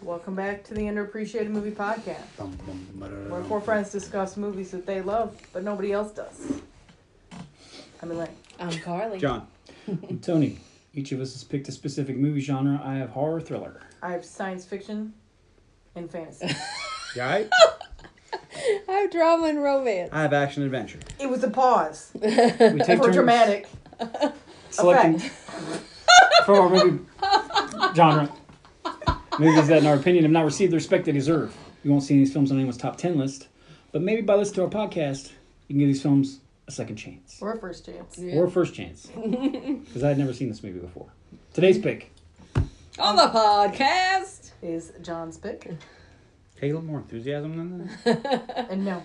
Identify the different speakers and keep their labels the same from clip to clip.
Speaker 1: Welcome back to the Underappreciated Movie Podcast,
Speaker 2: Bum, bum, ba-da-da-dum.
Speaker 1: where four friends discuss movies that they love but nobody else does. I'm Elaine.
Speaker 3: I'm Carly.
Speaker 2: John. I'm Tony. Each of us has picked a specific movie genre. I have horror thriller.
Speaker 1: I have science fiction and fantasy.
Speaker 2: Right?
Speaker 3: I have drama and romance.
Speaker 2: I have action adventure.
Speaker 1: it was a pause
Speaker 2: We take
Speaker 1: for
Speaker 2: turns
Speaker 1: dramatic
Speaker 2: selecting
Speaker 1: effect.
Speaker 2: from our movie genre movies that, in our opinion, have not received the respect they deserve. You won't see these films on anyone's top ten list, but maybe by listening to our podcast, you can give these films a second chance.
Speaker 1: Or a first chance.
Speaker 2: or first chance because I had never seen this movie before. Today's pick,
Speaker 3: On the podcast.
Speaker 1: Is John's pick.
Speaker 2: Hey, a little more enthusiasm than that.
Speaker 1: And no.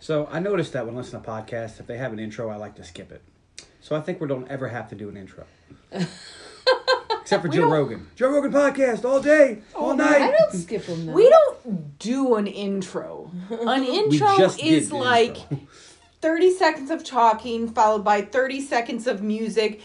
Speaker 4: So I noticed that when listening to podcasts, if they have an intro, I like to skip it. So I think we don't ever have to do an intro. Except for Joe
Speaker 1: don't-
Speaker 4: Rogan. Joe Rogan podcast all day, all night.
Speaker 3: I don't skip them though.
Speaker 1: We don't do an intro. An intro
Speaker 4: just did
Speaker 1: is
Speaker 4: the
Speaker 1: like
Speaker 4: intro.
Speaker 1: 30 seconds of talking followed by 30 seconds of music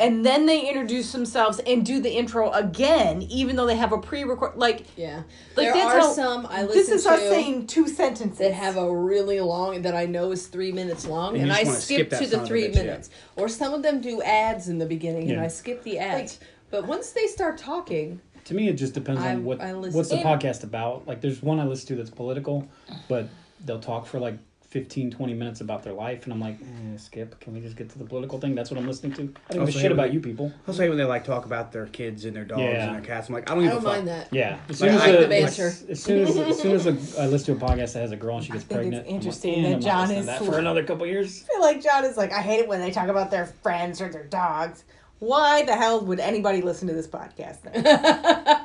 Speaker 1: and then they introduce themselves and do the intro again even though they have a pre-record like
Speaker 3: Yeah.
Speaker 1: like
Speaker 3: there
Speaker 1: that's
Speaker 3: are
Speaker 1: how-
Speaker 3: some I listen
Speaker 1: this is
Speaker 3: to
Speaker 1: us saying two sentences
Speaker 3: that have a really long that I know is three minutes long,
Speaker 4: And you
Speaker 3: and,
Speaker 4: just
Speaker 3: I
Speaker 4: wanna skip
Speaker 3: skip,
Speaker 4: that
Speaker 3: to
Speaker 4: son
Speaker 3: the
Speaker 4: of a
Speaker 3: three
Speaker 4: bitch, yeah.
Speaker 3: minutes. Or some of them do ads in the beginning, and
Speaker 2: Yeah.
Speaker 3: I skip the ads. but once they start talking,
Speaker 2: To me, it just depends
Speaker 3: I-
Speaker 2: on what
Speaker 3: I listen-
Speaker 2: what's the
Speaker 3: And-
Speaker 2: podcast about. Like, there's one I listen to that's political, but they'll talk for like 15, 20 minutes about their life, and I'm like, eh, skip. Can we just get to the political thing? That's what I'm listening to. I don't give
Speaker 4: Also,
Speaker 2: a
Speaker 4: hey,
Speaker 2: shit about
Speaker 4: we-
Speaker 2: you people.
Speaker 4: I also hate when they like talk about their kids and their dogs
Speaker 2: Yeah.
Speaker 4: and their cats. I'm like, I don't
Speaker 3: I
Speaker 4: even
Speaker 3: don't mind that.
Speaker 2: Yeah, as
Speaker 4: Like,
Speaker 2: soon as,
Speaker 4: I-
Speaker 2: a-
Speaker 4: the
Speaker 3: banter.
Speaker 2: as, as soon as as soon as a, I listen to a podcast that has a girl and she gets
Speaker 1: think it's
Speaker 2: pregnant, I'm like,
Speaker 1: interesting
Speaker 2: "Eh,
Speaker 1: that
Speaker 2: I'm not
Speaker 1: John
Speaker 2: listening to
Speaker 1: is
Speaker 2: that
Speaker 1: sl-
Speaker 2: for another couple years.
Speaker 1: I feel like john is like i hate it when they talk about their friends or their dogs why the hell would anybody listen to this podcast then?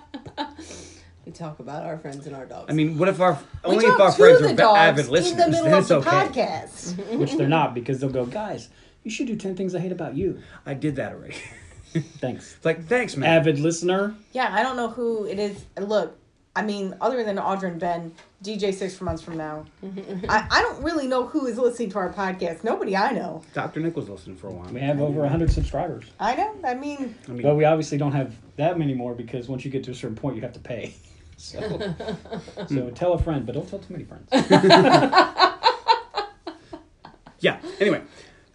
Speaker 3: We talk about our friends and our dogs.
Speaker 4: I mean, what if our
Speaker 1: We
Speaker 4: only if
Speaker 1: talk
Speaker 4: our
Speaker 1: to
Speaker 4: friends
Speaker 1: the
Speaker 4: are
Speaker 1: dogs
Speaker 4: avid listeners?
Speaker 1: in the middle
Speaker 4: then
Speaker 1: of
Speaker 4: it's
Speaker 1: the
Speaker 4: okay.
Speaker 1: podcast
Speaker 2: Which they're not because they'll go, guys. You should do ten things I hate about you.
Speaker 4: I did that already.
Speaker 2: Thanks,
Speaker 4: It's like, thanks, man.
Speaker 2: avid listener.
Speaker 1: yeah i don't know who it is look i mean other than audra and ben dj six months from now I, I don't really know who is listening to our podcast nobody i know
Speaker 4: Dr. Nichols listened for a while.
Speaker 2: We have over 100 subscribers.
Speaker 1: I know. I mean,
Speaker 4: I mean,
Speaker 2: But we obviously don't have that many more because once you get to a certain point, you have to pay. So, so tell a friend, but don't tell too many friends.
Speaker 4: yeah. Anyway,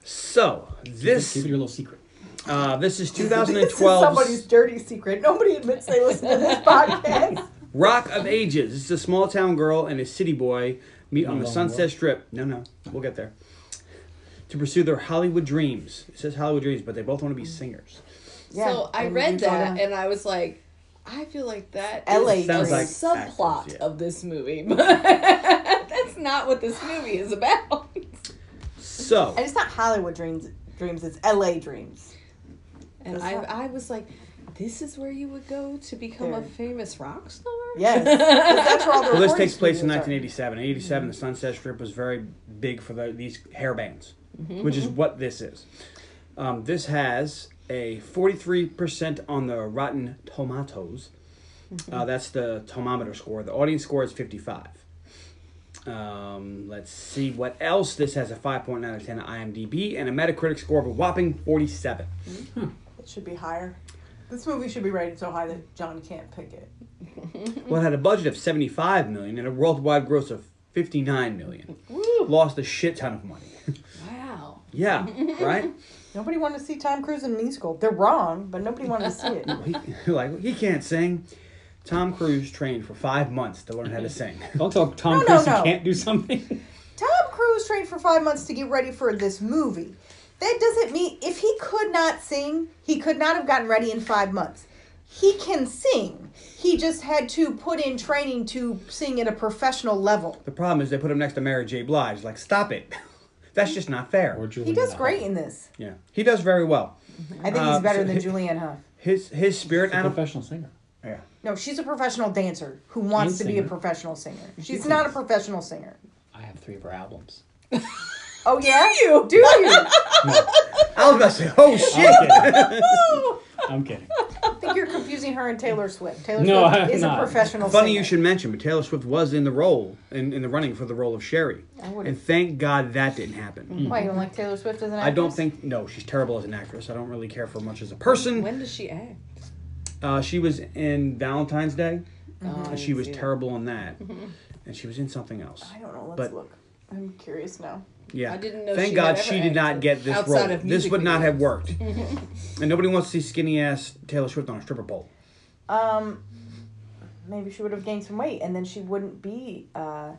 Speaker 4: so
Speaker 2: Keep
Speaker 4: this
Speaker 2: it your little secret.
Speaker 4: uh, this is
Speaker 1: this is
Speaker 4: 2012.
Speaker 1: somebody's dirty secret. Nobody admits they listen to this podcast.
Speaker 4: Rock of Ages. This is a small town girl and a city boy meet on the
Speaker 2: Long
Speaker 4: Sunset
Speaker 2: Walk.
Speaker 4: Strip. No, no, we'll get there. To pursue their Hollywood dreams. It says Hollywood dreams, but they both want to be singers.
Speaker 3: so I
Speaker 1: and
Speaker 3: read
Speaker 1: you go
Speaker 3: that
Speaker 1: down.
Speaker 3: and I was like, I feel like that
Speaker 1: It's LA
Speaker 3: is
Speaker 1: sounds
Speaker 3: a
Speaker 1: like
Speaker 3: subplot
Speaker 4: actors, yeah.
Speaker 3: of this movie, but that's not what this movie is about.
Speaker 4: So
Speaker 1: and it's not Hollywood dreams. Dreams. It's L.A. dreams.
Speaker 3: And
Speaker 1: That's
Speaker 3: I,
Speaker 1: not-
Speaker 3: I was like, this is where you would go to become a
Speaker 1: There.
Speaker 3: famous rock star.
Speaker 1: Yes. 'Cause that's where all the
Speaker 4: well, this
Speaker 1: recording
Speaker 4: takes place in
Speaker 1: studios are.
Speaker 4: 1987. In 87, the Sunset Strip was very big for the, these hair bands, which is what this is. Um, this has a 43% on the Rotten Tomatoes. Uh, that's the tomometer score. The audience score is 55. Um, let's see what else. This has a 5.9 out of 10 on IMDb and a Metacritic score of a whopping 47.
Speaker 1: It should be higher. This movie should be rated so high that John can't pick it.
Speaker 4: Well, it had a budget of 75 million and a worldwide gross of 59 million. Lost a shit ton of money.
Speaker 3: Wow.
Speaker 4: yeah, right?
Speaker 1: Nobody wanted to see Tom Cruise in musical. They're wrong, but nobody wanted to see it.
Speaker 4: he, like he can't sing. Tom Cruise trained for five months to learn how to sing.
Speaker 2: Don't tell Tom
Speaker 1: No, no,
Speaker 2: Cruise
Speaker 1: no.
Speaker 2: he can't do something.
Speaker 1: Tom Cruise trained for five months to get ready for this movie. That doesn't mean if he could not sing, he could not have gotten ready in five months. He can sing. He just had to put in training to sing at a professional level.
Speaker 4: The problem is they put him next to Mary J. Blige. Like, stop it. That's just not fair.
Speaker 2: Or Julie
Speaker 1: He does
Speaker 2: Nott.
Speaker 1: great in this.
Speaker 4: yeah, he does very well.
Speaker 1: I think he's
Speaker 4: Uh,
Speaker 1: better
Speaker 4: so-
Speaker 1: than Julianne Hough.
Speaker 4: His his spirit
Speaker 2: A
Speaker 4: animal.
Speaker 2: professional singer.
Speaker 4: Yeah.
Speaker 1: No, she's a professional dancer who wants to
Speaker 2: And
Speaker 1: be a
Speaker 2: singer.
Speaker 1: professional singer. She's not a professional singer.
Speaker 2: I have three of her albums.
Speaker 1: Oh yeah, you do you?
Speaker 4: I was about to say, oh shit.
Speaker 2: I'm kidding. I'm kidding.
Speaker 1: I think you're confusing her and Taylor Swift. Taylor
Speaker 2: No,
Speaker 1: Swift
Speaker 2: I'm
Speaker 1: is
Speaker 2: not.
Speaker 1: a professional.
Speaker 4: Funny
Speaker 1: singer.
Speaker 4: you should mention, but Taylor Swift was in the role in, in the running for the role of Sherry,
Speaker 1: I would've- Mm-hmm.
Speaker 4: and thank God that didn't happen.
Speaker 1: Why you don't like Taylor Swift as an
Speaker 4: I don't
Speaker 1: actress?
Speaker 4: think no, she's terrible as an actress. I don't really care for much as a person.
Speaker 3: When does she act?
Speaker 4: Uh, she was in Valentine's Day.
Speaker 1: Mm-hmm.
Speaker 3: Oh, I
Speaker 4: she was
Speaker 3: see that.
Speaker 4: terrible on that, and she was in something else.
Speaker 1: I don't know. Let's
Speaker 4: But-
Speaker 1: look. I'm curious now.
Speaker 4: Yeah.
Speaker 3: I didn't know
Speaker 4: Thank
Speaker 3: she
Speaker 4: God
Speaker 3: had
Speaker 4: she
Speaker 3: ever
Speaker 4: did not
Speaker 3: acted
Speaker 4: get this
Speaker 3: outside
Speaker 4: role.
Speaker 3: of
Speaker 4: This
Speaker 3: music
Speaker 4: would not have
Speaker 3: videos.
Speaker 4: worked. and nobody wants to see skinny ass Taylor Swift on a stripper pole.
Speaker 1: Um, maybe she would have gained some weight, and then she wouldn't be uh,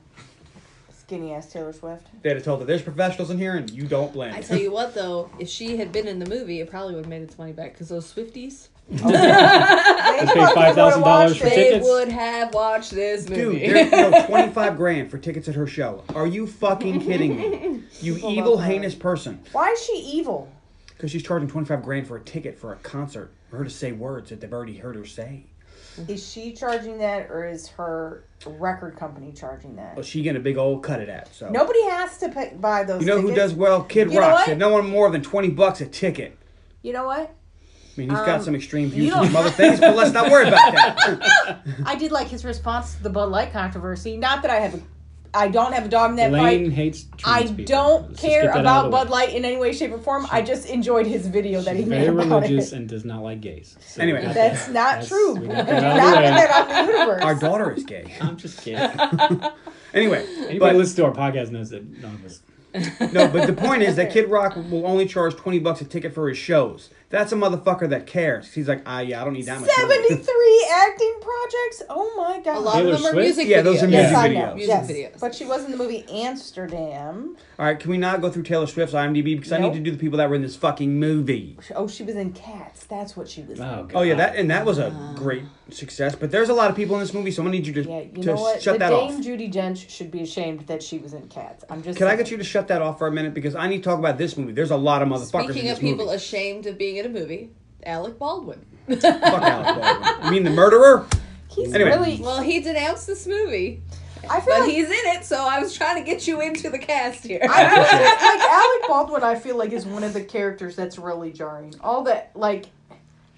Speaker 1: skinny ass Taylor Swift.
Speaker 4: They'd have told her there's professionals in here and you don't blend.
Speaker 3: I tell you what, though, if she had been in the movie, it probably would have made its money back because those Swifties,
Speaker 1: They
Speaker 2: pay
Speaker 1: fucking
Speaker 2: $5,000
Speaker 1: wanna watch
Speaker 2: for
Speaker 1: it.
Speaker 2: tickets.
Speaker 3: they would have watched this
Speaker 4: Dude,
Speaker 3: movie.
Speaker 4: there's no, 25 grand for tickets at her show. Are you fucking kidding me? You evil,
Speaker 1: her.
Speaker 4: heinous person.
Speaker 1: Why is she evil?
Speaker 4: Because she's charging 25 grand for a ticket for a concert for her to say words that they've already heard her say.
Speaker 1: Is she charging that, or is her record company charging that?
Speaker 4: Well, she getting a big old cut at that. So
Speaker 1: Nobody has to pay, buy those.
Speaker 4: You know who
Speaker 1: tickets.
Speaker 4: does well? Kid
Speaker 1: You know
Speaker 4: Rock
Speaker 1: what?
Speaker 4: said no one more than 20 bucks a ticket.
Speaker 1: You know what?
Speaker 4: I mean, he's got
Speaker 1: Um,
Speaker 4: some extreme
Speaker 1: you
Speaker 4: views
Speaker 1: don't-
Speaker 4: on some other things, but let's not worry about that.
Speaker 1: I did like his response to the Bud Light controversy. Not that I have, a, I don't have a dog in that
Speaker 2: Elaine
Speaker 1: fight.
Speaker 2: hates
Speaker 1: I
Speaker 2: trans people.
Speaker 1: don't
Speaker 2: Let's just
Speaker 1: care
Speaker 2: get that
Speaker 1: about
Speaker 2: out of the way.
Speaker 1: Bud Light in any way, shape, or form. I just enjoyed his video that he
Speaker 2: She's
Speaker 1: made
Speaker 2: very
Speaker 1: about
Speaker 2: religious
Speaker 1: it.
Speaker 2: and does not like gays. So
Speaker 4: Anyway.
Speaker 2: we got
Speaker 1: That's
Speaker 2: that.
Speaker 1: not
Speaker 2: That's-
Speaker 1: true. Do
Speaker 2: we got
Speaker 1: not put
Speaker 2: that out of the way.
Speaker 1: that out in the universe.
Speaker 4: Our daughter is gay.
Speaker 2: I'm just kidding.
Speaker 4: Anyway,
Speaker 2: Anybody
Speaker 4: but
Speaker 2: listens to our podcast knows that none of us.
Speaker 4: no, but the point is that Kid Rock will only charge 20 bucks a ticket for his shows. That's a motherfucker that cares. He's like, ah, yeah, I don't need that much. money."
Speaker 1: 73 acting projects? Oh my god.
Speaker 3: a lot
Speaker 2: Taylor
Speaker 3: of them are
Speaker 2: Swift?
Speaker 3: music
Speaker 4: Yeah,
Speaker 3: videos.
Speaker 4: those are
Speaker 1: yes,
Speaker 4: music
Speaker 1: I
Speaker 4: videos.
Speaker 1: know.
Speaker 3: Music
Speaker 1: yes.
Speaker 3: videos.
Speaker 1: But she was in the movie Amsterdam.
Speaker 4: All right, can we not go through Taylor Swift's IMDb because I
Speaker 1: Nope.
Speaker 4: need to do the people that were in this fucking movie.
Speaker 1: Oh, she was in Cats. That's what she was in.
Speaker 2: Oh, God.
Speaker 4: Oh yeah, that and that was a great success. But there's a lot of people in this movie, so I'm gonna need you to,
Speaker 1: Yeah, you
Speaker 4: to
Speaker 1: know what?
Speaker 4: shut
Speaker 1: the
Speaker 4: that
Speaker 1: Dame
Speaker 4: off.
Speaker 1: Judy Dench should be ashamed that she was in Cats. I'm just
Speaker 4: Can I
Speaker 1: saying.
Speaker 4: get you to shut that off for a minute because I need to talk about this movie. There's a lot of motherfuckers in
Speaker 3: Speaking
Speaker 4: this
Speaker 3: of people
Speaker 4: movie.
Speaker 3: ashamed of being in a movie, Alec Baldwin.
Speaker 4: Fuck Alec Baldwin. You mean the murderer?
Speaker 1: He's
Speaker 4: Anyway.
Speaker 1: really
Speaker 3: Well, he denounced this movie,
Speaker 1: I feel
Speaker 3: but
Speaker 1: like
Speaker 3: he's in it, so I was trying to get you into the cast here.
Speaker 1: I feel like, like Alec Baldwin I feel like is one of the characters that's really jarring. All that like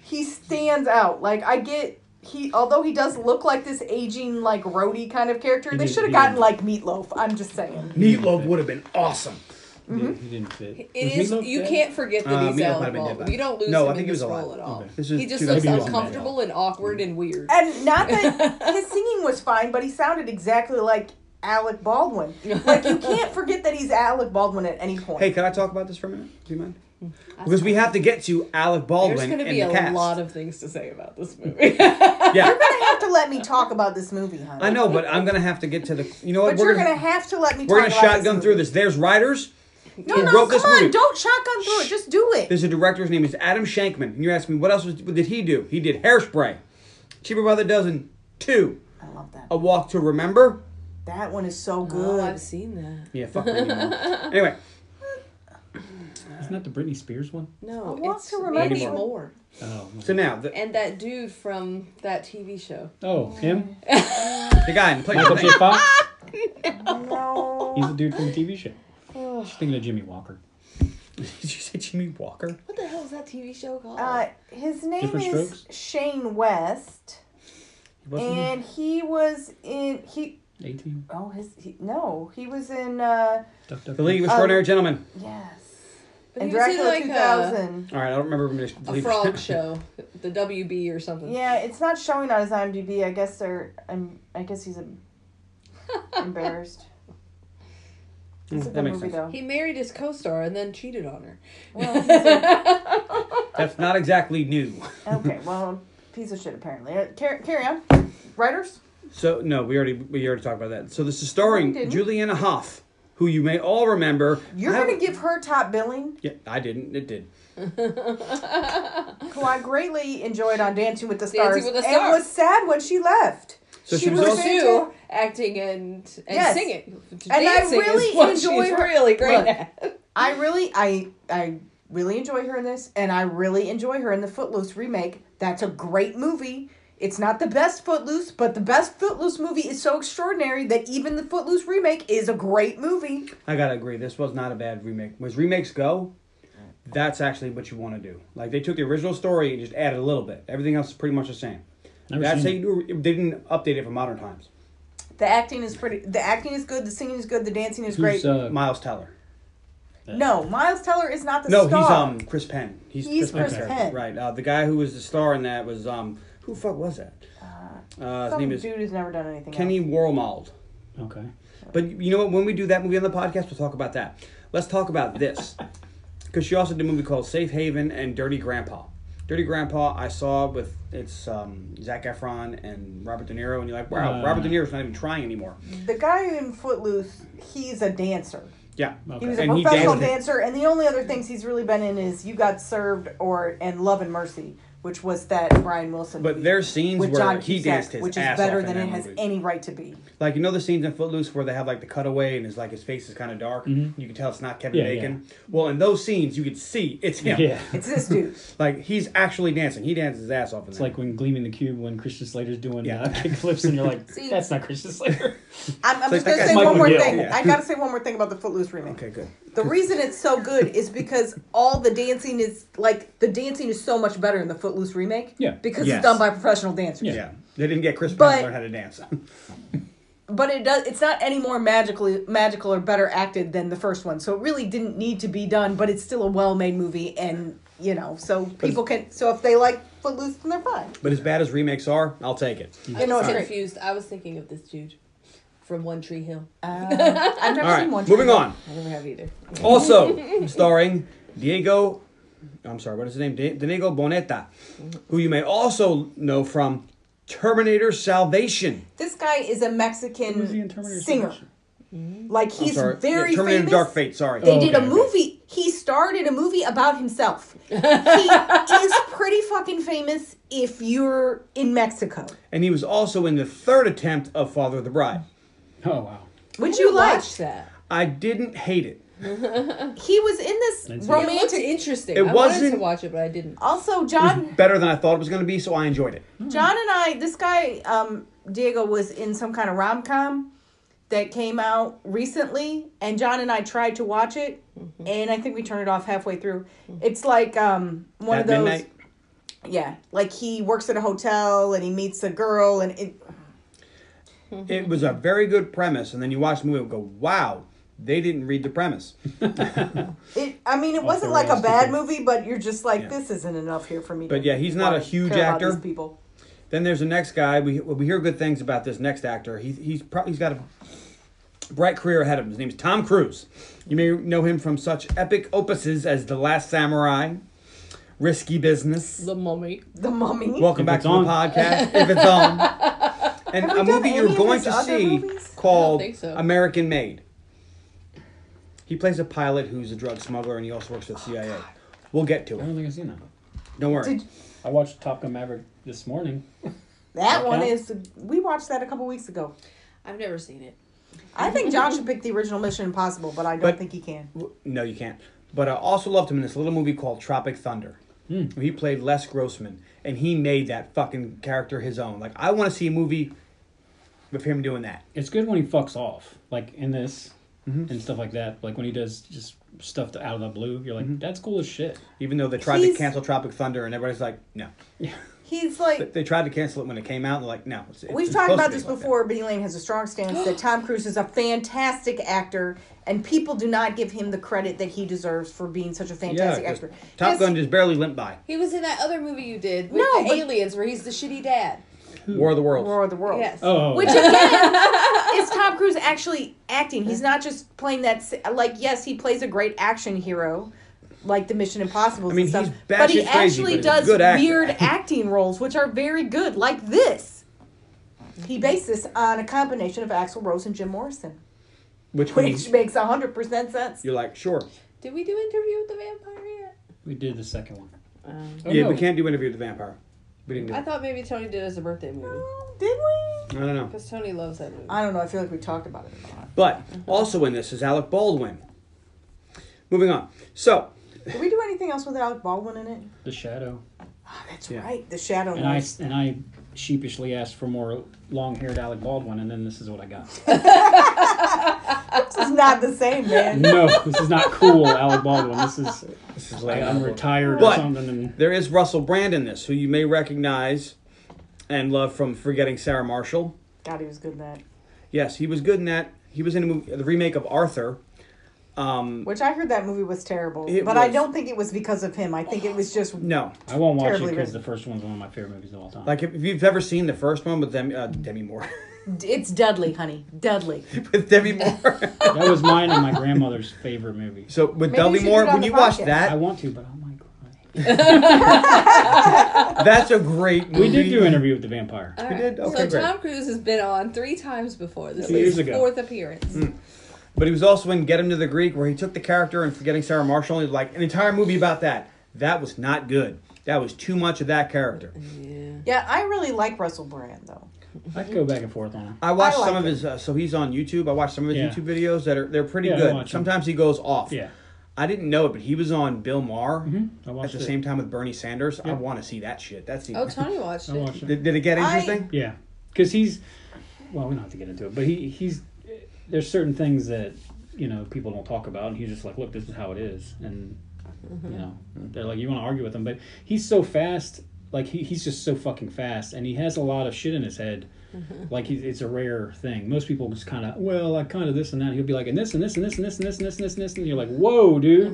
Speaker 1: he stands out. Like I get he although he does look like this aging like roadie kind of character, they
Speaker 2: did-
Speaker 1: should have
Speaker 2: he
Speaker 1: gotten
Speaker 2: did.
Speaker 1: like Meatloaf. I'm just saying.
Speaker 4: Meatloaf would have been awesome.
Speaker 2: He didn't-
Speaker 1: Mm-hmm.
Speaker 2: he didn't fit.
Speaker 3: It
Speaker 2: Was
Speaker 3: is.
Speaker 2: Meatloaf
Speaker 3: You
Speaker 2: dead?
Speaker 3: can't forget that
Speaker 4: Uh, Meatloaf
Speaker 3: he's
Speaker 4: might have been
Speaker 3: Alec
Speaker 4: dead
Speaker 3: Baldwin.
Speaker 4: by
Speaker 3: You don't lose
Speaker 4: No, I
Speaker 3: him
Speaker 4: think
Speaker 3: in
Speaker 4: he was
Speaker 3: this
Speaker 4: alive.
Speaker 3: role at all.
Speaker 2: Okay.
Speaker 4: This is
Speaker 3: he just
Speaker 4: 2000.
Speaker 3: looks
Speaker 2: Maybe he wasn't dead at
Speaker 3: uncomfortable and awkward and weird.
Speaker 1: And not that his singing was fine, but he sounded exactly like Alec Baldwin. Like you can't forget that he's Alec Baldwin at any point.
Speaker 4: Hey, can I talk about this for a minute? Do you mind? Because we have to get to Alec Baldwin
Speaker 3: Mm. There's going to
Speaker 4: and
Speaker 3: be
Speaker 4: the
Speaker 3: a
Speaker 4: cast.
Speaker 3: lot of things to say about this movie.
Speaker 4: yeah,
Speaker 1: You're gonna have to let me talk about this movie, honey.
Speaker 4: I know, but I'm gonna have to get to the. You know what?
Speaker 1: But you're
Speaker 4: we're
Speaker 1: gonna,
Speaker 4: gonna,
Speaker 1: have to let me.
Speaker 4: we're
Speaker 1: talk
Speaker 4: gonna
Speaker 1: about
Speaker 4: shotgun
Speaker 1: this
Speaker 4: through
Speaker 1: movie.
Speaker 4: this. There's writers.
Speaker 1: No,
Speaker 4: who
Speaker 1: no,
Speaker 4: wrote
Speaker 1: come
Speaker 4: this
Speaker 1: on!
Speaker 4: movie.
Speaker 1: Don't shotgun through it. Just do it.
Speaker 4: There's a director's name is Adam Shankman, and you're asking me what else was, what did he do? He did Hairspray, Cheaper by the Dozen, Two,
Speaker 1: I love that.
Speaker 4: A Walk to Remember.
Speaker 1: That one is so
Speaker 3: oh,
Speaker 1: good.
Speaker 3: I've seen that.
Speaker 4: Yeah, fuck Randy Moore. Anyway,
Speaker 2: Isn't that the Britney Spears one?
Speaker 3: No,
Speaker 1: I want
Speaker 3: it's
Speaker 1: to remember
Speaker 3: Mandy
Speaker 4: you.
Speaker 3: Moore
Speaker 2: Oh, my-
Speaker 4: so now the,
Speaker 3: and that dude from that TV show.
Speaker 2: oh him?
Speaker 4: the guy in place.
Speaker 2: Michael J. Fox?
Speaker 1: no.
Speaker 2: He's the dude from the TV show. She's thinking of Jimmy Walker.
Speaker 4: Did you say Jimmy Walker?
Speaker 3: What the hell is that TV show called?
Speaker 1: Uh, his name
Speaker 2: Different
Speaker 1: is
Speaker 2: Strokes?
Speaker 1: Shane West,
Speaker 3: Eh,
Speaker 1: and he was in he.
Speaker 2: 18.
Speaker 1: Oh, his he, no, he was in. uh
Speaker 2: Duck, duck,
Speaker 4: the League of
Speaker 2: duck.
Speaker 4: Extraordinary
Speaker 3: uh,
Speaker 4: Gentlemen.
Speaker 1: Yes,
Speaker 3: But
Speaker 1: and
Speaker 3: he was in,
Speaker 1: Dracula
Speaker 3: like, uh, a-
Speaker 1: two thousand.
Speaker 4: All right, I don't remember.
Speaker 3: a frog show, the WB or something.
Speaker 1: Yeah, it's not showing on his IMDb. I guess they're. I'm. I guess he's em- embarrassed. It's a
Speaker 4: Hmm, that
Speaker 1: good
Speaker 4: makes
Speaker 1: movie
Speaker 4: sense.
Speaker 1: though.
Speaker 3: He married his co-star and then cheated on her.
Speaker 1: Well, he's a-
Speaker 4: That's not exactly new.
Speaker 1: okay, well, piece of shit apparently. Uh, car- carry on. Writers.
Speaker 4: So no, we already we already talked about that. So this is starring
Speaker 1: No, we didn't.
Speaker 4: Juliana Hough, who you may all remember.
Speaker 1: You're
Speaker 4: I-
Speaker 1: gonna give her top billing,
Speaker 4: Yeah, I didn't. It did.
Speaker 1: who I greatly enjoyed on Dancing with the Stars,
Speaker 3: with the
Speaker 1: and
Speaker 3: Stars.
Speaker 1: was sad when she left.
Speaker 4: So she
Speaker 1: she
Speaker 4: was
Speaker 1: was
Speaker 4: also-
Speaker 3: Pursue acting and and
Speaker 1: Yes.
Speaker 3: singing. And
Speaker 1: I
Speaker 3: Dancing
Speaker 1: really
Speaker 3: is what
Speaker 1: enjoy
Speaker 3: she's
Speaker 1: her-
Speaker 3: really great
Speaker 1: Look.
Speaker 3: at.
Speaker 1: I really, I, I really enjoy her in this, and I really enjoy her in the Footloose remake. That's a great movie. It's not the best Footloose, but the best Footloose movie is so extraordinary that even the Footloose remake is a great movie.
Speaker 4: I gotta agree. This was not a bad remake. As remakes go, that's actually what you want to do. Like they took the original story and just added a little bit. Everything else is pretty much the same.
Speaker 2: Never
Speaker 4: that's how
Speaker 2: seen
Speaker 4: you do. it. They didn't update it for modern times.
Speaker 1: The acting is pretty. The acting is good. The singing is good. The dancing is
Speaker 2: Who's,
Speaker 1: great.
Speaker 2: uh,
Speaker 4: Miles Teller.
Speaker 1: no, Miles Teller is not the
Speaker 4: No,
Speaker 1: star.
Speaker 4: he's um Chris Penn. He's,
Speaker 1: He's Chris
Speaker 4: Penn's
Speaker 1: Penn.
Speaker 4: character. Right. Uh, the guy who was the star in that was um who the fuck was that? Uh, his
Speaker 1: Some
Speaker 4: name is
Speaker 1: dude who's never done anything.
Speaker 4: Kenny Wormald.
Speaker 2: Okay.
Speaker 4: But you know what? When we do that movie on the podcast, we'll talk about that. Let's talk about this. Because she also did a movie called Safe Haven and Dirty Grandpa. Dirty Grandpa, I saw with it's um, Zach Efron and Robert De Niro, and you're like, wow,
Speaker 2: Uh.
Speaker 4: Robert De Niro's not even trying anymore.
Speaker 1: else. The guy in Footloose, he's a dancer.
Speaker 4: Yeah.
Speaker 1: He was a
Speaker 2: Okay.
Speaker 4: And he
Speaker 1: professional
Speaker 4: danced it.
Speaker 1: dancer, and the only other things he's really been in is "You Got Served" or and "Love and Mercy," which was that Brian Wilson.
Speaker 4: But
Speaker 1: movie
Speaker 4: there's scenes
Speaker 1: with
Speaker 4: where
Speaker 1: John
Speaker 4: he
Speaker 1: Cusack,
Speaker 4: danced his
Speaker 1: which is
Speaker 4: ass
Speaker 1: better
Speaker 4: off in
Speaker 1: than
Speaker 4: that
Speaker 1: it has
Speaker 4: movie.
Speaker 1: any right to be.
Speaker 4: Like you know the scenes in Footloose where they have like the cutaway and his like his face is kind of dark. You can tell it's not Kevin
Speaker 2: Mm-hmm. Yeah,
Speaker 4: Bacon. Well, in those scenes, you could see it's him.
Speaker 2: Yeah.
Speaker 1: It's this dude.
Speaker 4: Like he's actually dancing. He dances his ass off. In
Speaker 2: It's like when Gleaming the Cube when Christian Slater's doing
Speaker 4: Yeah.
Speaker 2: uh, kickflips and you're like,
Speaker 3: See-
Speaker 2: that's not Christian Slater.
Speaker 1: I'm, I'm
Speaker 4: So
Speaker 1: just
Speaker 4: that
Speaker 1: gonna
Speaker 4: guy's
Speaker 1: say
Speaker 2: Michael
Speaker 1: one more
Speaker 2: Gill.
Speaker 1: thing.
Speaker 4: Yeah.
Speaker 1: I gotta say one more thing about the Footloose remake.
Speaker 4: okay, good.
Speaker 1: The reason it's so good is because all the dancing is like the dancing is so much better in the Footloose remake.
Speaker 2: Yeah.
Speaker 1: Because
Speaker 4: Yes.
Speaker 1: it's done by professional dancers.
Speaker 4: Yeah, they didn't get Chris Pine
Speaker 1: But-
Speaker 4: to learn how to dance.
Speaker 1: But it does it's not any more magically magical or better acted than the first one. So it really didn't need to be done, but it's still a well made movie and you know, so people can so if they like Footloose then they're fine.
Speaker 4: but as bad as remakes are, I'll take it.
Speaker 3: I
Speaker 1: know,
Speaker 3: was
Speaker 1: it's-
Speaker 3: confused. I was thinking of this dude from One Tree Hill.
Speaker 1: Uh, I've never
Speaker 4: All right,
Speaker 1: seen one.
Speaker 4: moving on.
Speaker 3: I never have either.
Speaker 4: Also starring Diego. I'm sorry, what is his name? Di- Diego Boneta, who you may also know from Terminator Salvation.
Speaker 1: This guy is a Mexican
Speaker 2: Who's he in Terminator
Speaker 1: singer.
Speaker 2: Salvation?
Speaker 1: Like
Speaker 4: I'm
Speaker 1: he's
Speaker 4: sorry.
Speaker 1: very
Speaker 4: yeah, Terminator
Speaker 1: famous.
Speaker 4: Dark Fate. Sorry.
Speaker 1: They
Speaker 2: Oh,
Speaker 1: did
Speaker 2: okay,
Speaker 1: a
Speaker 2: okay.
Speaker 1: movie. He starred in a movie about himself. he is pretty fucking famous if you're in Mexico.
Speaker 4: and he was also in the third attempt of Father of the Bride.
Speaker 2: Oh, wow.
Speaker 1: Would
Speaker 3: You
Speaker 1: you like?
Speaker 3: watch that?
Speaker 4: I didn't hate it.
Speaker 1: He was in this
Speaker 2: Lindsay.
Speaker 3: It looked
Speaker 1: romantic.
Speaker 3: interesting.
Speaker 4: It
Speaker 3: I wanted
Speaker 4: wasn't-
Speaker 3: to watch it, but I didn't.
Speaker 1: Also,
Speaker 4: It
Speaker 1: John,
Speaker 4: was better than I thought it was going to be, so I enjoyed it.
Speaker 1: John and I, this guy, um, Diego was in some kind of rom com that came out recently, and John and I tried to watch it,
Speaker 4: Mm-hmm.
Speaker 1: and I think we turned it off halfway through. It's like um, one
Speaker 4: At
Speaker 1: of those.
Speaker 4: midnight,
Speaker 1: Yeah, like he works at a hotel and he meets a girl, and it,
Speaker 4: it was a very good premise, and then you watch the movie and go, "Wow, they didn't read the premise."
Speaker 1: It, I mean, it wasn't
Speaker 2: the
Speaker 1: like a
Speaker 2: rails,
Speaker 1: bad
Speaker 2: people.
Speaker 1: movie, but you're just like, this isn't enough here for me.
Speaker 4: But
Speaker 1: to
Speaker 4: yeah, he's not a
Speaker 1: wanna
Speaker 4: huge
Speaker 1: care about
Speaker 4: actor.
Speaker 1: these people.
Speaker 4: Then there's the next guy. We we hear good things about this next actor. He, he's probably he's got a bright career ahead of him. His name's Tom Cruise. You may know him from such epic opuses as The Last Samurai, Risky Business.
Speaker 3: The Mummy.
Speaker 1: The Mummy.
Speaker 4: Welcome
Speaker 2: If
Speaker 4: back
Speaker 2: it's
Speaker 4: to
Speaker 2: on.
Speaker 4: the podcast. if it's on, and
Speaker 1: we
Speaker 4: a
Speaker 1: done
Speaker 4: movie
Speaker 1: any
Speaker 4: you're
Speaker 1: of
Speaker 4: going
Speaker 1: his
Speaker 4: to
Speaker 1: other
Speaker 4: see
Speaker 1: movies?
Speaker 4: called
Speaker 3: I don't think so.
Speaker 4: American Made. He plays a pilot who's a drug smuggler, and he also works for the CIA. We'll get to
Speaker 2: I don't
Speaker 4: it.
Speaker 2: think I've seen that.
Speaker 4: Don't worry.
Speaker 1: Oh, Did-
Speaker 2: I watched Top Gun Maverick this morning.
Speaker 1: that one
Speaker 2: count?
Speaker 1: is. We watched that a couple weeks ago.
Speaker 3: I've never seen it.
Speaker 1: I think John should pick the original Mission Impossible, but I don't
Speaker 4: But-
Speaker 1: think he can.
Speaker 4: No, you can't. But I also loved him in this little movie called Tropic Thunder. He played Les Grossman, and he made that fucking character his own. Like I want to see a movie with him doing that.
Speaker 2: It's good when he fucks off, like in this and stuff like that. Like when he does just stuff to- out of the blue, you're like, that's cool as shit.
Speaker 4: Even though they tried
Speaker 1: He's-
Speaker 4: to cancel Tropic Thunder, and everybody's like, no.
Speaker 1: He's like.
Speaker 4: But they tried to cancel it when it came out, and they're like, no. It's, it's
Speaker 1: We've
Speaker 4: supposed
Speaker 1: talked
Speaker 4: to
Speaker 1: about
Speaker 4: be
Speaker 1: this
Speaker 4: like that.
Speaker 1: before, but Elaine has a strong stance that Tom Cruise is a fantastic actor, and people do not give him the credit that he deserves for being such a fantastic
Speaker 4: Yeah, 'cause
Speaker 1: actor.
Speaker 4: Top
Speaker 1: Yes,
Speaker 4: Gun just barely limped by.
Speaker 3: He was in that other movie you did with
Speaker 1: No,
Speaker 3: the
Speaker 1: but-
Speaker 3: aliens, where he's the shitty dad.
Speaker 4: War of the Worlds.
Speaker 1: War of the World.
Speaker 3: Yes.
Speaker 2: Oh,
Speaker 1: Which again
Speaker 4: Oh.
Speaker 1: is Tom Cruise actually acting. He's not just playing that. si- Like, yes, he plays a great action hero, like the Mission Impossible
Speaker 4: I mean,
Speaker 1: and stuff.
Speaker 4: he's
Speaker 1: But he
Speaker 4: batshit crazy,
Speaker 1: actually
Speaker 4: but he's a
Speaker 1: does
Speaker 4: good actor.
Speaker 1: weird acting roles, which are very good, like this. He based this on a combination of Axl Rose and Jim Morrison,
Speaker 4: Which, when
Speaker 1: which
Speaker 4: you,
Speaker 1: makes hundred percent sense.
Speaker 4: you're like, sure.
Speaker 3: Did we do interview with the vampire yet?
Speaker 2: we did the second one.
Speaker 3: Um,
Speaker 2: Oh,
Speaker 4: yeah,
Speaker 2: no.
Speaker 4: we can't do Interview with the Vampire. We didn't do
Speaker 3: I
Speaker 4: it.
Speaker 3: thought maybe Tony did as a birthday movie
Speaker 1: Oh, Did we?
Speaker 4: I don't know.
Speaker 3: because Tony loves that movie.
Speaker 1: I don't know. I feel like we talked about it a lot.
Speaker 4: But also in this is Alec Baldwin. Moving on. So,
Speaker 1: Did we do anything else with Alec Baldwin in it?
Speaker 2: The Shadow.
Speaker 1: Oh, that's
Speaker 4: Yeah.
Speaker 1: right. The Shadow.
Speaker 2: And I,
Speaker 1: Knight.
Speaker 2: and I sheepishly asked for more long haired Alec Baldwin, and then this is what I got.
Speaker 1: This is not the same, man.
Speaker 2: no, this is not cool, Alec Baldwin. This is,
Speaker 4: this is
Speaker 2: like,
Speaker 4: late.
Speaker 2: I'm retired or
Speaker 4: But-
Speaker 2: something. And,
Speaker 4: There is Russell Brand in this, who you may recognize and love from Forgetting Sarah Marshall.
Speaker 1: God, he was good in that.
Speaker 4: Yes, he was good in that. He was in a movie, the remake of Arthur. Um,
Speaker 1: Which I heard that movie was terrible,
Speaker 4: It
Speaker 1: but I
Speaker 4: was.
Speaker 1: don't think it was because of him. I think it was just
Speaker 4: no,
Speaker 2: I won't watch it
Speaker 1: Terribly
Speaker 2: because
Speaker 1: written.
Speaker 2: the first one's one of my favorite movies of all time.
Speaker 4: like if you've ever seen the first one with Demi, uh, Demi Moore,
Speaker 1: it's Dudley, honey, Dudley.
Speaker 4: with Demi Moore.
Speaker 2: that was mine and my grandmother's favorite movie.
Speaker 4: so with
Speaker 1: Maybe you
Speaker 4: Demi
Speaker 1: should do
Speaker 4: Moore,
Speaker 1: it on
Speaker 4: when
Speaker 1: the
Speaker 4: you watch
Speaker 1: podcast.
Speaker 2: I
Speaker 4: that,
Speaker 2: want to, but I might cry.
Speaker 4: that's a great movie.
Speaker 2: We did do Interview with the Vampire.
Speaker 3: All
Speaker 4: We did? Okay,
Speaker 3: so
Speaker 4: great.
Speaker 3: Tom Cruise has been on three times before. This
Speaker 2: Two
Speaker 3: is
Speaker 2: years
Speaker 3: his
Speaker 2: ago. Hmm.
Speaker 3: fourth appearance.
Speaker 4: But he was also in Get Him to the Greek, where he took the character and forgetting Sarah Marshall, and he like an entire movie about that. That was not good. That was too much of that character.
Speaker 1: Yeah, I really like Russell Brand though.
Speaker 2: I'd go back and forth on it.
Speaker 4: I watched
Speaker 1: I like
Speaker 4: some of his. Uh, so he's on YouTube. I watched some of his
Speaker 2: Yeah.
Speaker 4: YouTube videos that are they're pretty
Speaker 2: Yeah, I watch 'em.
Speaker 4: good. Sometimes he goes off.
Speaker 2: Yeah.
Speaker 4: I didn't know it, but he was on Bill Maher
Speaker 2: I
Speaker 4: Mm-hmm. at
Speaker 2: watched
Speaker 4: the
Speaker 2: it.
Speaker 4: same time with Bernie Sanders. I
Speaker 2: Yeah.
Speaker 4: want to see that shit. That's the.
Speaker 3: Oh, Tony watched
Speaker 2: I
Speaker 3: it.
Speaker 2: watched it.
Speaker 4: did, did it get
Speaker 1: I-
Speaker 4: interesting?
Speaker 2: Yeah, because he's well, we don't have to get into it, but he he's there's certain things that you know people don't talk about, and he's just like, look, this is how it is, and
Speaker 1: Mm-hmm.
Speaker 2: you know they're like, you want to argue with him, but he's so fast, like he, he's just so fucking fast, and he has a lot of shit in his head.
Speaker 1: Mm-hmm.
Speaker 2: Like he's, it's a rare thing. Most people just kind of, well, I kind of this and that. He'll be like, and this and this and this and this and this and this and this and this, and you're like, whoa, dude!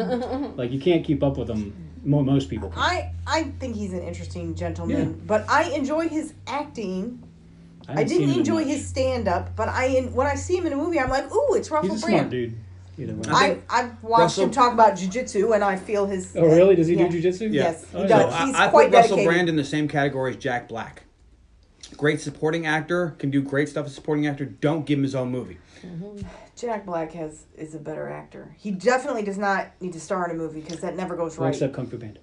Speaker 2: like you can't keep up with him. Mo- Most people. Can.
Speaker 1: I I think he's an interesting gentleman,
Speaker 2: Yeah.
Speaker 1: but I enjoy his acting. I,
Speaker 2: haven't seen
Speaker 1: didn't
Speaker 2: him in
Speaker 1: enjoy
Speaker 2: much.
Speaker 1: his stand up, but I in, when I see him in a movie, I'm like, ooh, it's Russell
Speaker 2: He's a smart
Speaker 1: Brand.
Speaker 2: dude. Either way.
Speaker 4: I
Speaker 1: I
Speaker 4: think
Speaker 1: I've watched
Speaker 4: Russell-
Speaker 1: him talk about jujitsu, and I feel his.
Speaker 2: oh, really? Does he
Speaker 1: yeah.
Speaker 2: do jujitsu?
Speaker 1: Yes, he
Speaker 2: Oh,
Speaker 4: So
Speaker 2: yeah.
Speaker 1: does.
Speaker 4: I,
Speaker 1: He's
Speaker 4: I
Speaker 1: quite
Speaker 4: put Russell
Speaker 1: dedicated.
Speaker 4: Brand in the same category as Jack Black. Great supporting actor, can do great stuff as a supporting actor. Don't give him his own movie.
Speaker 1: Jack Black has is a better actor. He definitely does not need to star in a movie because that never goes right.
Speaker 2: Except Kung Fu Panda.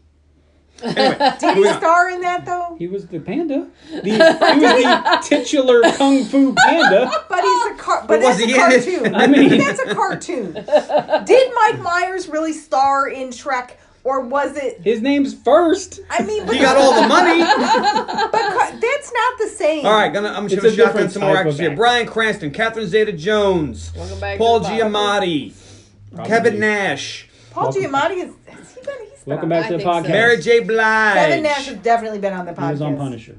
Speaker 1: Did he star in that though?
Speaker 2: He was the panda. The, he was the titular Kung Fu Panda.
Speaker 1: But he's a car. But
Speaker 4: was
Speaker 1: that's a
Speaker 4: he in it?
Speaker 1: cartoon.
Speaker 2: I mean-
Speaker 1: that's a cartoon. Did Mike Myers really star in Shrek, or was it?
Speaker 2: His name's first.
Speaker 1: I mean, but,
Speaker 4: He got all the money.
Speaker 1: but ca- that's not the same.
Speaker 4: All right, gonna, I'm just going
Speaker 2: It's a
Speaker 4: to shotgun
Speaker 2: different
Speaker 4: some more
Speaker 2: type of
Speaker 4: actors here.
Speaker 2: actor.
Speaker 4: Brian Cranston, Catherine Zeta-Jones,
Speaker 3: Welcome back
Speaker 4: Paul
Speaker 3: to the
Speaker 4: Giamatti, Kevin Nash,
Speaker 1: Paul
Speaker 2: Welcome-
Speaker 1: Giamatti is. Has he been? He's been
Speaker 2: Welcome
Speaker 1: on-
Speaker 2: back to
Speaker 3: I
Speaker 2: the
Speaker 3: think
Speaker 2: podcast.
Speaker 3: so.
Speaker 4: Mary J.
Speaker 1: Kevin Nash
Speaker 4: Blige.
Speaker 1: has definitely been on the podcast.
Speaker 2: He was on Punisher.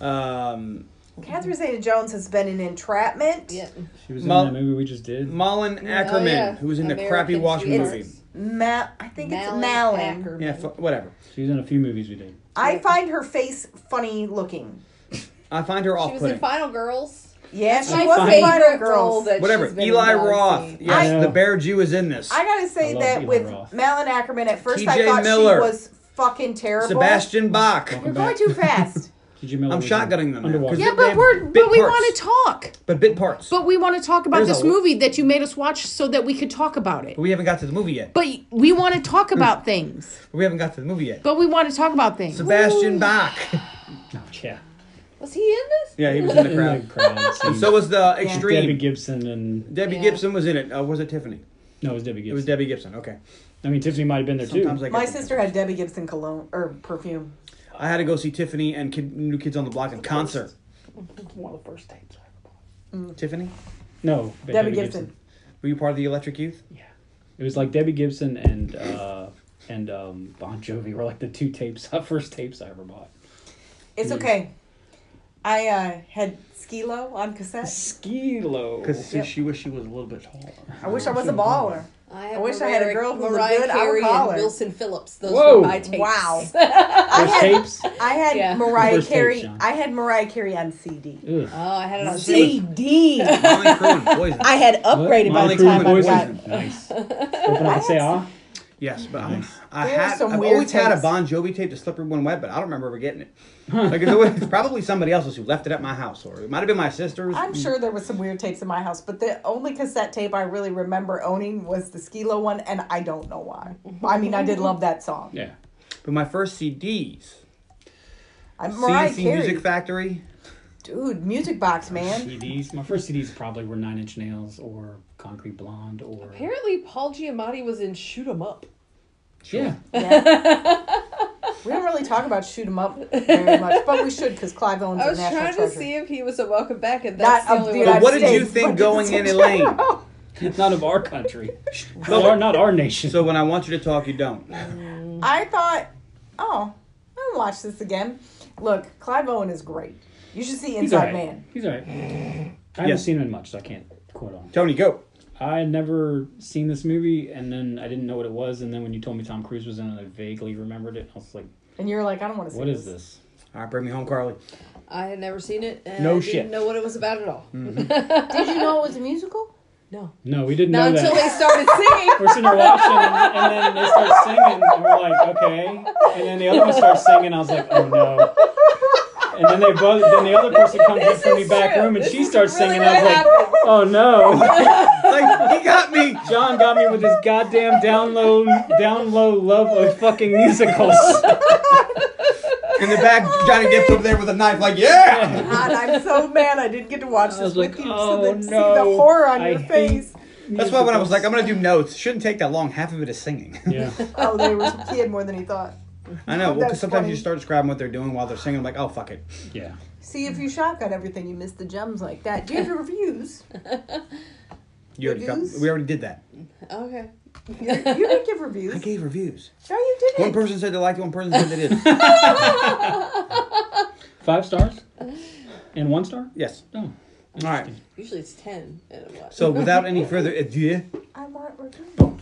Speaker 4: Um,
Speaker 1: Catherine Zeta-Jones has been in Entrapment.
Speaker 3: Yeah.
Speaker 2: She was in
Speaker 4: Mo-
Speaker 2: that movie we just did.
Speaker 4: Mullen Ackerman,
Speaker 3: Oh, yeah.
Speaker 4: who was in the
Speaker 3: American
Speaker 4: crappy Watchmen
Speaker 3: Sweetheart.
Speaker 4: movie.
Speaker 1: Ma- I think it's
Speaker 3: Malin
Speaker 1: Malin.
Speaker 3: Ackerman.
Speaker 4: Yeah, f- whatever.
Speaker 2: She was in a few movies we did.
Speaker 1: I find her face funny looking.
Speaker 4: I find her
Speaker 3: She was in
Speaker 4: off-putting.
Speaker 3: Final Girls.
Speaker 1: Yeah, she
Speaker 3: My
Speaker 1: was in Final
Speaker 3: favorite role
Speaker 1: Girls.
Speaker 3: that
Speaker 4: Whatever.
Speaker 3: she's been
Speaker 4: Eli
Speaker 3: in Don
Speaker 4: Roth.
Speaker 3: Scene.
Speaker 4: Yes,
Speaker 2: I-
Speaker 4: the bear Jew is in this.
Speaker 1: I gotta say
Speaker 2: I love
Speaker 1: that
Speaker 2: Eli
Speaker 1: with
Speaker 2: Roth.
Speaker 1: Malin Ackerman, at first I
Speaker 4: T.J.
Speaker 1: thought
Speaker 4: Miller.
Speaker 1: she was fucking terrible.
Speaker 4: Sebastian Bach.
Speaker 1: You're
Speaker 2: Welcome
Speaker 1: going
Speaker 2: back.
Speaker 1: too fast.
Speaker 2: Did you Miller
Speaker 4: I'm
Speaker 2: was in
Speaker 4: shotgunning them now,
Speaker 2: Underwater.
Speaker 4: 'cause-
Speaker 5: Yeah, but we're
Speaker 4: Big
Speaker 5: but we
Speaker 4: parts.
Speaker 5: want to talk.
Speaker 4: But bit parts. But
Speaker 5: But we want to talk about
Speaker 4: There's
Speaker 5: this
Speaker 4: a-
Speaker 5: movie that you made us watch so that we could talk about it.
Speaker 4: we haven't got to the movie yet.
Speaker 5: But we want to
Speaker 4: Mm.
Speaker 5: talk about things.
Speaker 4: We haven't got to the movie yet.
Speaker 5: But we want to talk about things.
Speaker 4: Sebastian Bach.
Speaker 2: Oh, yeah.
Speaker 3: Was he in this?
Speaker 4: Yeah, he was in the
Speaker 2: In
Speaker 4: crowd.
Speaker 2: the crowd.
Speaker 4: And
Speaker 2: scene.
Speaker 4: so was the extreme.
Speaker 2: Debbie
Speaker 4: Debbie,
Speaker 2: Gibson and
Speaker 3: Yeah.
Speaker 4: Gibson was in it. Uh, was it Tiffany?
Speaker 2: no, it was Debbie
Speaker 4: It
Speaker 2: Gibson.
Speaker 4: was Debbie Gibson. Okay.
Speaker 2: I mean, Tiffany might have been there
Speaker 4: Sometimes
Speaker 2: too.
Speaker 4: I get
Speaker 1: My
Speaker 4: them.
Speaker 1: sister had Debbie Gibson cologne or perfume.
Speaker 4: I had to go see Tiffany and Kid, New Kids on the Block in concert.
Speaker 2: One of the first tapes. I ever bought.
Speaker 4: Tiffany,
Speaker 2: No, but
Speaker 1: Debbie, Gibson.
Speaker 4: were you part of the Electric Youth?
Speaker 2: Yeah, it was like Debbie Gibson and uh, and um, Bon Jovi were like the two tapes, first tapes I ever bought.
Speaker 4: Mm.
Speaker 1: It's okay. I uh, had Skilo on cassette.
Speaker 2: Skilo.
Speaker 4: Because
Speaker 1: Yep.
Speaker 4: she wished she was a little bit taller.
Speaker 1: I wish I was a baller.
Speaker 3: I, have
Speaker 1: wish I had a girl who was
Speaker 3: Mariah
Speaker 1: good. I would
Speaker 3: Carey
Speaker 1: call
Speaker 3: and
Speaker 1: her.
Speaker 3: Wilson Phillips. Those
Speaker 2: Whoa.
Speaker 3: were my Oh, tapes.
Speaker 1: Wow. I
Speaker 2: First
Speaker 1: had
Speaker 2: tapes.
Speaker 1: I had
Speaker 3: Yeah.
Speaker 1: Mariah
Speaker 2: First tape,
Speaker 1: Carey.
Speaker 2: Sean.
Speaker 1: I had Mariah Carey on CD.
Speaker 2: Ugh.
Speaker 3: Oh, I had it on tape.
Speaker 1: CD.
Speaker 4: Molly Crew and Poison.
Speaker 1: I had upgraded by
Speaker 2: Molly
Speaker 1: the
Speaker 2: Crew
Speaker 1: time
Speaker 2: and
Speaker 1: I
Speaker 2: Poison.
Speaker 1: got.
Speaker 2: Nice. Open up and say ah.
Speaker 4: Yes, but I'm- I
Speaker 1: There are
Speaker 4: had.
Speaker 1: some
Speaker 4: I've
Speaker 1: weird
Speaker 4: always had a
Speaker 1: tapes.
Speaker 4: Bon Jovi tape, The Slippery One Wet, but I don't remember ever getting it. like it's, always, it's probably somebody else's who left it at my house, or it might have been my sister's.
Speaker 1: I'm sure there was some weird tapes in my house, but the only cassette tape I really remember owning was the Skilo one, and I don't know why. I mean, I did love that song.
Speaker 2: Yeah.
Speaker 4: But my first CDs,
Speaker 1: I'm Mariah
Speaker 4: CNC
Speaker 1: Carey,
Speaker 4: Music Factory.
Speaker 1: dude, Music
Speaker 2: Oh,
Speaker 1: Box man.
Speaker 2: CDs. My first CDs probably were Nine Inch Nails or Concrete Blonde or.
Speaker 3: Apparently, Paul Giamatti was in Shoot 'Em Up.
Speaker 2: Yeah.
Speaker 1: We don't really talk about shoot 'em up very much, but we should because Clive Owens
Speaker 3: I
Speaker 1: is a
Speaker 3: was
Speaker 1: national
Speaker 3: trying
Speaker 1: treasure.
Speaker 3: to see if he was a welcome back, and
Speaker 1: Not
Speaker 3: that's the
Speaker 1: a
Speaker 3: only
Speaker 1: bit.
Speaker 3: one.
Speaker 4: But what did
Speaker 1: States,
Speaker 4: you think
Speaker 1: but
Speaker 4: going
Speaker 1: it's
Speaker 4: in,
Speaker 1: in
Speaker 4: Elaine?
Speaker 2: It's not of our country. Well, our, not our nation.
Speaker 4: So when I want you to talk, you don't.
Speaker 1: I thought, oh, I'll watch this again. Look, Clive Owen is great. You should see
Speaker 2: he's all
Speaker 1: Inside
Speaker 2: right.
Speaker 1: Man.
Speaker 2: He's all right. I haven't
Speaker 4: Yeah.
Speaker 2: seen him in much, so I can't quote on. him.
Speaker 4: Tony, go.
Speaker 2: I had never seen this movie, and then I didn't know what it was, and then when you told me Tom Cruise was in it, I vaguely remembered it. I was like,
Speaker 1: And you're like, I don't want to see
Speaker 2: "What is this?"
Speaker 4: All right, bring me home, Carly.
Speaker 3: I had never seen it and
Speaker 2: No
Speaker 3: I
Speaker 2: shit. Mm-hmm.
Speaker 3: didn't know what it was about at all.
Speaker 1: Did you know it was a musical?
Speaker 3: No.
Speaker 2: No, we didn't
Speaker 3: Not
Speaker 2: know
Speaker 3: until
Speaker 2: that.
Speaker 3: they started singing.
Speaker 2: we're sitting there watching, and, and then they start singing, and we're like, "Okay," and then the other one starts singing. I was like, "Oh no." And then they both. Then the other person comes in
Speaker 3: This
Speaker 2: from the
Speaker 3: is
Speaker 2: back
Speaker 3: true.
Speaker 2: room, and
Speaker 3: This
Speaker 2: she
Speaker 3: is
Speaker 2: starts
Speaker 3: really
Speaker 2: singing. I was
Speaker 3: what
Speaker 2: like,
Speaker 3: happened.
Speaker 2: "Oh no!"
Speaker 4: Like, he got me.
Speaker 2: John got me with his goddamn down low, down low love of fucking musicals.
Speaker 4: In the back, Johnny Depp's over there with a knife, like, yeah!
Speaker 1: God, I'm so mad I didn't get to watch
Speaker 2: I was
Speaker 1: this
Speaker 2: like,
Speaker 1: with you
Speaker 2: "Oh,
Speaker 1: so that see the
Speaker 2: no,
Speaker 1: horror on
Speaker 2: I
Speaker 1: your
Speaker 2: hate-
Speaker 1: face.
Speaker 4: That's why when I was like, I'm going to do notes, shouldn't take that long. Half of it is singing.
Speaker 2: yeah,
Speaker 1: Oh, there was a kid more than he thought.
Speaker 4: I know, well, 'cause
Speaker 1: That's
Speaker 4: sometimes
Speaker 1: funny.
Speaker 4: you start describing what they're doing while they're singing. I'm like, oh, fuck it.
Speaker 2: yeah.
Speaker 1: See, if you shotgun everything, you miss the gems like that. Do you have your reviews?
Speaker 4: You already got,
Speaker 1: Reviews?
Speaker 4: we already did that.
Speaker 3: Okay.
Speaker 1: You didn't give reviews.
Speaker 4: I gave reviews.
Speaker 1: No, you
Speaker 4: One
Speaker 1: didn't.
Speaker 4: person said they liked it, one person said they didn't.
Speaker 2: Five stars and one star.
Speaker 4: yes.
Speaker 2: No,
Speaker 4: All right.
Speaker 3: Usually it's ten and it was.
Speaker 4: So without any further ado,
Speaker 1: I want reviews.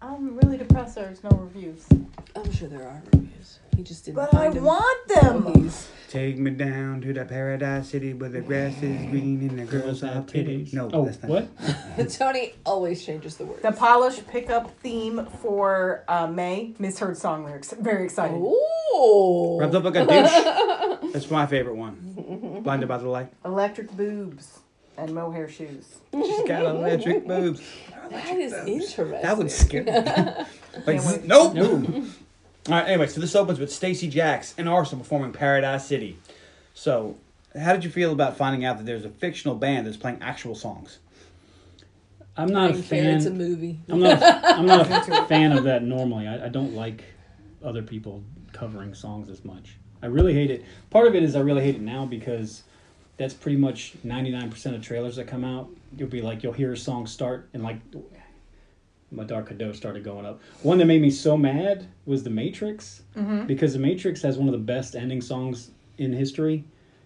Speaker 1: I'm really depressed there's no reviews.
Speaker 3: I'm sure there are reviews. He just didn't
Speaker 1: But I
Speaker 3: find them.
Speaker 1: want
Speaker 3: Oh,
Speaker 1: them.
Speaker 3: he's-
Speaker 4: take me down to that paradise city where the grass is green and the girls have titties. Uh, No,
Speaker 2: oh,
Speaker 4: that's not
Speaker 2: what?
Speaker 3: Tony always changes the words.
Speaker 1: The Polish pickup theme for uh, May misheard song lyrics. Very excited.
Speaker 3: Ooh.
Speaker 4: Wrapped up like a douche. That's my favorite one. Blinded by the light.
Speaker 1: Electric boobs and mohair shoes.
Speaker 4: She's got electric boobs.
Speaker 3: That is interesting.
Speaker 4: That would scare me. like,
Speaker 1: wait.
Speaker 4: nope.
Speaker 2: No.
Speaker 4: All right. Anyway, so this opens with Stacy Jacks and Arsenal performing Paradise City. So, how did you feel about finding out that there's a fictional band that's playing actual songs?
Speaker 2: I'm not
Speaker 3: I
Speaker 2: a
Speaker 3: don't care, It's a
Speaker 2: fan.
Speaker 3: movie.
Speaker 2: I'm not. A, I'm not a fan of that normally. I, I don't like other people covering songs as much. I really hate it. Part of it is I really hate it now because that's pretty much 99% of trailers that come out. You'll be like, you'll hear a song start and like. My dark cadeau started going up. One that made me so mad was The Matrix, because The Matrix has one of the best ending songs in history.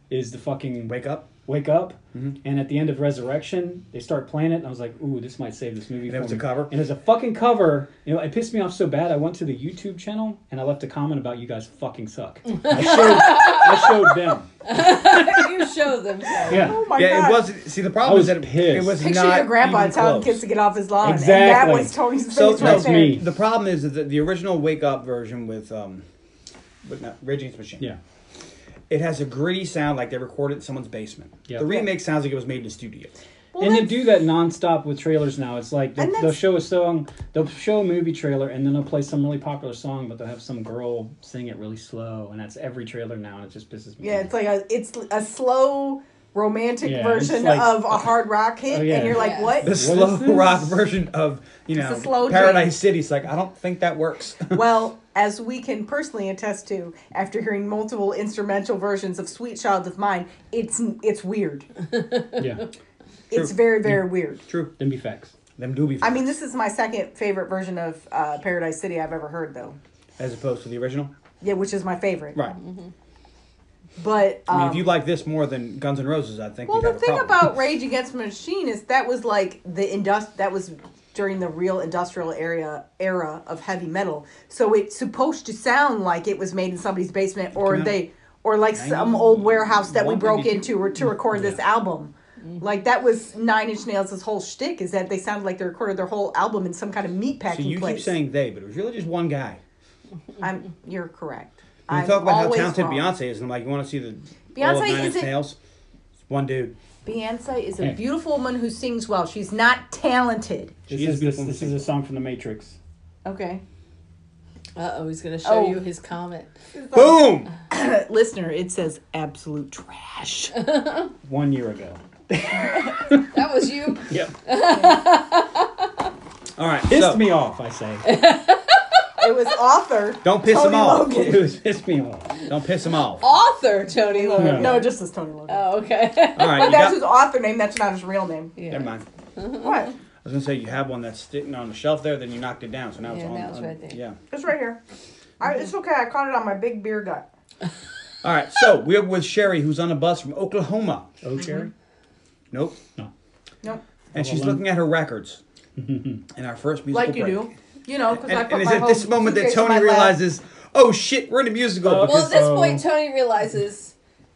Speaker 2: Is the fucking
Speaker 4: Wake up.
Speaker 2: wake up, and at the end of Resurrection, they start playing it, and I was like, "Ooh, this might save this movie."
Speaker 4: And
Speaker 2: for
Speaker 4: it was a
Speaker 2: me.
Speaker 4: cover?
Speaker 2: and it's a fucking cover. You know, it pissed me off so bad. I went to the YouTube channel and I left a comment about you guys fucking suck. I showed, I showed them.
Speaker 3: you show them. so.
Speaker 2: Yeah,
Speaker 1: Oh my
Speaker 4: yeah,
Speaker 1: god.
Speaker 4: it wasn't. See, the problem
Speaker 2: I
Speaker 4: is that
Speaker 2: was
Speaker 4: it, it
Speaker 2: pissed.
Speaker 4: was
Speaker 1: Picture
Speaker 4: not
Speaker 1: your grandpa
Speaker 4: even
Speaker 1: telling
Speaker 4: close.
Speaker 1: kids to get off his lawn. And
Speaker 2: Exactly.
Speaker 1: that was Tony's
Speaker 4: So
Speaker 1: face right
Speaker 2: that's
Speaker 1: there.
Speaker 2: me.
Speaker 4: the problem is that the, the original Wake Up version with um, with not, Rage Against the Machine.
Speaker 2: yeah.
Speaker 4: It has a gritty sound like they recorded in someone's basement.
Speaker 2: Yeah.
Speaker 4: The remake sounds like it was made in a studio.
Speaker 1: Well,
Speaker 2: and they
Speaker 1: that's-
Speaker 2: do that nonstop with trailers now. It's like
Speaker 1: And
Speaker 2: they'll,
Speaker 1: that's-
Speaker 2: they'll show a song, they'll show a movie trailer, and then they'll play some really popular song, but they'll have some girl sing it really slow, and that's every trailer now, and it just pisses me.
Speaker 1: Yeah,
Speaker 2: off.
Speaker 1: it's like a it's a slow romantic
Speaker 2: Yeah, it's
Speaker 1: version
Speaker 2: like-
Speaker 1: of a hard rock hit,
Speaker 2: Oh, yeah.
Speaker 1: and you're like,
Speaker 3: Yeah.
Speaker 4: The
Speaker 1: what?
Speaker 4: slow
Speaker 2: is this?
Speaker 4: rock version of you
Speaker 1: It's a
Speaker 4: know
Speaker 1: slow jam.
Speaker 4: Paradise City. It's like I don't think that works.
Speaker 1: well, as we can personally attest to, after hearing multiple instrumental versions of "Sweet Child of Mine," it's it's weird.
Speaker 2: yeah.
Speaker 1: It's very very weird.
Speaker 4: True.
Speaker 2: Then be facts.
Speaker 4: Them do be
Speaker 1: I mean, this is my second favorite version of uh, Paradise City I've ever heard, though.
Speaker 4: as opposed to the original.
Speaker 1: Yeah, which is my favorite.
Speaker 4: Right.
Speaker 1: But
Speaker 4: I
Speaker 1: um,
Speaker 4: mean, if you like this more than Guns N' Roses, I think.
Speaker 1: Well,
Speaker 4: we'd
Speaker 1: the
Speaker 4: have a
Speaker 1: thing
Speaker 4: problem.
Speaker 1: about Rage Against the Machine is that was like the indust that was during the real industrial area era of heavy metal. So it's supposed to sound like it was made in somebody's basement or
Speaker 4: Came out-
Speaker 1: they or like some old warehouse that we broke
Speaker 4: 192.
Speaker 1: into or to record this album. Like that was Nine Inch Nails' whole shtick is that they sounded like they recorded their whole album in some kind of meat
Speaker 4: so
Speaker 1: packing
Speaker 4: you
Speaker 1: place.
Speaker 4: keep saying they, but it was really just one guy.
Speaker 1: I'm you're correct.
Speaker 4: When
Speaker 1: I
Speaker 4: you talk about how talented Beyonce is, and I'm like, you want to see the all of
Speaker 1: Beyonce
Speaker 4: Nine Inch
Speaker 1: isn't-
Speaker 4: Nails? It's one dude.
Speaker 1: Beyonce is
Speaker 2: Hey.
Speaker 1: a beautiful woman who sings well. She's not talented.
Speaker 2: This
Speaker 4: She is
Speaker 2: is, this,
Speaker 4: beautiful
Speaker 2: this
Speaker 4: and
Speaker 2: is a song from The Matrix.
Speaker 1: Okay.
Speaker 3: Uh oh, he's gonna show
Speaker 1: Oh.
Speaker 3: you his comment.
Speaker 4: Boom.
Speaker 1: Uh, listener, it says absolute trash.
Speaker 2: One year ago.
Speaker 3: That was you.
Speaker 2: Yep.
Speaker 4: All right.
Speaker 2: Pissed
Speaker 4: so,
Speaker 2: me off, I say.
Speaker 1: it was author.
Speaker 4: Don't piss
Speaker 1: Tony
Speaker 4: him off.
Speaker 1: Logan.
Speaker 2: it was pissed me off.
Speaker 4: Don't piss him off.
Speaker 3: Author Tony Logan.
Speaker 1: No, it just says Tony Logan.
Speaker 3: Oh, okay.
Speaker 4: All
Speaker 1: but
Speaker 4: right. You
Speaker 1: Uh, that's
Speaker 4: got,
Speaker 1: his author name. That's not his real name.
Speaker 3: Yeah.
Speaker 4: never mind.
Speaker 1: What?
Speaker 4: I was gonna say you have one that's sitting on the shelf there, then you knocked it down, so now it's
Speaker 3: Yeah,
Speaker 4: on.
Speaker 3: now it's
Speaker 4: on-
Speaker 3: right there.
Speaker 4: Yeah.
Speaker 1: It's right here. I, it's okay. I caught it on my big beer gut.
Speaker 4: All right. So we're with Sherry, who's on a bus from Oklahoma.
Speaker 2: Oh, Sherry?
Speaker 4: Nope.
Speaker 2: No.
Speaker 1: Nope.
Speaker 4: And she's
Speaker 2: Well,
Speaker 4: looking at her records. in our first musical
Speaker 5: Like you
Speaker 4: break.
Speaker 5: do.
Speaker 1: You know, because I
Speaker 4: And,
Speaker 1: put
Speaker 4: and it's
Speaker 1: my
Speaker 4: at
Speaker 1: whole
Speaker 4: this moment that
Speaker 1: suitcase in my
Speaker 4: Tony
Speaker 1: lap.
Speaker 4: realizes, oh shit, we're in a musical.
Speaker 2: Oh.
Speaker 3: Well, at
Speaker 4: because
Speaker 3: this
Speaker 2: So-
Speaker 3: point, Tony realizes,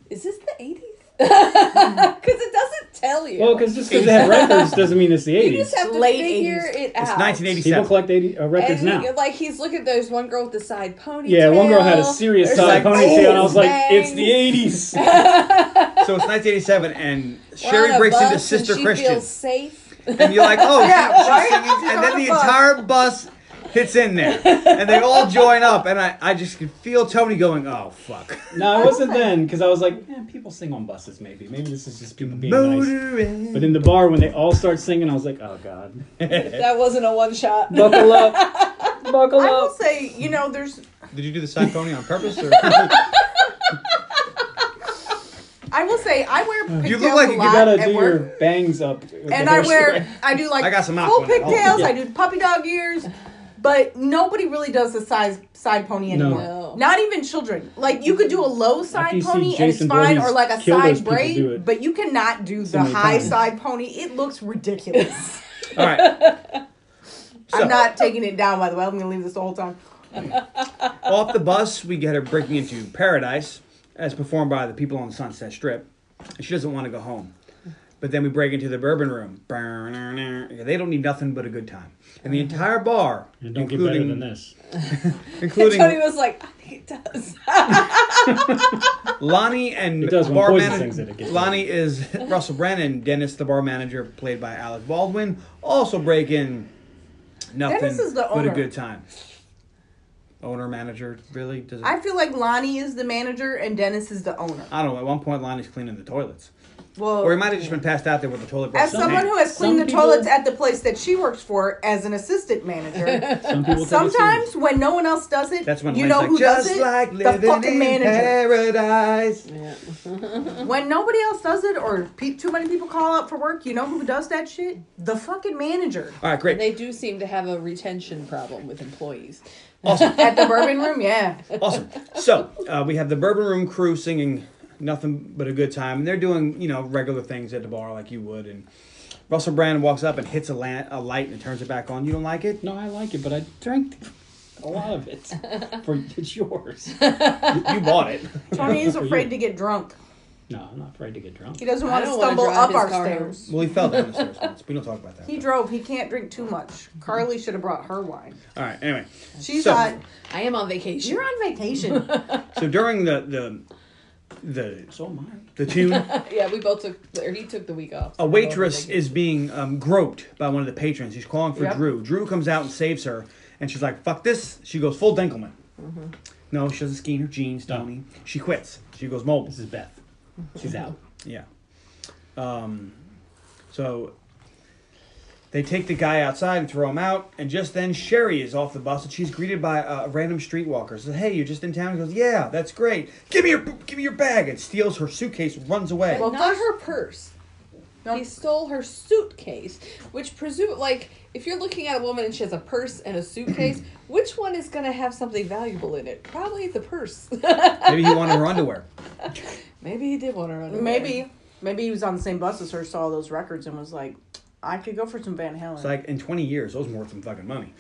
Speaker 3: is this the 80s? Because it doesn't tell you.
Speaker 2: Hmm. Well, because just because they have records doesn't mean it's the
Speaker 3: you
Speaker 2: 80s.
Speaker 3: just have to
Speaker 5: Late
Speaker 3: figure
Speaker 5: 80s.
Speaker 3: it out.
Speaker 4: it's
Speaker 2: People
Speaker 4: 1987.
Speaker 2: collect 80, uh, records
Speaker 3: And
Speaker 2: now.
Speaker 3: he- like he's looking at there's one girl with the side ponytail.
Speaker 2: Yeah, one girl had a serious
Speaker 3: There's
Speaker 4: like
Speaker 2: side ponytail, and I was like,
Speaker 3: bangs.
Speaker 2: it's the 80s.
Speaker 4: so it's 1987, and
Speaker 3: We're
Speaker 4: Sherry
Speaker 3: on a
Speaker 4: breaks
Speaker 3: bus
Speaker 4: into
Speaker 3: and
Speaker 4: Sister
Speaker 3: she
Speaker 4: Christian,
Speaker 3: Feels safe.
Speaker 4: and you're like, oh,
Speaker 1: Yeah,
Speaker 4: she's
Speaker 1: right?
Speaker 4: singing,
Speaker 1: She's
Speaker 4: and
Speaker 1: on
Speaker 4: then
Speaker 1: a
Speaker 4: the
Speaker 1: bus.
Speaker 4: entire bus hits in there, and they all join up, and I, I just could feel Tony going, oh fuck.
Speaker 2: no, it wasn't then, because I was like, eh, people sing on buses, maybe. Maybe this is just people being nice.
Speaker 4: Motoring.
Speaker 2: But in the bar, when they all start singing, I was like, oh, God.
Speaker 3: that wasn't a one shot.
Speaker 2: Buckle up. Buckle
Speaker 1: I will
Speaker 2: up.
Speaker 1: say, you know, there's.
Speaker 4: Did you do the side pony on purpose? Or?
Speaker 1: I will say, I wear pigtails
Speaker 4: You look like
Speaker 1: a
Speaker 4: you
Speaker 1: lot
Speaker 2: You gotta
Speaker 1: at
Speaker 2: do
Speaker 1: work.
Speaker 2: your bangs up.
Speaker 1: and I wear, I do like
Speaker 4: I got some
Speaker 1: full
Speaker 4: aqua now.
Speaker 1: pigtails.
Speaker 2: Yeah.
Speaker 1: I do puppy dog ears, but nobody really does the size side pony
Speaker 2: No.
Speaker 1: anymore.
Speaker 3: No.
Speaker 1: Not even children. Like you could do a low
Speaker 2: you
Speaker 1: side
Speaker 2: see
Speaker 1: pony and it's
Speaker 2: Jason
Speaker 1: fine,
Speaker 2: Voorhees
Speaker 1: or like a
Speaker 2: kill
Speaker 1: side
Speaker 2: those people, do
Speaker 1: braid,
Speaker 2: it.
Speaker 1: but you cannot do the
Speaker 2: many
Speaker 1: high
Speaker 2: times.
Speaker 1: side pony. It looks ridiculous.
Speaker 4: all right. So-
Speaker 1: I'm not taking it down. By the way, I'm gonna leave this the whole time.
Speaker 4: off the bus, we get her breaking into Paradise, as performed by the people on the Sunset Strip. And She doesn't want to go home. But then we break into the bourbon room. They don't need nothing but a good time. And the entire bar,
Speaker 2: And don't get better
Speaker 4: including,
Speaker 2: than this.
Speaker 3: Tony
Speaker 4: including
Speaker 3: was like, I think it does.
Speaker 4: Lonnie and
Speaker 2: It does when
Speaker 4: bar
Speaker 2: Poison
Speaker 4: manager.
Speaker 2: sings it, it gets
Speaker 4: Lonnie is Russell Brennan. Dennis, the bar manager, played by Alec Baldwin, also break in nothing
Speaker 1: Dennis is the
Speaker 4: but
Speaker 1: owner.
Speaker 4: a good time. Owner, manager, really? Does it,
Speaker 1: I feel like Lonnie is the manager and Dennis is the owner.
Speaker 4: I don't know. At one point, Lonnie's cleaning the toilets.
Speaker 1: Well,
Speaker 4: Or he might have just been passed out there with the toilet brush.
Speaker 1: as
Speaker 4: in his
Speaker 1: someone
Speaker 4: hand.
Speaker 1: who has cleaned
Speaker 2: Some
Speaker 1: the toilets
Speaker 2: people-
Speaker 1: at the place that she works for as an assistant manager,
Speaker 2: Some people take it serious.
Speaker 1: Sometimes when no one else does it,
Speaker 4: That's when
Speaker 1: you
Speaker 4: Lynn's
Speaker 1: know
Speaker 4: like,
Speaker 1: who
Speaker 4: just
Speaker 1: does it?
Speaker 4: like
Speaker 1: the
Speaker 4: living
Speaker 1: fucking
Speaker 4: in
Speaker 1: manager.
Speaker 4: paradise.
Speaker 1: When nobody else does it, or pe- too many people call out for work, you know who does that shit? The fucking manager
Speaker 4: All right, great.
Speaker 3: They do seem to have a retention problem with employees.
Speaker 1: at the Bourbon Room. Yeah,
Speaker 4: Awesome. So uh, we have the Bourbon Room crew singing "Nothing But a Good Time," and they're doing you know regular things at the bar like you would. And Russell Brand walks up and hits a, lan- a light and turns it back on. You don't like it?
Speaker 2: No, I like it, but I drank a lot of it. For it's yours.
Speaker 4: You bought it.
Speaker 1: Tony is afraid to get drunk.
Speaker 2: No, I'm not afraid to get drunk.
Speaker 1: He doesn't
Speaker 3: I
Speaker 1: want to
Speaker 3: don't wanna
Speaker 1: stumble
Speaker 3: drive
Speaker 1: up
Speaker 3: his
Speaker 1: our
Speaker 3: car.
Speaker 1: stairs.
Speaker 4: Well, he fell down the stairs once. We don't talk about that.
Speaker 1: He drove. He can't drink too much. Carly should have brought her wine.
Speaker 4: All right. Anyway,
Speaker 1: She's
Speaker 4: So-
Speaker 1: on.
Speaker 3: I am on vacation.
Speaker 1: You're on vacation.
Speaker 4: so during the the the
Speaker 2: So am
Speaker 4: the tune,
Speaker 3: yeah, we both took, or he took the week off.
Speaker 4: a waitress is being um, groped by one of the patrons. He's calling for
Speaker 1: Yep.
Speaker 4: Drew. Drew comes out and saves her, and she's like, "Fuck this!" She goes full Dinkelman. No, she doesn't ski in her jeans,
Speaker 2: No.
Speaker 4: Tony. She quits. She goes mobile.
Speaker 2: This is Beth. She's out.
Speaker 4: Yeah. Um, so they take the guy outside and throw him out, and just then Sherry is off the bus and she's greeted by a, a random streetwalker. Says, "Hey, you're just in town." He goes, "Yeah, that's great. Give me your give me your bag." And steals her suitcase, and runs away.
Speaker 3: Well, not her purse.
Speaker 1: No.
Speaker 3: He stole her suitcase, which presume like if you're looking at a woman and she has a purse and a suitcase, which one is gonna have something valuable in it? Probably the purse.
Speaker 4: Maybe he wanted her underwear.
Speaker 3: Maybe he did want her underwear.
Speaker 1: maybe, maybe he was on the same bus as her, saw those records, and was like, "I could go for some Van Halen."
Speaker 4: It's like in 20 years, those were worth some fucking money.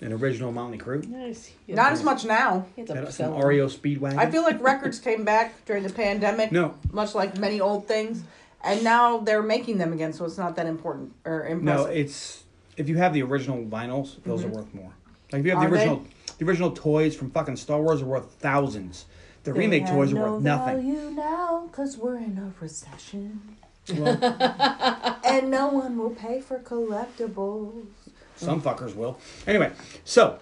Speaker 4: An original Motley Crue.
Speaker 3: Nice. He had
Speaker 1: Not
Speaker 3: to-
Speaker 1: as much now.
Speaker 3: he had to
Speaker 4: That-
Speaker 3: sell
Speaker 4: Some E
Speaker 3: them.
Speaker 4: REO Speedwagon.
Speaker 1: I feel like records came back during the pandemic.
Speaker 4: No.
Speaker 1: Much like many old things. And now they're making them again, so it's not that important or
Speaker 4: no,
Speaker 1: impressive.
Speaker 4: it's if you have the original vinyls, those are worth more. Like if you have
Speaker 1: Mm-hmm. Are
Speaker 4: the
Speaker 1: they?
Speaker 4: original, the original toys from fucking Star Wars are worth thousands. The remake toys are worth nothing.
Speaker 1: You now, cause we're in a recession, and no one will pay for collectibles.
Speaker 4: Some fuckers will. Anyway, so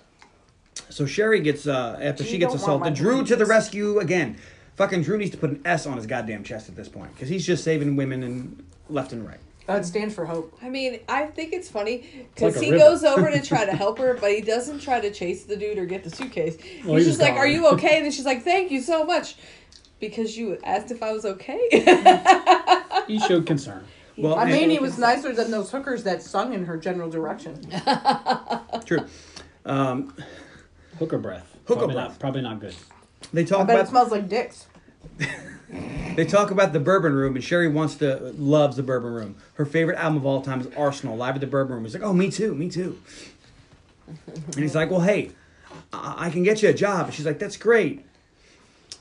Speaker 4: so Sherry gets uh after she
Speaker 1: You
Speaker 4: gets
Speaker 1: don't want
Speaker 4: assaulted,
Speaker 1: my
Speaker 4: Drew to the
Speaker 1: boobies.
Speaker 4: rescue again. Fucking Drew needs to put an S on his goddamn chest at this point because he's just saving women and left and right.
Speaker 1: Uh, it stands for hope.
Speaker 3: I mean, I think it's funny because
Speaker 2: Like a
Speaker 3: he
Speaker 2: ribbon.
Speaker 3: goes over to try to help her, but he doesn't try to chase the dude or get the suitcase.
Speaker 2: Well,
Speaker 3: he's
Speaker 2: he's
Speaker 3: just like,
Speaker 2: gone.
Speaker 3: "Are you okay?" And then she's like, "Thank you so much." Because you asked if I was okay.
Speaker 2: He showed concern.
Speaker 4: Well,
Speaker 1: I
Speaker 4: and-
Speaker 1: mean, he was nicer than those hookers that sung in her general direction.
Speaker 4: true. Um,
Speaker 2: Hooker breath.
Speaker 4: Hooker
Speaker 2: probably
Speaker 4: breath.
Speaker 2: Not, probably not good.
Speaker 4: they
Speaker 1: I
Speaker 4: talk
Speaker 1: bet it
Speaker 4: about
Speaker 1: smells like dicks.
Speaker 4: They talk about the Bourbon Room, and Sherry wants to loves the Bourbon Room. Her favorite album of all time is Arsenal Live at the Bourbon Room. He's like, oh, me too, me too. And he's like, well, hey, I, I can get you a job. And she's like, that's great.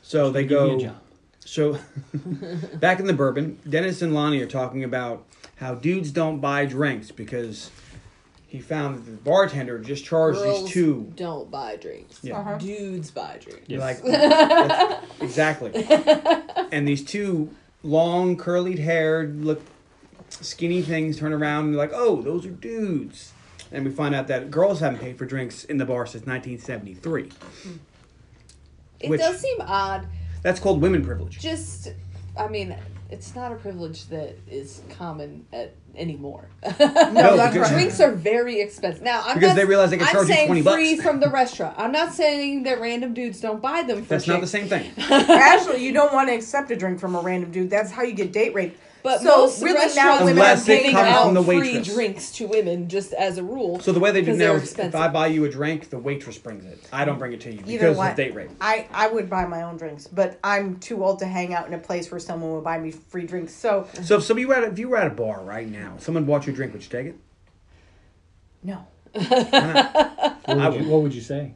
Speaker 4: So they
Speaker 2: give
Speaker 4: go.
Speaker 2: you a job.
Speaker 4: So back in the bourbon, Dennis and Lonnie are talking about how dudes don't buy drinks because he found that the bartender just charged
Speaker 3: Girls
Speaker 4: these two.
Speaker 3: don't buy drinks.
Speaker 4: Yeah.
Speaker 1: Uh-huh.
Speaker 3: Dudes buy drinks.
Speaker 2: Yes.
Speaker 4: Like that's- exactly. and these two long curly haired look skinny things turn around and they're like, "Oh, those are dudes." And we find out that girls haven't paid for drinks in the bar since 1973.
Speaker 3: It
Speaker 4: Which-
Speaker 3: does seem odd.
Speaker 4: That's called women privilege.
Speaker 3: Just, I mean, it's not a privilege that is common at anymore.
Speaker 4: No,
Speaker 1: that's
Speaker 4: because-
Speaker 1: right.
Speaker 3: Drinks are very expensive now. I'm
Speaker 4: Because
Speaker 3: not-
Speaker 4: they realize they can
Speaker 3: I'm
Speaker 4: charge you
Speaker 3: saying
Speaker 4: 20 bucks.
Speaker 3: free from the restaurant. I'm not saying that random dudes don't buy them. For
Speaker 4: That's not the
Speaker 3: shit.
Speaker 4: same thing.
Speaker 1: Actually, you don't want to accept a drink from a random dude. That's how you get date raped.
Speaker 3: But
Speaker 1: so
Speaker 3: most
Speaker 1: really now
Speaker 3: restaurants
Speaker 1: women are
Speaker 4: Unless it
Speaker 1: paying
Speaker 3: giving
Speaker 4: comes
Speaker 1: out.
Speaker 4: from
Speaker 3: out
Speaker 4: the
Speaker 3: free
Speaker 4: waitress.
Speaker 3: drinks to women just as a rule.
Speaker 4: So the way they do
Speaker 3: because they're
Speaker 4: now is if
Speaker 3: expensive.
Speaker 4: I buy you a drink, the waitress brings it. I don't bring it to you
Speaker 1: Either
Speaker 4: because
Speaker 1: one.
Speaker 4: of date rape.
Speaker 1: I, I would buy my own drinks, but I'm too old to hang out in a place where someone would buy me free drinks. So
Speaker 4: So if somebody were at a, if you were at a bar right now, someone bought you a drink, would you take it?
Speaker 1: no,
Speaker 2: What would,
Speaker 4: I
Speaker 2: you,
Speaker 4: would.
Speaker 2: what would you say?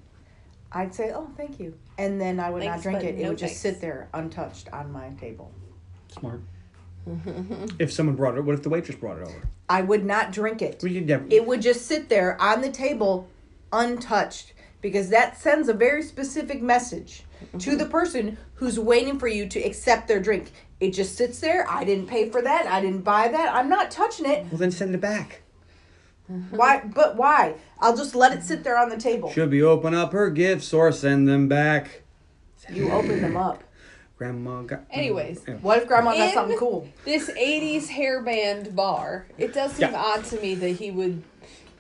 Speaker 1: I'd say oh thank you, and then I would
Speaker 3: Thanks,
Speaker 1: not drink
Speaker 3: but
Speaker 1: it. It
Speaker 3: no
Speaker 1: would just
Speaker 3: thanks.
Speaker 1: sit there untouched on my table.
Speaker 2: Smart.
Speaker 4: If someone brought it, what if the waitress brought it over?
Speaker 1: I would not drink it.
Speaker 4: We could never.
Speaker 1: It would just sit there on the table untouched because that sends a very specific message to the person who's waiting for you to accept their drink. It just sits there. I didn't pay for that. I didn't buy that. I'm not touching it.
Speaker 4: well, then send it back.
Speaker 3: Mm-hmm.
Speaker 1: Why? But why? I'll just let it sit there on the table.
Speaker 4: Should we open up her gifts or send them back?
Speaker 1: You open them up.
Speaker 4: Grandma got.
Speaker 3: Anyways.
Speaker 4: Anyway.
Speaker 1: What if Grandma got
Speaker 3: In-
Speaker 1: something cool?
Speaker 3: this 80s hairband bar it does seem
Speaker 4: Yeah.
Speaker 3: odd to me that he would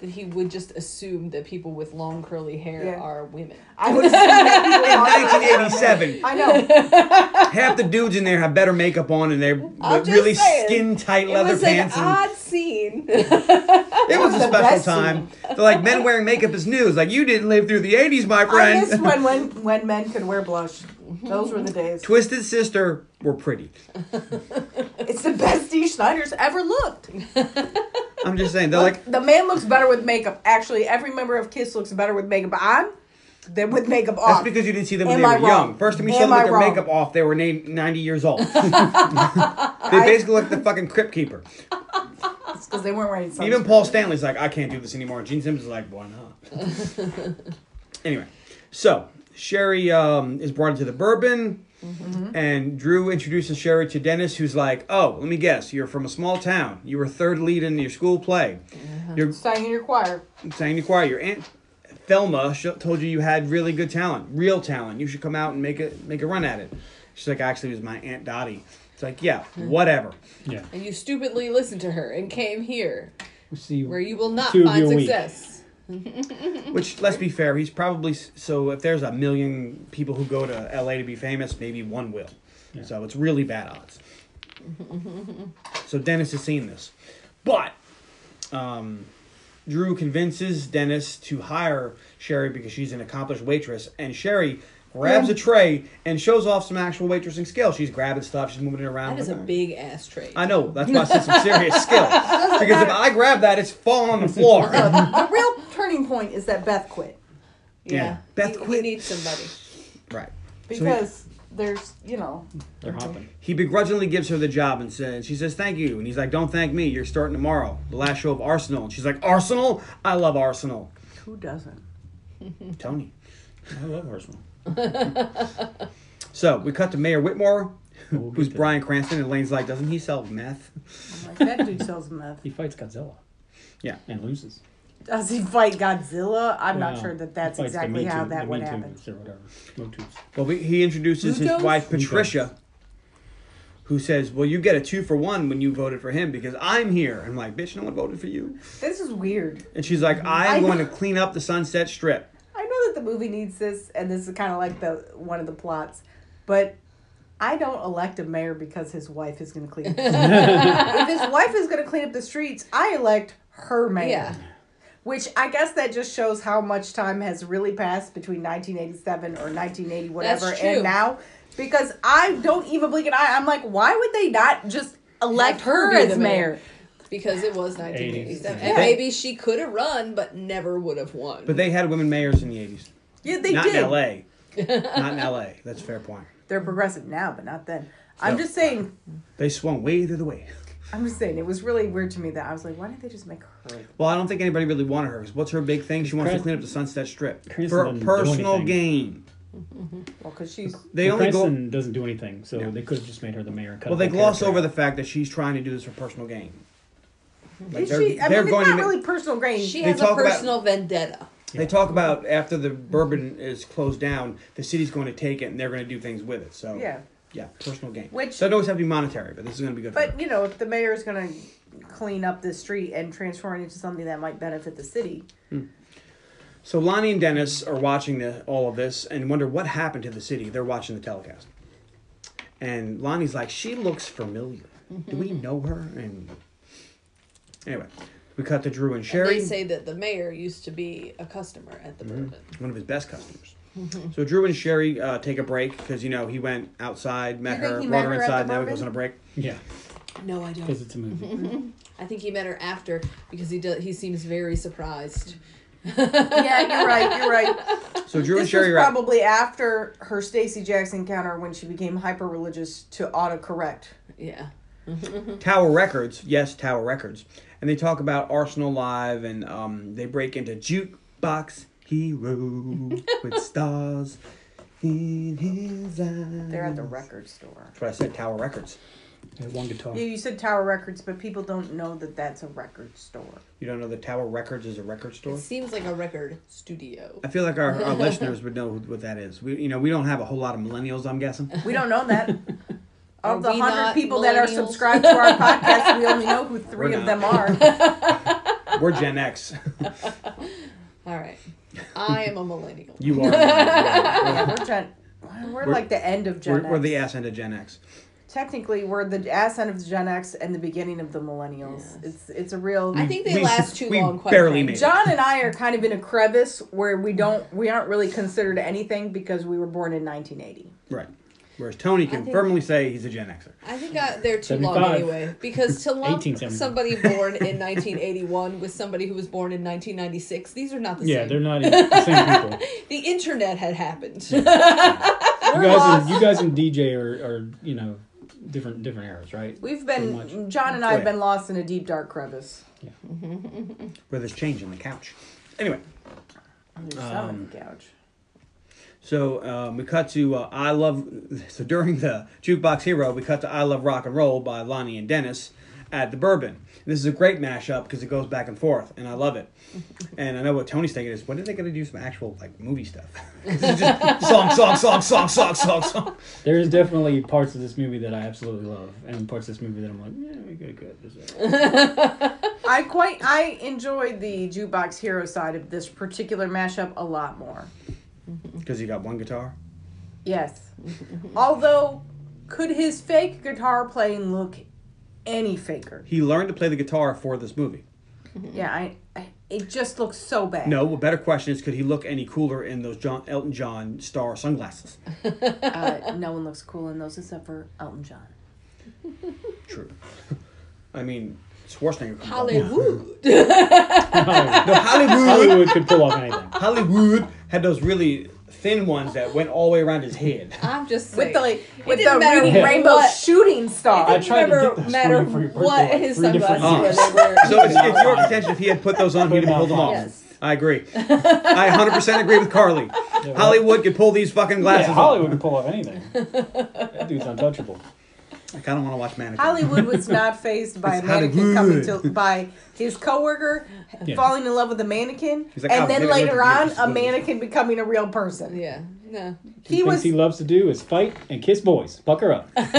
Speaker 3: that he would just assume that people with long curly hair
Speaker 1: Yeah.
Speaker 3: are women
Speaker 1: I would assume that people would all-
Speaker 4: 1987.
Speaker 1: I know.
Speaker 4: Half the dudes in there have better makeup on, and they're
Speaker 3: I'm just
Speaker 4: really
Speaker 3: saying,
Speaker 4: skin tight
Speaker 3: it
Speaker 4: leather
Speaker 3: was
Speaker 4: pants.
Speaker 3: an
Speaker 4: and-
Speaker 3: odd scene
Speaker 4: it was a
Speaker 1: the
Speaker 4: special
Speaker 1: best
Speaker 4: time. They're like men wearing makeup is new. It's like you didn't live through the '80s, my
Speaker 1: I
Speaker 4: friend.
Speaker 1: missed when, when when men could wear blush. Those were the days.
Speaker 4: Twisted Sister were pretty.
Speaker 1: It's the best Dee Schneider's ever looked.
Speaker 4: I'm just saying. They're like,
Speaker 1: the man looks better with makeup. Actually, every member of Kiss looks better with makeup on than with makeup off.
Speaker 4: That's because you didn't see them when
Speaker 1: Am
Speaker 4: they were
Speaker 1: I wrong?
Speaker 4: young. First time you
Speaker 1: Am
Speaker 4: saw them
Speaker 1: I
Speaker 4: with their
Speaker 1: wrong?
Speaker 4: makeup off, they were na- 90 years old. they basically looked the fucking Crypt Keeper.
Speaker 1: It's 'cause they weren't wearing sunscreen.
Speaker 4: Even Paul Stanley's like, I can't do this anymore. Gene Simmons is like, why not? anyway, so Sherry um, is brought into the bourbon, and Drew introduces Sherry to Dennis, who's like, oh, let me guess, you're from a small town. You were third lead in your school play. You're
Speaker 1: sang in your choir.
Speaker 4: sang the choir. Your aunt Thelma sh- told you you had really good talent, real talent. You should come out and make a make a run at it. She's like, actually, it was my aunt Dottie. It's like, yeah, whatever.
Speaker 2: Yeah.
Speaker 3: and you stupidly listened to her and came here
Speaker 2: We'll see.
Speaker 3: where you will not
Speaker 2: Two of
Speaker 3: find
Speaker 2: you a week.
Speaker 3: success
Speaker 4: Which, let's be fair, he's probably s- so. If there's a million people who go to L.A. to be famous, maybe one will. So it's really bad odds. so Dennis has seen this, but um, Drew convinces Dennis to hire Sherry because she's an accomplished waitress, and Sherry. Grabs a tray and shows off some actual waitressing skill. She's grabbing stuff, she's moving it around.
Speaker 3: that is a big ass trade
Speaker 4: I know, that's why I said some serious skill. Because if I grab that, it's falling on the floor.
Speaker 1: The real turning point is that Beth quit
Speaker 3: yeah,
Speaker 4: yeah. Beth
Speaker 3: we,
Speaker 4: quit.
Speaker 3: need somebody
Speaker 4: right. So he-
Speaker 1: because there's you know
Speaker 2: They're hopping.
Speaker 4: He begrudgingly gives her the job and says, she says, thank you. And he's like, don't thank me. You're starting tomorrow. The last show of Arsenal. And she's like, Arsenal? I love Arsenal.
Speaker 1: who doesn't.
Speaker 4: Tony.
Speaker 2: I love Arsenal.
Speaker 4: So we cut to Mayor Whitmore, who-
Speaker 2: We'll get
Speaker 4: who's
Speaker 2: to
Speaker 4: Brian Cranston. And Lane's like, doesn't he sell meth?
Speaker 1: Like, that dude sells meth.
Speaker 2: He fights Godzilla
Speaker 4: Yeah.
Speaker 2: and loses.
Speaker 1: Does he fight Godzilla? I'm not
Speaker 2: Well,
Speaker 1: sure that
Speaker 2: he
Speaker 1: that's
Speaker 2: fights the
Speaker 1: exactly
Speaker 2: Me
Speaker 1: how
Speaker 2: Too-
Speaker 1: that
Speaker 2: the
Speaker 1: would
Speaker 2: Me Too
Speaker 1: happen.
Speaker 2: Or whatever. Mo Too's.
Speaker 4: Well, we, he introduces his
Speaker 3: Lucas?
Speaker 4: wife, Patricia, who says, well, you get a two for one when you voted for him because I'm here. I'm like, bitch, no one voted for you.
Speaker 1: This is weird.
Speaker 4: And she's like, I'm
Speaker 1: I know.
Speaker 4: going to clean up the Sunset Strip.
Speaker 1: I know that the movie needs this, and this is kind of like the one of the plots, but I don't elect a mayor because his wife is going to clean up. The streets. if his wife is going to clean up the streets, I elect her mayor.
Speaker 3: yeah
Speaker 1: Which I guess that just shows how much time has really passed between 1987 or 1980, whatever,
Speaker 3: true.
Speaker 1: and now because I don't even blink an eye. I'm like, why would they not just elect her,
Speaker 3: be
Speaker 1: as
Speaker 3: the
Speaker 1: mayor?
Speaker 3: because it was 1987, and
Speaker 1: Yeah.
Speaker 3: maybe she could have run, but never would have won.
Speaker 4: But they had women mayors in the 80s.
Speaker 1: Yeah, they
Speaker 4: Not
Speaker 1: did.
Speaker 4: in L.A. Not in L.A. That's a fair point.
Speaker 1: They're progressive now, but not then. I'm
Speaker 4: No.
Speaker 1: just saying.
Speaker 4: They swung way the other way.
Speaker 1: I'm just saying. It was really weird to me that I was like, why did they just make her?
Speaker 4: Well, I don't think anybody really wanted her. 'cause what's her big thing? She wants to
Speaker 2: Cran-
Speaker 4: clean up the Sunset Strip
Speaker 2: Cranston
Speaker 4: for a
Speaker 2: doesn't do
Speaker 4: personal
Speaker 2: anything.
Speaker 4: gain.
Speaker 1: Well, because she's
Speaker 4: They only go.
Speaker 2: Cranston doesn't do anything, so they could have just made her the mayor.
Speaker 4: Well, they gloss over the fact that she's trying to do this for personal gain. Like
Speaker 1: Is she, I mean, it's not
Speaker 4: ma-
Speaker 1: really personal gain.
Speaker 3: she
Speaker 4: They
Speaker 3: has a
Speaker 4: talk about-
Speaker 3: personal vendetta.
Speaker 4: They talk about after the bourbon is closed down, the city's going to take it and they're going to do things with it. So
Speaker 1: Yeah.
Speaker 4: yeah, personal gain.
Speaker 1: Which-
Speaker 4: doesn't always have to be monetary, but this is going to be good. for
Speaker 1: but
Speaker 4: her.
Speaker 1: you know, if the mayor is going to clean up the street and transform it into something that might benefit the city,
Speaker 4: So Lonnie and Dennis are watching the, all of this and wonder what happened to the city. They're watching the telecast, and Lonnie's like, "She looks familiar. Do we know her?" And anyway, we cut to Drew and Sherry.
Speaker 3: They say that the mayor used to be a customer at
Speaker 4: Mm.
Speaker 3: the bourbon.
Speaker 4: one of his best customers. so Drew and Sherry uh, take a break because you know he went outside, met
Speaker 1: You think
Speaker 4: her,
Speaker 1: he
Speaker 4: brought
Speaker 1: met
Speaker 4: her
Speaker 1: her at
Speaker 4: inside.
Speaker 1: the
Speaker 4: Now he
Speaker 1: bourbon?
Speaker 4: goes on a break.
Speaker 2: Yeah,
Speaker 3: No, I
Speaker 2: because
Speaker 3: don't.
Speaker 2: it's a movie.
Speaker 3: I think he met her after because he does. He seems very surprised.
Speaker 1: yeah, you're right. You're right.
Speaker 4: So Drew
Speaker 1: This
Speaker 4: and
Speaker 1: was
Speaker 4: Sherry wrap.
Speaker 1: probably after her Stacy Jackson encounter when she became hyper religious to autocorrect.
Speaker 3: Yeah.
Speaker 4: Tower Records, yes, Tower Records, and they talk about Arsenal Live, and um, they break into jukebox hero with stars in his eyes.
Speaker 1: They're at the record store.
Speaker 4: That's what I said. Tower Records.
Speaker 2: They had one guitar.
Speaker 1: Yeah, you said Tower Records, but people don't know that that's a record store.
Speaker 4: You don't know that Tower Records is a record store.
Speaker 3: It seems like a record studio.
Speaker 4: I feel like our, our listeners would know what that is. We, you know, we don't have a whole lot of millennials. I'm guessing.
Speaker 1: We don't know that.
Speaker 3: Are
Speaker 1: Of the
Speaker 3: we
Speaker 1: hundred
Speaker 3: not
Speaker 1: people that are
Speaker 3: millennials?
Speaker 1: subscribed to our podcast, we only know who three
Speaker 4: We're
Speaker 1: of
Speaker 4: not.
Speaker 1: them are.
Speaker 4: We're Gen X.
Speaker 3: All right. I am a millennial.
Speaker 4: You are. We're,
Speaker 1: Yeah, we're Gen. We're, like the end of general
Speaker 4: we're, we're the ass end of Gen X.
Speaker 1: Technically, we're the ass end of Gen X and the beginning of the millennials.
Speaker 3: Yes.
Speaker 1: It's it's a real.
Speaker 3: I think they
Speaker 4: We-
Speaker 3: last too
Speaker 4: we
Speaker 3: long. Quite
Speaker 4: barely
Speaker 3: frankly.
Speaker 4: made it.
Speaker 1: John and I are kind of in a crevice where we don't we aren't really considered anything because we were born in 1980.
Speaker 4: Right. Whereas Tony can
Speaker 3: think-
Speaker 4: firmly say he's a Gen Xer.
Speaker 3: I think I, they're too long
Speaker 2: 75.
Speaker 3: anyway. Because to lump
Speaker 2: 1875.
Speaker 3: somebody born in 1981 with somebody who was born in 1996, these are not the
Speaker 2: Yeah,
Speaker 3: same.
Speaker 2: they're not even the same people.
Speaker 3: The internet had happened.
Speaker 2: You guys, and, you guys and DJ are, are you know different different eras, right?
Speaker 1: We've
Speaker 2: Pretty
Speaker 1: been John and I have been lost in a deep dark crevice.
Speaker 4: Where there's change in the couch. Anyway,
Speaker 3: Um,
Speaker 1: There's some in the couch.
Speaker 4: so um, we cut to uh, I Love. So during the Jukebox Hero, we cut to I Love Rock and Roll by Lonnie and Dennis at the Bourbon. This is a great mashup because it goes back and forth, and I love it. And I know what Tony's thinking is when are they going to do some actual like movie stuff? 'Cause it's just song, song, song, song, song, song, song.
Speaker 2: There is definitely parts of this movie that I absolutely love, and parts of this movie that I'm like, yeah, we could cut this out.
Speaker 1: I quite I enjoyed the jukebox hero side of this particular mashup a lot more.
Speaker 4: Because you got one guitar.
Speaker 1: Yes. Although could his fake guitar playing look any faker?
Speaker 4: He learned to play the guitar for this movie.
Speaker 1: Yeah, I, I it just looks so bad.
Speaker 4: No, a better question is could he look any cooler in those John Elton John star sunglasses?
Speaker 1: Uh, no one looks cool in those except for Elton John.
Speaker 4: True. I mean, Schwarzenegger. could-
Speaker 3: Hollywood.
Speaker 4: No, Hollywood.
Speaker 2: Hollywood could pull off anything.
Speaker 4: Hollywood had those really thin ones that went all the way around his head.
Speaker 3: I'm just
Speaker 1: With
Speaker 3: saying.
Speaker 1: the
Speaker 3: It
Speaker 1: with
Speaker 3: didn't
Speaker 1: the
Speaker 3: matter
Speaker 1: reading rainbow
Speaker 3: what-
Speaker 1: shooting star.
Speaker 2: I tried to
Speaker 3: Never
Speaker 2: get those
Speaker 3: matter
Speaker 2: for you for your birthday,
Speaker 3: what
Speaker 2: like,
Speaker 3: his
Speaker 2: three different
Speaker 3: sunglasses
Speaker 4: years.
Speaker 3: were. they were
Speaker 4: So it's, it's your contention if he had put those on, he'd have pulled them off.
Speaker 3: Yes.
Speaker 4: I agree. I 100% agree with Carly. Hollywood could pull these fucking glasses
Speaker 2: Yeah,
Speaker 4: off.
Speaker 2: Hollywood could pull off anything. That dude's untouchable.
Speaker 4: I kind of want to watch Mannequin.
Speaker 1: Hollywood was not phased by a
Speaker 4: It's
Speaker 1: mannequin coming
Speaker 4: Hollywood.
Speaker 1: to by his coworker
Speaker 2: Yeah.
Speaker 1: falling in love with a mannequin,
Speaker 4: He's like,
Speaker 1: and
Speaker 4: "I'll
Speaker 1: then
Speaker 4: get away
Speaker 1: later
Speaker 4: with
Speaker 1: on
Speaker 4: this
Speaker 1: a
Speaker 4: movie."
Speaker 1: mannequin becoming a real person.
Speaker 3: Yeah. No.
Speaker 1: He
Speaker 2: Things
Speaker 1: was
Speaker 2: he
Speaker 1: he
Speaker 2: loves to do is fight and kiss boys. Pucker up.
Speaker 1: was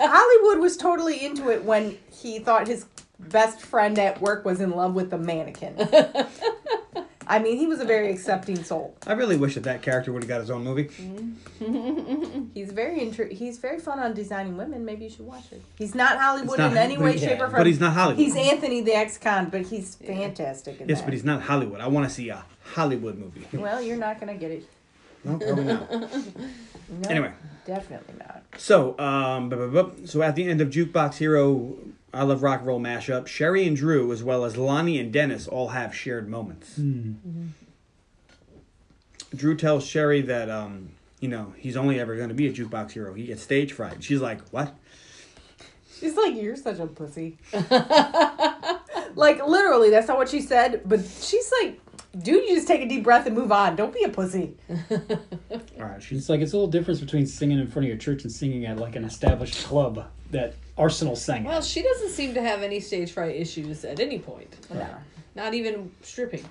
Speaker 1: Hollywood was totally into it when he thought his best friend at work was in love with a mannequin. I mean, he was a very accepting soul.
Speaker 4: I really wish that that character would have got his own movie.
Speaker 1: He's very intri- he's very fun on designing women. Maybe you should watch it. He's not Hollywood
Speaker 4: not-
Speaker 1: in any way,
Speaker 4: but-
Speaker 1: shape, or form.
Speaker 4: but he's not Hollywood.
Speaker 1: He's Anthony the ex-con, but he's fantastic. In
Speaker 4: Yes,
Speaker 1: that.
Speaker 4: but he's not Hollywood. I want to see a Hollywood movie.
Speaker 1: Well, you're not gonna get it.
Speaker 4: No, probably not.
Speaker 1: No,
Speaker 4: Anyway.
Speaker 1: Definitely not.
Speaker 4: So, um, bup, bup, bup. so at the end of Jukebox Hero, I Love Rock and Roll mashup, Sherry and Drew, as well as Lonnie and Dennis, all have shared moments. Mm-hmm. Drew tells Sherry that, um, you know, he's only ever going to be a Jukebox Hero. He gets stage fright. She's like, what?
Speaker 1: She's like, you're such a pussy. like, literally, that's not what she said, but she's like, dude, you just take a deep breath and move on. Don't be a pussy.
Speaker 4: All right, she's
Speaker 2: It's like it's a little difference between singing in front of your church and singing at like an established club that Arsenal sang at.
Speaker 3: Well, she doesn't seem to have any stage fright issues at any point. Not even stripping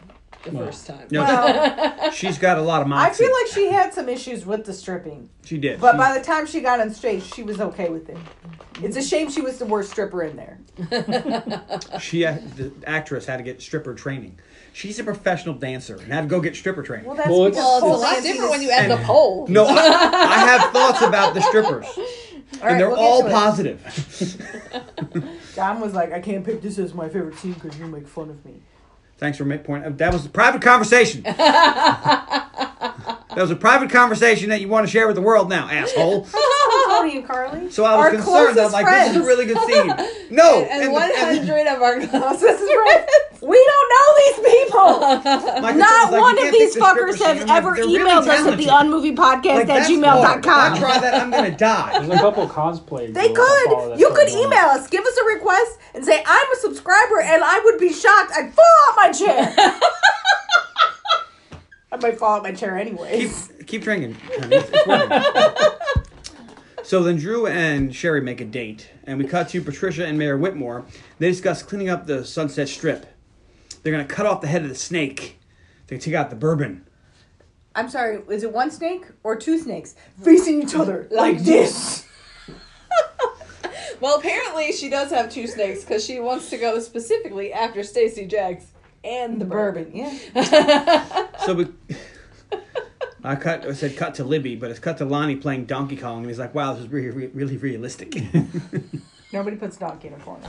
Speaker 3: the
Speaker 2: Well.
Speaker 3: first time.
Speaker 4: No.
Speaker 1: Well,
Speaker 4: she's got a lot of
Speaker 1: I
Speaker 4: moxie.
Speaker 1: feel like she had some issues with the stripping,
Speaker 4: she did.
Speaker 1: but
Speaker 4: She-
Speaker 1: by the time she got on stage, she was okay with it. It's
Speaker 3: Mm.
Speaker 1: a shame she was the worst stripper in there.
Speaker 4: she, uh, the actress, had to get stripper training. She's a professional dancer and had to go get stripper training.
Speaker 1: Well, that's
Speaker 2: Well, it's-
Speaker 1: because
Speaker 3: Well, it's a
Speaker 1: pole
Speaker 3: lot
Speaker 1: dancing
Speaker 3: different
Speaker 1: is-
Speaker 3: when you add the
Speaker 4: And-
Speaker 3: pole.
Speaker 4: No, I, I have thoughts about the strippers,
Speaker 1: right,
Speaker 4: and they're
Speaker 1: we'll get
Speaker 4: all
Speaker 1: to it.
Speaker 4: positive.
Speaker 1: John was like, I can't pick this as my favorite scene because you make fun of me.
Speaker 4: Thanks for ma- pointing. That was a private conversation. that was a private conversation that you want to share with the world now, asshole.
Speaker 1: Tony and Carly.
Speaker 4: So I was
Speaker 1: Our
Speaker 4: concerned. I'm
Speaker 1: closest
Speaker 4: like, this is a
Speaker 1: friends.
Speaker 4: really good scene. No,
Speaker 3: And,
Speaker 4: and the-
Speaker 3: one
Speaker 4: and the-
Speaker 3: hundred of our
Speaker 1: This is right. We don't know these people.
Speaker 4: my
Speaker 6: Not
Speaker 4: concern is, like, you
Speaker 6: one
Speaker 4: can't
Speaker 6: of
Speaker 4: pick
Speaker 6: these
Speaker 4: the strippers.
Speaker 6: fuckers has
Speaker 4: She's like,
Speaker 6: ever
Speaker 4: they're really
Speaker 6: emailed us at
Speaker 4: talented.
Speaker 6: the unmoviepodcast
Speaker 4: Like,
Speaker 6: at
Speaker 4: that's hard. If I
Speaker 6: gmail.com.
Speaker 4: try that, I'm gonna die.
Speaker 2: There's a couple cosplay.
Speaker 1: They could. You could email us, give us a request, and say I'm a subscriber, and I would be shocked. I'd fall out my chair. I might fall out my chair
Speaker 4: keep,
Speaker 1: anyways.
Speaker 4: keep drinking. honey. It's- it's working. so then Drew and Sherry make a date, and we cut to Patricia and Mayor Whitmore. They discuss cleaning up the Sunset Strip. They're gonna cut off the head of the snake. They take out the bourbon.
Speaker 1: I'm sorry. Is it one snake or two snakes facing each other like this?
Speaker 3: Well, apparently she does have two snakes because she wants to go specifically after Stacy Jacks and the bourbon.
Speaker 1: Bourbon. Yeah.
Speaker 4: So we. I cut. I said cut to Libby, but it's cut to Lonnie playing Donkey Kong, and he's like, "Wow, this is really, really, really realistic." and
Speaker 1: Nobody puts donkey in a corner.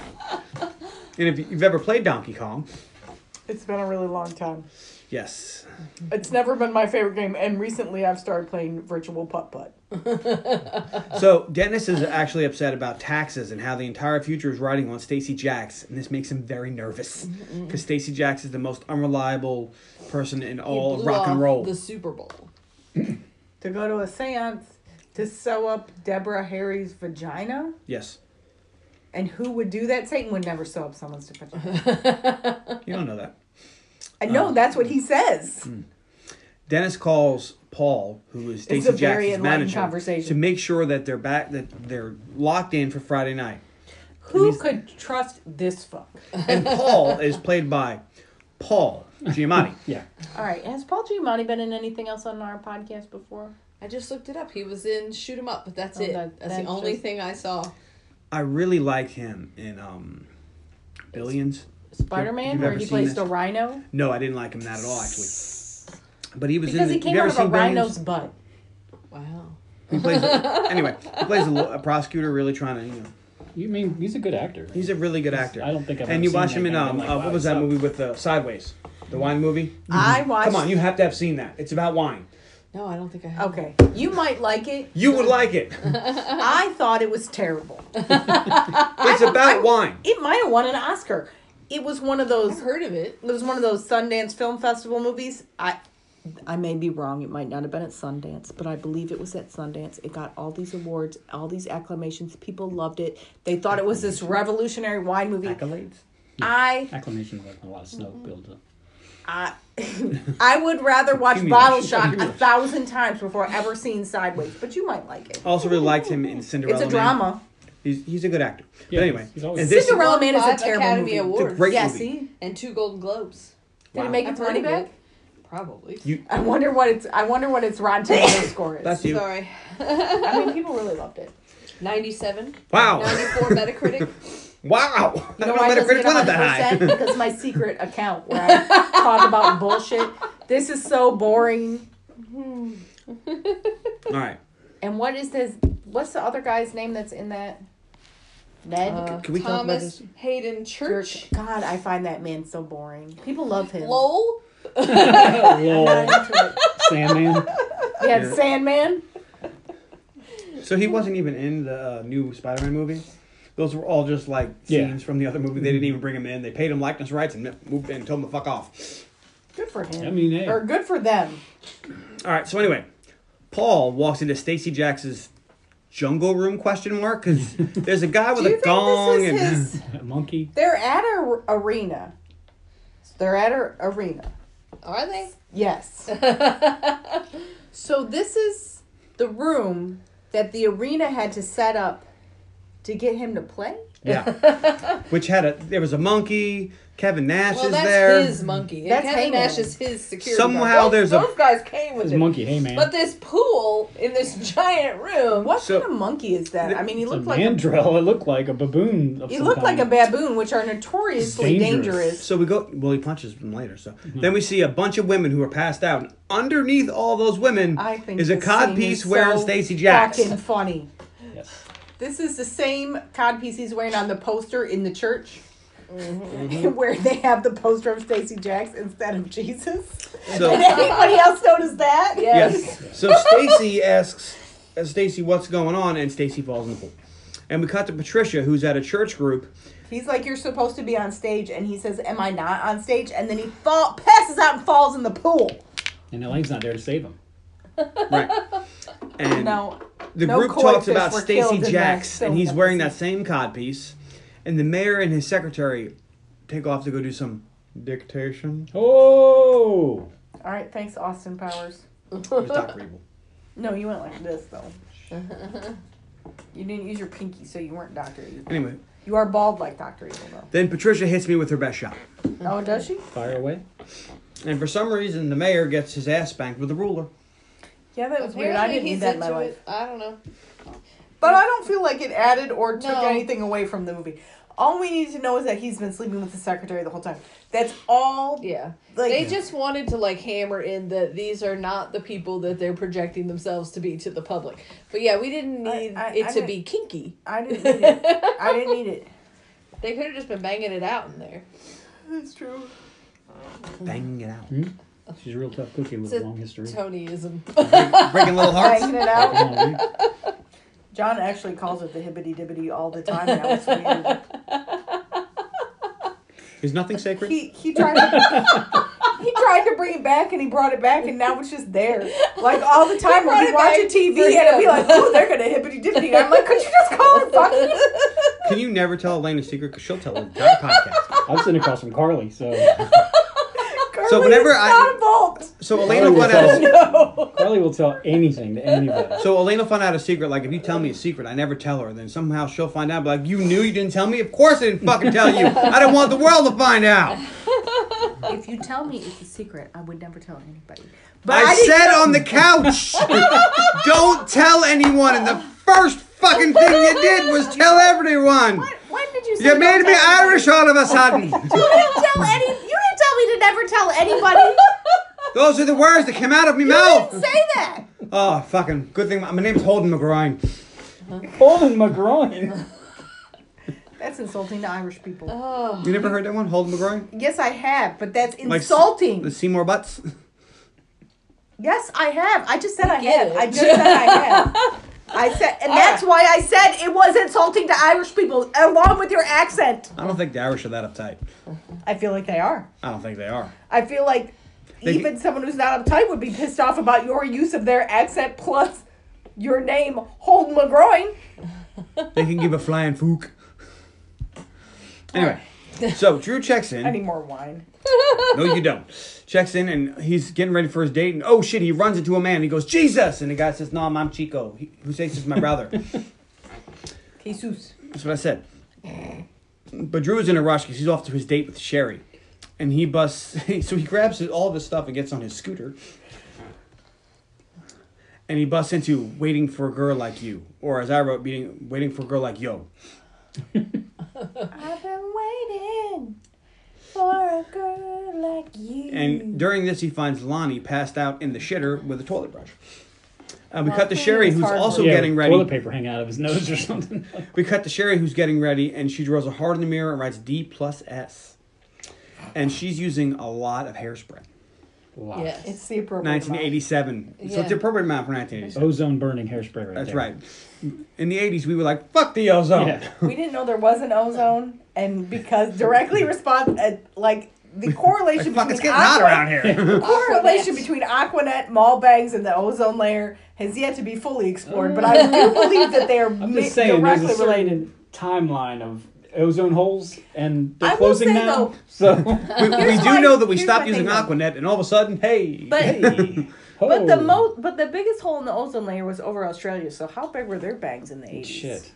Speaker 4: if you've ever played Donkey Kong,
Speaker 1: It's been a really long time.
Speaker 4: yes,
Speaker 1: It's never been my favorite game, and recently I've started playing Virtual Putt Putt.
Speaker 4: So Dennis is actually upset about taxes and how the entire future is riding on Stacy Jacks, and this makes him very nervous because Stacy Jacks is the most unreliable person in
Speaker 3: He
Speaker 4: all of
Speaker 3: blew
Speaker 4: rock and
Speaker 3: off
Speaker 4: roll.
Speaker 3: The Super Bowl.
Speaker 1: To go to a séance to sew up Deborah Harry's vagina.
Speaker 4: Yes,
Speaker 1: And who would do that? Satan would never sew up someone's vagina.
Speaker 4: you don't know that.
Speaker 1: I
Speaker 4: Uh,
Speaker 1: know that's what he says.
Speaker 4: hmm. Dennis calls Paul, who is
Speaker 1: a
Speaker 4: Stacy
Speaker 1: very
Speaker 4: Jacks'
Speaker 1: enlightening
Speaker 4: manager,
Speaker 1: conversation.
Speaker 4: to make sure that they're back, that they're locked in for Friday night.
Speaker 1: Who could trust this fuck?
Speaker 4: And Paul is played by Paul Giamatti.
Speaker 2: Yeah.
Speaker 1: All right, has Paul Giamatti been in anything else on our podcast before?
Speaker 3: I just looked it up. He was in Shoot 'Em Up, but that's
Speaker 1: Oh,
Speaker 3: it.
Speaker 1: that-
Speaker 3: that's,
Speaker 1: that's
Speaker 3: the only
Speaker 1: just-
Speaker 3: thing I saw.
Speaker 4: I really like him in um, Billions.
Speaker 1: Spider Man,
Speaker 4: You've
Speaker 1: where
Speaker 4: ever
Speaker 1: he
Speaker 4: seen
Speaker 1: plays
Speaker 4: this?
Speaker 1: the rhino?
Speaker 4: No, I didn't like him that at all, actually. But he was in
Speaker 1: Because
Speaker 4: the,
Speaker 1: he came
Speaker 4: you ever
Speaker 1: out of a
Speaker 4: seen Mm-hmm.
Speaker 1: rhino's
Speaker 4: Billions?
Speaker 1: butt.
Speaker 3: Wow.
Speaker 4: He plays anyway. He plays a, lo- a prosecutor, really trying to. You know,
Speaker 2: You mean he's a good actor?
Speaker 4: he's a really good actor.
Speaker 2: I don't think I've
Speaker 4: And
Speaker 2: ever
Speaker 4: you
Speaker 2: seen
Speaker 4: watch him in
Speaker 2: anything
Speaker 4: um,
Speaker 2: like
Speaker 4: uh,
Speaker 2: that.
Speaker 4: what was that movie with uh, Sideways, the wine movie?
Speaker 1: I watched.
Speaker 4: Come on, you have to have seen that. It's about wine.
Speaker 3: No, I don't think I have.
Speaker 1: Okay, you might like it.
Speaker 4: You would like it.
Speaker 1: I thought it was terrible.
Speaker 4: It's about wine.
Speaker 1: It might have won an Oscar. It was one of those.
Speaker 3: I've heard of it.
Speaker 1: It was one of those Sundance Film Festival movies. I I may be wrong. It might not have been at Sundance, but I believe it was at Sundance. It got all these awards, all these acclamations. People loved it. They thought it was this revolutionary wine movie.
Speaker 4: Accolades.
Speaker 1: I
Speaker 2: Acclamation was a lot of snow built up.
Speaker 1: I, I would rather watch
Speaker 4: me
Speaker 1: Bottle
Speaker 4: that.
Speaker 1: Shock a thousand times before ever seeing Sideways, but you might like it.
Speaker 4: Also, really liked him in Cinderella.
Speaker 1: It's a
Speaker 4: Man.
Speaker 1: drama.
Speaker 4: He's, he's a good actor.
Speaker 2: Yeah,
Speaker 4: but anyway,
Speaker 2: he's always-
Speaker 4: and this
Speaker 1: Cinderella-
Speaker 3: Won
Speaker 1: Oh, Man is a
Speaker 3: five
Speaker 1: terrible
Speaker 3: Academy
Speaker 1: movie. The
Speaker 3: Awards
Speaker 4: great-
Speaker 1: Yeah,
Speaker 4: movie.
Speaker 1: see?
Speaker 3: and two Golden Globes.
Speaker 1: Did
Speaker 4: Wow.
Speaker 1: it make
Speaker 3: I've
Speaker 1: its
Speaker 3: heard
Speaker 1: money
Speaker 3: of
Speaker 1: back?
Speaker 3: it. Probably.
Speaker 4: you.
Speaker 1: I wonder what it's I wonder what its Rotten Tomato score is.
Speaker 4: That's you.
Speaker 3: Sorry.
Speaker 1: I mean people really loved it.
Speaker 3: 97,
Speaker 4: Wow.
Speaker 3: 94 Metacritic.
Speaker 4: Wow. I
Speaker 1: You know
Speaker 4: don't
Speaker 1: why
Speaker 4: know
Speaker 1: it doesn't
Speaker 4: Metacritic
Speaker 1: get
Speaker 4: went up that
Speaker 1: 100%?
Speaker 4: high.
Speaker 1: Because my secret account where I talk about bullshit. This is so boring.
Speaker 4: All right.
Speaker 1: And what is this? What's the other guy's name that's in that? Ned.
Speaker 3: Uh,
Speaker 4: Can we talk about
Speaker 3: Thomas
Speaker 4: this?
Speaker 3: Hayden Church.
Speaker 1: God, I find that man so boring. People love him.
Speaker 3: Lol.
Speaker 2: Lol. Sandman.
Speaker 1: We had Sandman.
Speaker 4: So he wasn't even in the uh, new Spider-Man movie. Those were all just like
Speaker 2: Yeah.
Speaker 4: scenes from the other movie. They didn't even bring him in. They paid him likeness rights and uh, moved and told him to fuck off.
Speaker 1: Good for him.
Speaker 2: I mean, hey.
Speaker 1: or good for them.
Speaker 4: All right. So anyway, Paul walks into Stacy Jackson's jungle room question mark because there's a guy with
Speaker 1: Do you
Speaker 4: a
Speaker 1: think
Speaker 4: Oh, gong
Speaker 1: this
Speaker 4: and
Speaker 1: was his?
Speaker 2: monkey.
Speaker 1: They're at a arena. They're at a arena.
Speaker 3: Are they?
Speaker 1: Yes. so this is the room that the arena had to set up to get him to play.
Speaker 4: yeah, which had a there was a monkey. Kevin Nash
Speaker 3: Well,
Speaker 4: is
Speaker 3: that's
Speaker 4: there.
Speaker 3: his monkey. And
Speaker 1: That's
Speaker 3: Kevin
Speaker 1: Heyman.
Speaker 3: Nash is his security.
Speaker 4: Somehow
Speaker 3: guard.
Speaker 4: there's
Speaker 3: those,
Speaker 4: a-
Speaker 3: those guys came with
Speaker 2: His
Speaker 3: it.
Speaker 2: monkey, hey man.
Speaker 3: But this pool in this giant room.
Speaker 1: What
Speaker 4: So-
Speaker 1: kind of monkey is that? I mean, he
Speaker 2: it's a
Speaker 1: looked like a,
Speaker 2: mandrill. it looked like a baboon. Of
Speaker 1: he
Speaker 2: some
Speaker 1: looked like a
Speaker 2: kind.
Speaker 1: baboon, which are notoriously
Speaker 2: Dangerous.
Speaker 1: dangerous.
Speaker 4: So we go. Well, he punches him later. So then we see a bunch of women who are passed out. And underneath all those women
Speaker 1: I think
Speaker 4: is a
Speaker 1: this scene
Speaker 4: codpiece
Speaker 1: is
Speaker 4: wearing
Speaker 1: so
Speaker 4: Stacy Jacks.
Speaker 1: Fucking funny.
Speaker 2: Yes.
Speaker 1: This is the same codpiece he's wearing on the poster in the church. Where they have the poster of Stacy Jacks instead of Jesus.
Speaker 4: So-
Speaker 1: Did anybody else notice that?
Speaker 4: Yes. So Stacy asks uh, Stacy what's going on, and Stacy falls in the pool. And we cut to Patricia, who's at a church group.
Speaker 1: He's like, You're supposed to be on stage. And he says, Am I not on stage? And then he fall, passes out and falls in the pool.
Speaker 2: And Elaine's not there to save him.
Speaker 4: Right. And
Speaker 1: No.
Speaker 4: the
Speaker 1: no
Speaker 4: group talks
Speaker 1: koi fish
Speaker 4: about
Speaker 1: were
Speaker 4: Stacy
Speaker 1: killed in
Speaker 4: Jacks,
Speaker 1: that
Speaker 4: and he's
Speaker 1: film.
Speaker 4: wearing that same codpiece. And the mayor and his secretary take off to go do some dictation.
Speaker 2: Oh.
Speaker 1: All right, thanks, Austin Powers.
Speaker 4: It was Dr. Evil.
Speaker 1: No, you went like this, though. you didn't use your pinky, so you weren't Dr. Evil.
Speaker 4: Anyway,
Speaker 1: You are bald like Dr. Evil, though.
Speaker 4: then Patricia hits me with her best shot.
Speaker 1: Oh, does she?
Speaker 2: Fire away.
Speaker 4: And for some reason, the mayor gets his ass spanked with a ruler.
Speaker 1: Yeah, that was
Speaker 3: Apparently
Speaker 1: weird. I didn't need
Speaker 3: he's
Speaker 1: that in my
Speaker 3: into
Speaker 1: life.
Speaker 3: it. I don't know.
Speaker 1: But I don't feel like it added or took
Speaker 3: No.
Speaker 1: anything away from the movie. All we need to know is that he's been sleeping with the secretary the whole time. That's all.
Speaker 3: Yeah.
Speaker 1: Like-
Speaker 3: they just wanted to like hammer in that these are not the people that they're projecting themselves to be to the public. But yeah, we didn't
Speaker 1: I-
Speaker 3: need
Speaker 1: I-
Speaker 3: it
Speaker 1: I
Speaker 3: to
Speaker 1: didn't-
Speaker 3: be kinky.
Speaker 1: I didn't need it. I didn't need it.
Speaker 3: They could have just been banging it out in there.
Speaker 1: That's true.
Speaker 4: Banging it out.
Speaker 2: She's a real tough cookie with
Speaker 3: It's a
Speaker 2: a long history.
Speaker 3: Tonyism.
Speaker 4: Breaking little hearts.
Speaker 1: Banging it out.
Speaker 2: Long week.
Speaker 1: John actually calls it the hibbity dibbity all the time. Now it's weird.
Speaker 4: Is nothing sacred?
Speaker 1: He he tried to, he tried to bring it back and he brought it back and now it's just there like all the time when
Speaker 3: brought
Speaker 1: you
Speaker 3: it
Speaker 1: watch
Speaker 3: back
Speaker 1: a TV
Speaker 3: for
Speaker 1: and it'll be
Speaker 3: him.
Speaker 1: like oh they're gonna hippity dippity I'm like could you just call it fucking
Speaker 4: Can you never tell Elaine a secret? Because she'll tell the entire podcast.
Speaker 2: I'm sitting across from Carly, so
Speaker 1: so whenever
Speaker 4: whenever
Speaker 1: it's
Speaker 4: I-
Speaker 1: not a bolt
Speaker 4: So Elaine
Speaker 2: Carly
Speaker 4: will
Speaker 2: will,
Speaker 4: find out. A,
Speaker 2: tell, Carly will tell anything to anybody.
Speaker 4: so Elaine will find out a secret. Like if you tell me a secret, I never tell her. Then somehow she'll find out. be Like you knew you didn't tell me. Of course I didn't fucking tell you. I didn't want the world to find out.
Speaker 1: if you tell me it's a secret I would never tell anybody but
Speaker 4: I,
Speaker 1: didn't
Speaker 4: said
Speaker 1: know-
Speaker 4: on the couch, don't tell anyone. And the first fucking thing you did was tell everyone.
Speaker 1: when did you say
Speaker 4: You
Speaker 1: don't
Speaker 4: made me
Speaker 1: tell anybody?
Speaker 4: Irish all of a sudden.
Speaker 1: you didn't tell any you didn't tell me to never tell anybody
Speaker 4: Those are the words that came out of my
Speaker 1: you didn't
Speaker 4: mouth.
Speaker 1: say that
Speaker 4: Oh fucking good thing. My, my name's Holden McGrine.
Speaker 2: Holding my groin.
Speaker 1: that's insulting to Irish
Speaker 4: Uh-huh.
Speaker 1: people
Speaker 3: oh,
Speaker 4: You never heard that one, Holden McGroin?
Speaker 1: yes I have but that's
Speaker 4: Like s-
Speaker 1: insulting
Speaker 4: The Seymour Butts?
Speaker 1: Yes, I have. I just said I
Speaker 3: get
Speaker 1: have.
Speaker 3: it.
Speaker 1: I just said I have. I said, and that's why I said it was insulting to Irish people, along with your accent.
Speaker 4: I don't think the Irish are that uptight.
Speaker 1: I feel like they are.
Speaker 4: I don't think they are.
Speaker 1: I feel like
Speaker 4: They-
Speaker 1: even someone who's not uptight would be pissed off about your use of their accent plus your name, Holden McGroin.
Speaker 4: They can give a flying fook. Anyway, so Drew checks
Speaker 1: I need
Speaker 4: in.
Speaker 1: more wine.
Speaker 4: No, you don't. Checks in and he's getting ready for his date. And oh shit, he runs into a man. And he goes, Jesus! And the guy says, No, I'm Chico. He, who says it's my brother?
Speaker 1: Jesus.
Speaker 4: That's what I said. But Drew is in a rush because he's off to his date with Sherry. And he busts. So he grabs his- all of his stuff and gets on his scooter. And he busts into waiting for a girl like you. Or as I wrote, beating, waiting for a girl like yo.
Speaker 1: I've been waiting for a girl like you.
Speaker 4: And during this, he finds Lonnie passed out in the shitter with a toilet brush. Uh, we cut to Sherry,
Speaker 1: it's
Speaker 4: who's
Speaker 1: hard
Speaker 4: also
Speaker 1: work.
Speaker 2: Yeah,
Speaker 4: getting
Speaker 2: with
Speaker 4: ready.
Speaker 2: Toilet paper hanging out of his nose or something.
Speaker 4: We cut to Sherry, who's getting ready, and she draws a heart in the mirror and writes D plus S. And she's using a lot of hairspray.
Speaker 2: Wow.
Speaker 3: Yes.
Speaker 1: It's the appropriate. amount.
Speaker 4: 1987. So it's the
Speaker 3: Yeah.
Speaker 4: appropriate amount for 1987.
Speaker 2: Ozone burning hairspray right
Speaker 4: That's
Speaker 2: there.
Speaker 4: right. Oh. In the 80s, we were like, fuck the ozone.
Speaker 2: Yeah.
Speaker 1: We didn't know there was an ozone, and because directly response, uh, like the correlation
Speaker 4: Like, fuck, it's
Speaker 1: between
Speaker 4: getting hot
Speaker 1: aqua-
Speaker 4: around here.
Speaker 1: the correlation
Speaker 3: Aquanet.
Speaker 1: between Aquanet, mall bags, and the ozone layer has yet to be fully explored. But I do believe that they are
Speaker 2: I'm
Speaker 1: mi-
Speaker 2: just saying, there's
Speaker 1: directly
Speaker 2: a
Speaker 1: related.
Speaker 2: certain timeline of ozone holes, and they're
Speaker 1: I will
Speaker 2: closing
Speaker 1: say,
Speaker 2: now.
Speaker 1: though-
Speaker 2: so,
Speaker 4: we we
Speaker 1: Here's
Speaker 4: do
Speaker 1: my-
Speaker 4: know that we
Speaker 1: here's
Speaker 4: stopped
Speaker 1: my
Speaker 4: using
Speaker 1: thing, though.
Speaker 4: Aquanet, and all of a sudden, hey.
Speaker 1: But
Speaker 2: hey,
Speaker 1: but the
Speaker 4: Oh.
Speaker 2: ho.
Speaker 1: most but the biggest hole in the ozone layer was over Australia. So how big were their bangs in the eighties?
Speaker 2: shit,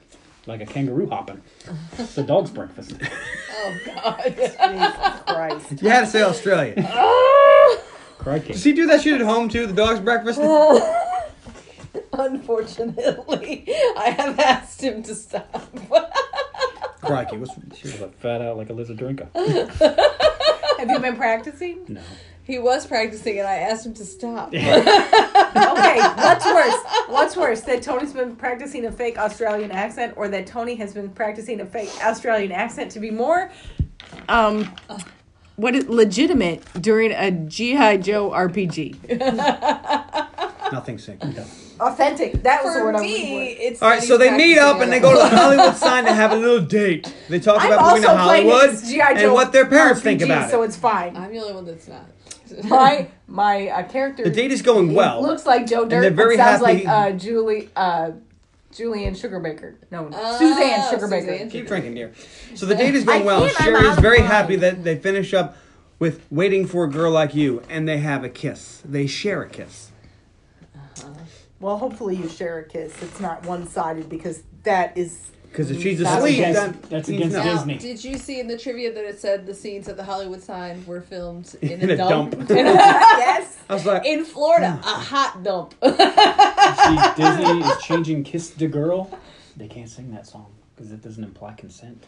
Speaker 2: like a kangaroo hopping. It's a dog's breakfast.
Speaker 3: Oh God.
Speaker 1: Christ.
Speaker 4: you had to say Australia.
Speaker 3: Oh,
Speaker 2: Crikey.
Speaker 4: Does he do that shit at home, too? The dog's breakfast?
Speaker 3: Unfortunately, I have asked him to stop.
Speaker 4: Crikey. What's,
Speaker 2: She's like fat out like a lizard drinker.
Speaker 1: Have you been practicing?
Speaker 2: No.
Speaker 3: He was practicing, and I asked him to stop.
Speaker 1: Okay, what's worse? What's worse? That Tony's been practicing a fake Australian accent or that Tony has been practicing a fake Australian accent to be more
Speaker 5: Um, what is legitimate during a GI Joe RPG?
Speaker 4: nothing sync.
Speaker 1: authentic. That was the
Speaker 3: For
Speaker 1: word
Speaker 3: me, it's
Speaker 4: All right,
Speaker 3: that
Speaker 4: so
Speaker 3: he's
Speaker 4: they meet
Speaker 3: practicing
Speaker 4: up and they go to the Hollywood sign to have a little date. They talk
Speaker 1: I was looking for.
Speaker 4: about moving to Hollywood
Speaker 1: this G.I.
Speaker 4: and
Speaker 1: Joe
Speaker 4: what their parents think
Speaker 1: RPG,
Speaker 4: about it.
Speaker 1: So it's fine.
Speaker 3: I'm the only one that's not.
Speaker 1: My my uh, character
Speaker 4: the date is going
Speaker 1: he
Speaker 4: well.
Speaker 1: looks like Joe Dirt.
Speaker 4: they're very
Speaker 1: and sounds
Speaker 4: happy.
Speaker 1: like uh, Julie uh, Julianne Sugarbaker. No,
Speaker 3: Oh,
Speaker 1: Uh, Suzanne Sugarbaker.
Speaker 3: Suzanne.
Speaker 4: Keep drinking, dear. So the date is going well.
Speaker 1: can't, I'm
Speaker 4: Sherry
Speaker 1: out
Speaker 4: is
Speaker 1: of
Speaker 4: very
Speaker 1: line.
Speaker 4: happy that they finish up with waiting for a girl like you, and they have a kiss. They share a kiss.
Speaker 1: Well, hopefully you share a kiss. It's not one sided because that is
Speaker 4: Because if she's
Speaker 1: That's
Speaker 4: asleep,
Speaker 2: against-
Speaker 4: that
Speaker 2: that's
Speaker 4: means
Speaker 2: against
Speaker 4: no.
Speaker 2: Disney.
Speaker 3: Now, did you see in the trivia that it said the scenes at the Hollywood sign were filmed in,
Speaker 4: In
Speaker 3: a,
Speaker 4: a
Speaker 3: dump?
Speaker 4: dump.
Speaker 3: yes.
Speaker 4: I was like,
Speaker 3: In Florida, a hot dump.
Speaker 2: See, Disney is changing "Kiss the Girl." They can't sing that song because it doesn't imply consent.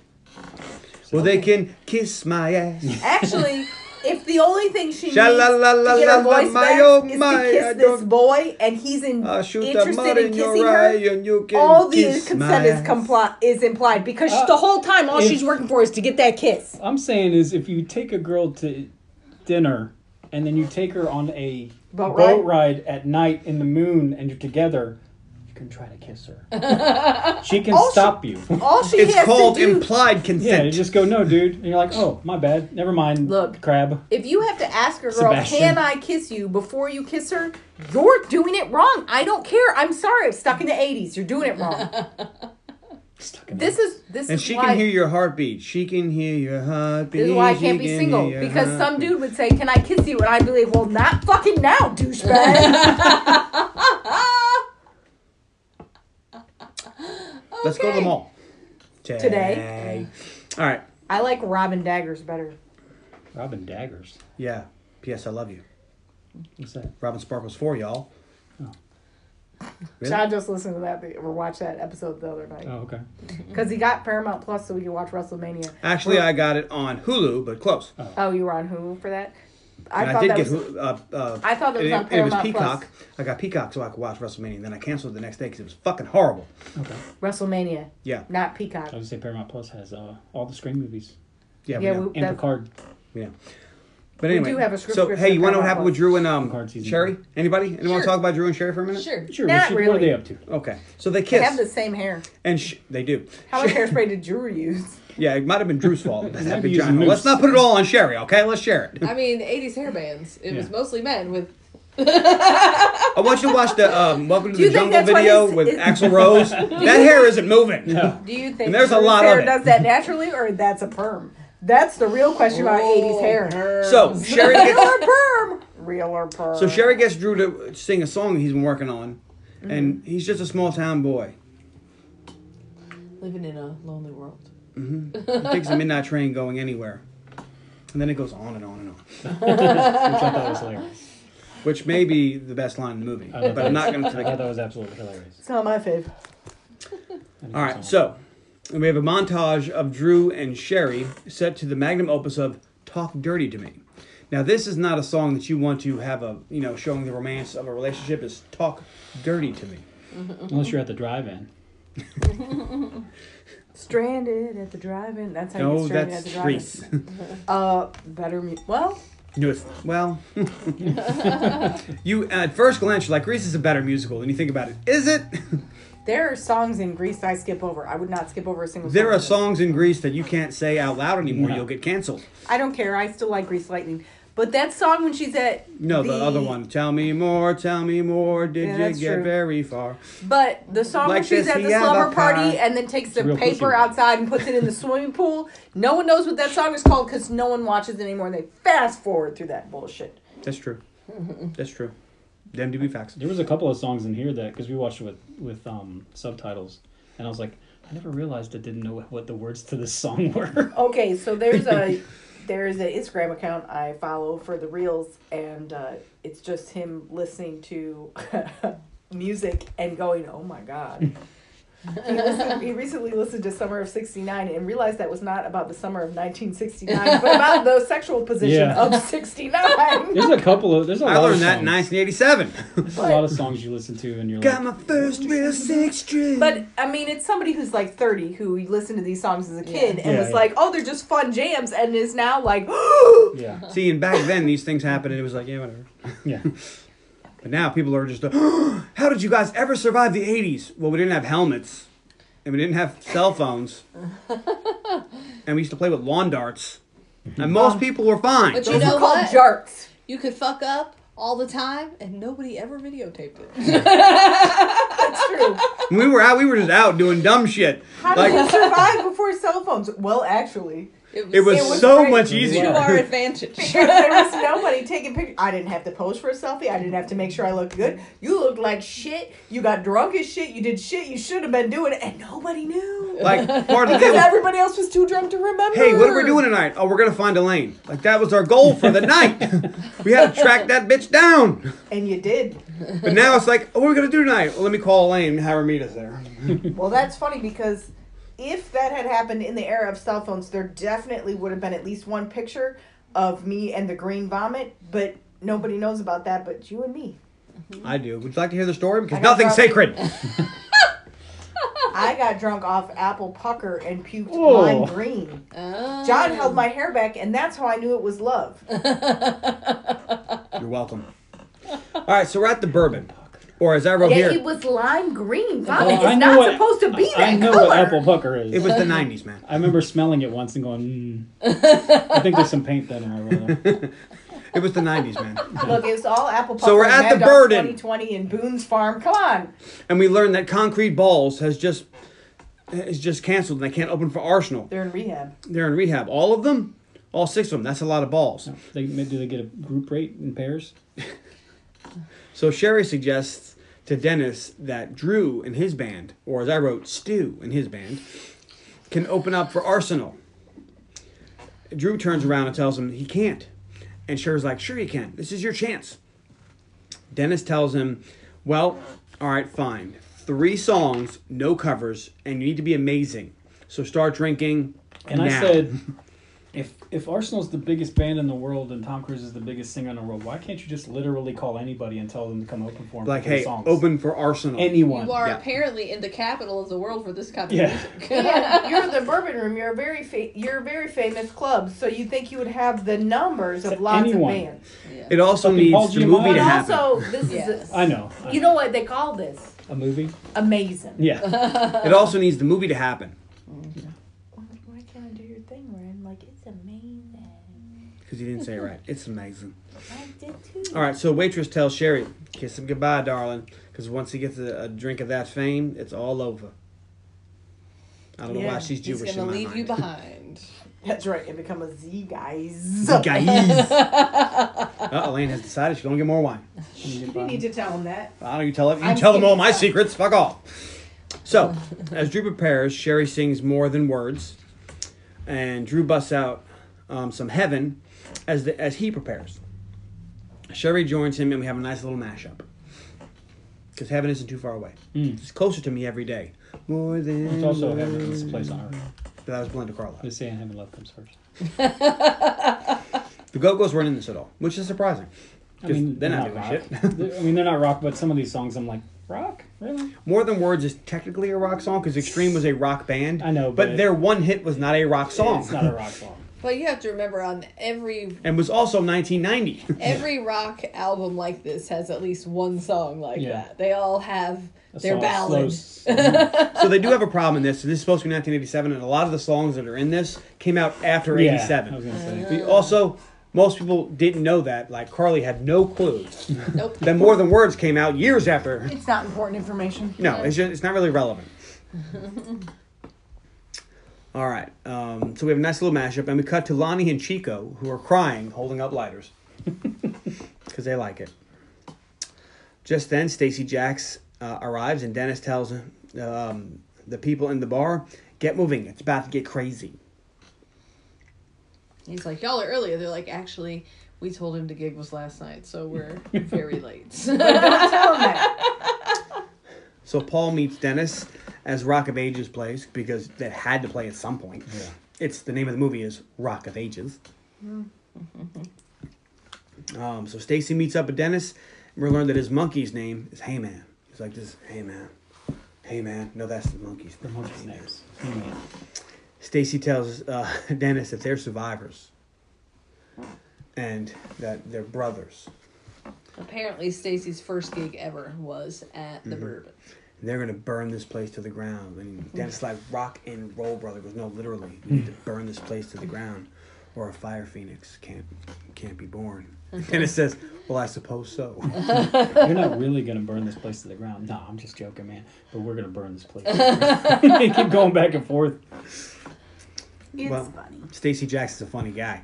Speaker 4: well, they can kiss my ass.
Speaker 1: Actually, if the only thing she needs to get her voice back is to
Speaker 4: Sha-la-la-la-la-la-my-oh-my, I
Speaker 1: kiss this
Speaker 4: don't-
Speaker 1: boy and he's in,
Speaker 4: I'll shoot a
Speaker 1: interested
Speaker 4: mud
Speaker 1: in
Speaker 4: in
Speaker 1: kissing
Speaker 4: your
Speaker 1: her,
Speaker 4: eye and you can
Speaker 1: all the
Speaker 4: kiss
Speaker 1: consent
Speaker 4: my
Speaker 1: is,
Speaker 4: ass.
Speaker 1: compli- is implied because
Speaker 2: Uh,
Speaker 1: the whole time all
Speaker 2: if-
Speaker 1: she's working for is to get that kiss.
Speaker 2: I'm saying is if you take a girl to dinner and then you take her on a
Speaker 1: Boat
Speaker 2: ride at night in the moon and you're together, you can try to kiss her. she can
Speaker 1: All Oh, she-
Speaker 2: stop you.
Speaker 1: All she
Speaker 4: It's
Speaker 1: has
Speaker 4: called
Speaker 1: to do.
Speaker 4: implied
Speaker 2: Yeah, you
Speaker 4: consent.
Speaker 2: just go, no, dude. And you're like, oh, my bad. Never mind,
Speaker 1: Look.
Speaker 2: crab.
Speaker 1: if you have to ask a girl,
Speaker 2: Sebastian.
Speaker 1: "Can I kiss you?" before you kiss her, you're doing it wrong. I don't care. I'm sorry. I'm stuck in the '80s. You're doing it wrong.
Speaker 2: Stuck in
Speaker 1: this
Speaker 2: there.
Speaker 1: is this
Speaker 4: and
Speaker 1: is
Speaker 4: she
Speaker 1: why
Speaker 4: can hear your heartbeat. She can hear your heartbeat.
Speaker 1: This is why I
Speaker 4: She
Speaker 1: can't be
Speaker 4: can
Speaker 1: single
Speaker 4: hear your
Speaker 1: because some
Speaker 4: heartbeat.
Speaker 1: dude would say, "Can I kiss you?" and I'd be like, "Well, not fucking now, douchebag."
Speaker 4: Let's go to the
Speaker 3: Okay.
Speaker 4: mall.
Speaker 1: Today.
Speaker 4: All right.
Speaker 1: I like Robin daggers better.
Speaker 2: Robin Daggers.
Speaker 4: Yeah. P.S. I love you.
Speaker 2: What's that?
Speaker 4: Robin Sparkles 4, y'all. Really?
Speaker 1: John just listened to that the- or watched that episode the other night
Speaker 2: Oh, okay.
Speaker 1: because he got Paramount Plus so we could watch WrestleMania.
Speaker 4: Actually, I got it on Hulu, but close.
Speaker 1: Oh, you were on Hulu for that?
Speaker 4: And
Speaker 1: I
Speaker 4: I,
Speaker 1: thought
Speaker 4: did
Speaker 1: that
Speaker 4: get
Speaker 1: was.
Speaker 4: Hulu. Uh, uh,
Speaker 1: I thought it was on
Speaker 4: it was
Speaker 1: Paramount
Speaker 4: Peacock.
Speaker 1: Plus.
Speaker 4: I got Peacock so I could watch WrestleMania. And then I canceled the next day because it was fucking horrible.
Speaker 2: Okay.
Speaker 1: WrestleMania,
Speaker 4: Yeah.
Speaker 1: not Peacock.
Speaker 2: I would say Paramount Plus has uh, all the Scream movies
Speaker 4: Yeah.
Speaker 1: Yeah,
Speaker 4: we know.
Speaker 1: we-
Speaker 2: and
Speaker 1: That-
Speaker 2: Picard.
Speaker 4: Yeah. But anyway,
Speaker 1: do have a script
Speaker 4: so
Speaker 1: script
Speaker 4: hey,
Speaker 1: for
Speaker 4: you want to know what
Speaker 1: Paramount
Speaker 4: happened
Speaker 1: Plus.
Speaker 4: with Drew and um,
Speaker 2: Card season.
Speaker 4: Sherry? Anybody? Anyone want
Speaker 3: Sure.
Speaker 4: to talk about Drew and Sherry for a minute?
Speaker 3: sure.
Speaker 2: Sure,
Speaker 1: Not
Speaker 2: but she- what are
Speaker 1: really.
Speaker 2: they up to?
Speaker 4: Okay, so they
Speaker 1: They
Speaker 4: kissed,
Speaker 1: have the same hair.
Speaker 4: and sh- they do.
Speaker 1: How much hairspray did Drew use?
Speaker 4: Yeah, it might have been Drew's fault. That
Speaker 2: Maybe
Speaker 4: happened,
Speaker 2: using
Speaker 4: John.
Speaker 2: moose.
Speaker 4: Let's not put it all on Sherry, okay? Let's share it.
Speaker 3: I mean, 80s hairbands. It was
Speaker 2: Yeah.
Speaker 3: mostly men with.
Speaker 4: I want you to watch the um, Welcome to
Speaker 1: you
Speaker 4: the
Speaker 1: think
Speaker 4: Jungle
Speaker 1: that's why
Speaker 4: video
Speaker 1: his-
Speaker 4: with
Speaker 1: his-
Speaker 4: Axl Rose. that hair isn't moving.
Speaker 1: Do you think
Speaker 4: And there's a
Speaker 1: Drew's
Speaker 4: lot of
Speaker 1: hair
Speaker 4: it.
Speaker 1: does that naturally or that's a perm? That's the real question about '80s hair.
Speaker 4: So Sherry
Speaker 1: Real
Speaker 4: gets
Speaker 1: or perm? Real or perm?
Speaker 4: so Sherry gets Drew to sing a song he's been working on,
Speaker 1: Mm-hmm.
Speaker 4: and he's just a small town boy.
Speaker 3: Living in a lonely world.
Speaker 4: He takes a midnight train going anywhere, and then it goes on and on and on,
Speaker 2: Which I thought was hilarious.
Speaker 4: which may be the best line in the movie,
Speaker 2: thought
Speaker 4: but I'm not going to
Speaker 2: I
Speaker 4: take
Speaker 2: thought
Speaker 4: it.
Speaker 2: that was absolutely hilarious.
Speaker 1: It's not my fave.
Speaker 4: All right, so we have a montage of Drew and Sherry set to the magnum opus of "Talk Dirty to Me." Now, this is not a song that you want to have a you know showing the romance of a relationship is "Talk Dirty to Me."
Speaker 2: Unless you're at the drive-in.
Speaker 1: Stranded at the drive-in. That's how you
Speaker 4: No,
Speaker 1: get stranded
Speaker 4: that's
Speaker 1: at the drive-in.
Speaker 4: Grease.
Speaker 1: Uh, better. Mu- well,
Speaker 4: You do it well. you at first glance, you're like Grease is a better musical. Then you think about it. Is it?
Speaker 1: There are songs in Greece I skip over. I would not skip over a single.
Speaker 4: there
Speaker 1: song
Speaker 4: are
Speaker 1: of this.
Speaker 4: songs in Grease that you can't say out loud anymore.
Speaker 2: No.
Speaker 4: You'll get canceled.
Speaker 1: I don't care. I still like Grease Lightning. But that song when she's at
Speaker 4: No, the, other one. Tell me more. Tell me more. Did
Speaker 1: Yeah,
Speaker 4: you
Speaker 1: that's
Speaker 4: get
Speaker 1: true.
Speaker 4: very far?
Speaker 1: But the song where
Speaker 4: Like
Speaker 1: she's
Speaker 4: this
Speaker 1: at the
Speaker 4: here,
Speaker 1: slumber
Speaker 4: Baka.
Speaker 1: party and then takes the
Speaker 2: real
Speaker 1: paper
Speaker 2: pussy.
Speaker 1: outside and puts it in the swimming pool. No one knows what that song is called because no one watches it anymore. and They fast forward through that bullshit.
Speaker 4: That's true. That's true. Them to be facts.
Speaker 2: There was a couple of songs in here that because we watched it with with um, subtitles, and I was like, I never realized I didn't know what the words to this song were.
Speaker 1: Okay, so there's a there's an Instagram account I follow for the reels, and uh, it's just him listening to music and going, "Oh my god." he, listened, he recently listened to Summer of '69 and realized that was not about the summer of 1969, but about the sexual position
Speaker 2: Yeah.
Speaker 1: of '69.
Speaker 2: There's a couple of there's a
Speaker 4: I
Speaker 2: lot of
Speaker 4: learned that in
Speaker 2: songs.
Speaker 4: 1987.
Speaker 2: There's a lot of songs you listen to and you're
Speaker 4: Got
Speaker 2: like,
Speaker 4: my first real six string.
Speaker 1: But I mean, it's somebody who's like 30 who listened to these songs as a kid and
Speaker 2: Yeah,
Speaker 1: was
Speaker 2: yeah.
Speaker 1: like, "Oh, they're just fun jams," and is now like,
Speaker 2: yeah,
Speaker 4: See, and back then these things happened, and it was like, yeah, whatever.
Speaker 2: yeah.
Speaker 4: But now people are just, like, how did you guys ever survive the 80s? Well, we didn't have helmets, and we didn't have cell phones, and we used to play with lawn darts, and most people were fine.
Speaker 3: But
Speaker 1: "Those
Speaker 3: you
Speaker 1: are
Speaker 3: know
Speaker 1: called
Speaker 3: what?
Speaker 1: jarts."
Speaker 3: You could fuck up all the time, and nobody ever videotaped it.
Speaker 1: That's true.
Speaker 4: When we were out, we were just out doing dumb shit.
Speaker 1: How did you
Speaker 4: Like,
Speaker 1: survive before cell phones? Well, actually,
Speaker 4: it was,
Speaker 1: was
Speaker 4: so
Speaker 1: great.
Speaker 4: much
Speaker 2: You
Speaker 4: easier.
Speaker 3: to our advantage.
Speaker 1: there was nobody taking pictures. I didn't have to pose for a selfie. I didn't have to make sure I looked good. You looked like shit. You got drunk as shit. You did shit you should have been doing, and nobody knew
Speaker 4: Like, part of the
Speaker 1: because
Speaker 4: deal.
Speaker 1: everybody else was too drunk to remember.
Speaker 4: Hey, what are we doing tonight? Oh, we're gonna find Elaine. Like that was our goal for the night. we had to track that bitch down.
Speaker 1: And you did.
Speaker 4: But now it's like, oh, what are we gonna do tonight? Well, let me call Elaine and have her meet us there.
Speaker 1: Well, that's funny because if that had happened in the era of cell phones, there definitely would have been at least one picture of me and the green vomit, but nobody knows about that but you and me.
Speaker 4: I do. Would you like to hear the story? Because
Speaker 1: I got
Speaker 4: nothing's
Speaker 1: drunk.
Speaker 4: sacred.
Speaker 1: I got drunk off apple pucker and puked
Speaker 2: Whoa.
Speaker 1: lime green. John held my hair back, and that's how I knew it was love.
Speaker 4: You're welcome. All right, so we're at the bourbon, or as I wrote here,
Speaker 1: was lime green. Vomit
Speaker 2: Well, Oh, I know what- I know what apple pucker is.
Speaker 4: it was the '90s, man.
Speaker 2: I remember smelling it once and going, mm. I think there's some paint thinner over there.
Speaker 4: It was the '90s, man.
Speaker 1: Look, it's all apple pucker.
Speaker 4: So we're
Speaker 1: and
Speaker 4: at the
Speaker 1: Mad Dog
Speaker 4: Burden.
Speaker 1: 2020 in Boone's Farm. Come on.
Speaker 4: And we learned that Concrete Balls has just is just canceled, and they can't open for Arsenal.
Speaker 1: They're in rehab.
Speaker 4: They're in rehab. All of them, all six of them. That's a lot of balls.
Speaker 2: They, do they get a group rate in pairs?
Speaker 4: So Sherry suggests to Dennis that Drew and his band, or as I wrote, Stu and his band, can open up for Arsenal. Drew turns around and tells him he can't. And Sherry's like, sure you can. This is your chance. Dennis tells him, well, all right, fine. Three songs, no covers, and you need to be amazing. So start drinking.
Speaker 2: And I
Speaker 4: now."
Speaker 2: said, if if Arsenal's the biggest band in the world and Tom Cruise is the biggest singer in the world, why can't you just literally call anybody and tell them to come open for him?
Speaker 4: like,
Speaker 2: for three
Speaker 4: hey,
Speaker 2: songs?
Speaker 4: open for Arsenal.
Speaker 2: anyone.
Speaker 3: You are
Speaker 4: Yeah.
Speaker 3: apparently in the capital of the world for this kind of
Speaker 2: Yeah.
Speaker 3: music.
Speaker 1: Yeah, you're the Bourbon Room. You're a very fa- you're a very famous club, so you think you would have the numbers of lots
Speaker 2: Anyone.
Speaker 1: of bands.
Speaker 4: it also
Speaker 2: Fucking Paul
Speaker 4: needs the movie to
Speaker 2: Giamatti.
Speaker 1: But
Speaker 4: happen.
Speaker 1: also, this is
Speaker 3: Yes.
Speaker 1: a,
Speaker 2: I know. I
Speaker 1: you
Speaker 2: know.
Speaker 1: know what they call this?
Speaker 2: a movie.
Speaker 1: Amazing.
Speaker 2: Yeah,
Speaker 4: it also needs the movie to happen.
Speaker 1: Why can't I do your thing where I'm like, it's amazing.
Speaker 4: Because you didn't say it right. It's amazing.
Speaker 1: I did too.
Speaker 4: All right, so waitress tells Sherry, kiss him goodbye, darling, because once he gets a, a drink of that fame, it's all over. I don't know
Speaker 1: Yeah,
Speaker 4: why she's
Speaker 3: He's
Speaker 4: Jewish
Speaker 3: gonna
Speaker 4: in my
Speaker 3: leave
Speaker 4: mind.
Speaker 3: you behind.
Speaker 1: That's right. And become a Z guys.
Speaker 4: Guys. uh, Elaine has decided she's gonna get more wine.
Speaker 1: You didn't need to tell them that.
Speaker 4: Why don't you tell it? You
Speaker 1: I'm
Speaker 4: tell them all my
Speaker 1: scared.
Speaker 4: secrets. Fuck off. So, as Drew prepares, Sherry sings more than words, and Drew busts out um, some heaven as the, as he prepares. Sherry joins him, and we have a nice little mashup. Because heaven isn't too far away; it's closer to me every day. More than
Speaker 2: Hmm. it's also
Speaker 4: words.
Speaker 2: heaven. It's a place on earth.
Speaker 4: But that was Belinda Carlisle.
Speaker 2: They say in heaven love comes first.
Speaker 4: The Go Go's weren't in this at all, which is surprising.
Speaker 2: I
Speaker 4: 'Cause
Speaker 2: mean,
Speaker 4: they're
Speaker 2: they're
Speaker 4: not
Speaker 2: not
Speaker 4: doing
Speaker 2: rock. They're- I mean, they're not rock, but some of these songs, I'm like, rock, really?
Speaker 4: More Than Words is technically a rock song because Extreme was a rock band.
Speaker 2: I know,
Speaker 4: but,
Speaker 2: but-
Speaker 4: their one hit was not a rock song.
Speaker 2: It's not a rock song.
Speaker 3: But you have to remember on every
Speaker 4: and was also 1990.
Speaker 3: every rock album like this has at least one song like
Speaker 2: Yeah.
Speaker 3: that. They all have their
Speaker 2: Song
Speaker 3: ballads.
Speaker 2: slows- yeah,
Speaker 4: so they do have a problem in this. So this is supposed to be 1987, and a lot of the songs that are in this came out after
Speaker 2: I was
Speaker 4: 87.
Speaker 2: gonna say.
Speaker 4: We also, most people didn't know that. Like Carly had no clue.
Speaker 3: Nope.
Speaker 4: then More Than Words came out years after.
Speaker 5: It's not important information.
Speaker 4: No, it's just it's not really relevant. All right, um, so we have a nice little mashup, and we cut to Lonnie and Chico, who are crying, holding up lighters, because they like it. Just then, Stacy Jacks uh, arrives, and Dennis tells um, the people in the bar, "Get moving! It's about to get crazy."
Speaker 3: He's like, y'all are earlier. They're like, actually, we told him the gig was last night, so we're very late.
Speaker 4: So Paul meets Dennis as Rock of Ages plays because they had to play at some point.
Speaker 2: Yeah.
Speaker 4: It's the name of the movie is Rock of Ages.
Speaker 2: Mm-hmm.
Speaker 4: Um, so Stacy meets up with Dennis. And we learn that his monkey's name is Heyman. He's like this Heyman. Heyman. No, that's the monkey's
Speaker 2: The
Speaker 4: name.
Speaker 2: monkey's names. Anyway.
Speaker 4: Stacy tells uh, Dennis that they're survivors and that they're brothers.
Speaker 3: Apparently, Stacy's first gig ever was at the
Speaker 4: Mm-hmm.
Speaker 3: Bourbon.
Speaker 4: and they're gonna burn this place to the ground.
Speaker 3: Mm.
Speaker 4: And Dennis is like rock and roll, brother. He Goes no, literally, we need to burn this place to the ground, or a fire phoenix can't can't be born.
Speaker 3: Uh-huh.
Speaker 4: And Dennis says, "Well, I suppose so."
Speaker 2: You're not really gonna burn this place to the ground. No, I'm just joking, man. But we're gonna burn this place. to the ground. They keep going back and forth.
Speaker 1: It's
Speaker 4: well,
Speaker 1: funny.
Speaker 4: Stacy Jackson's a funny guy.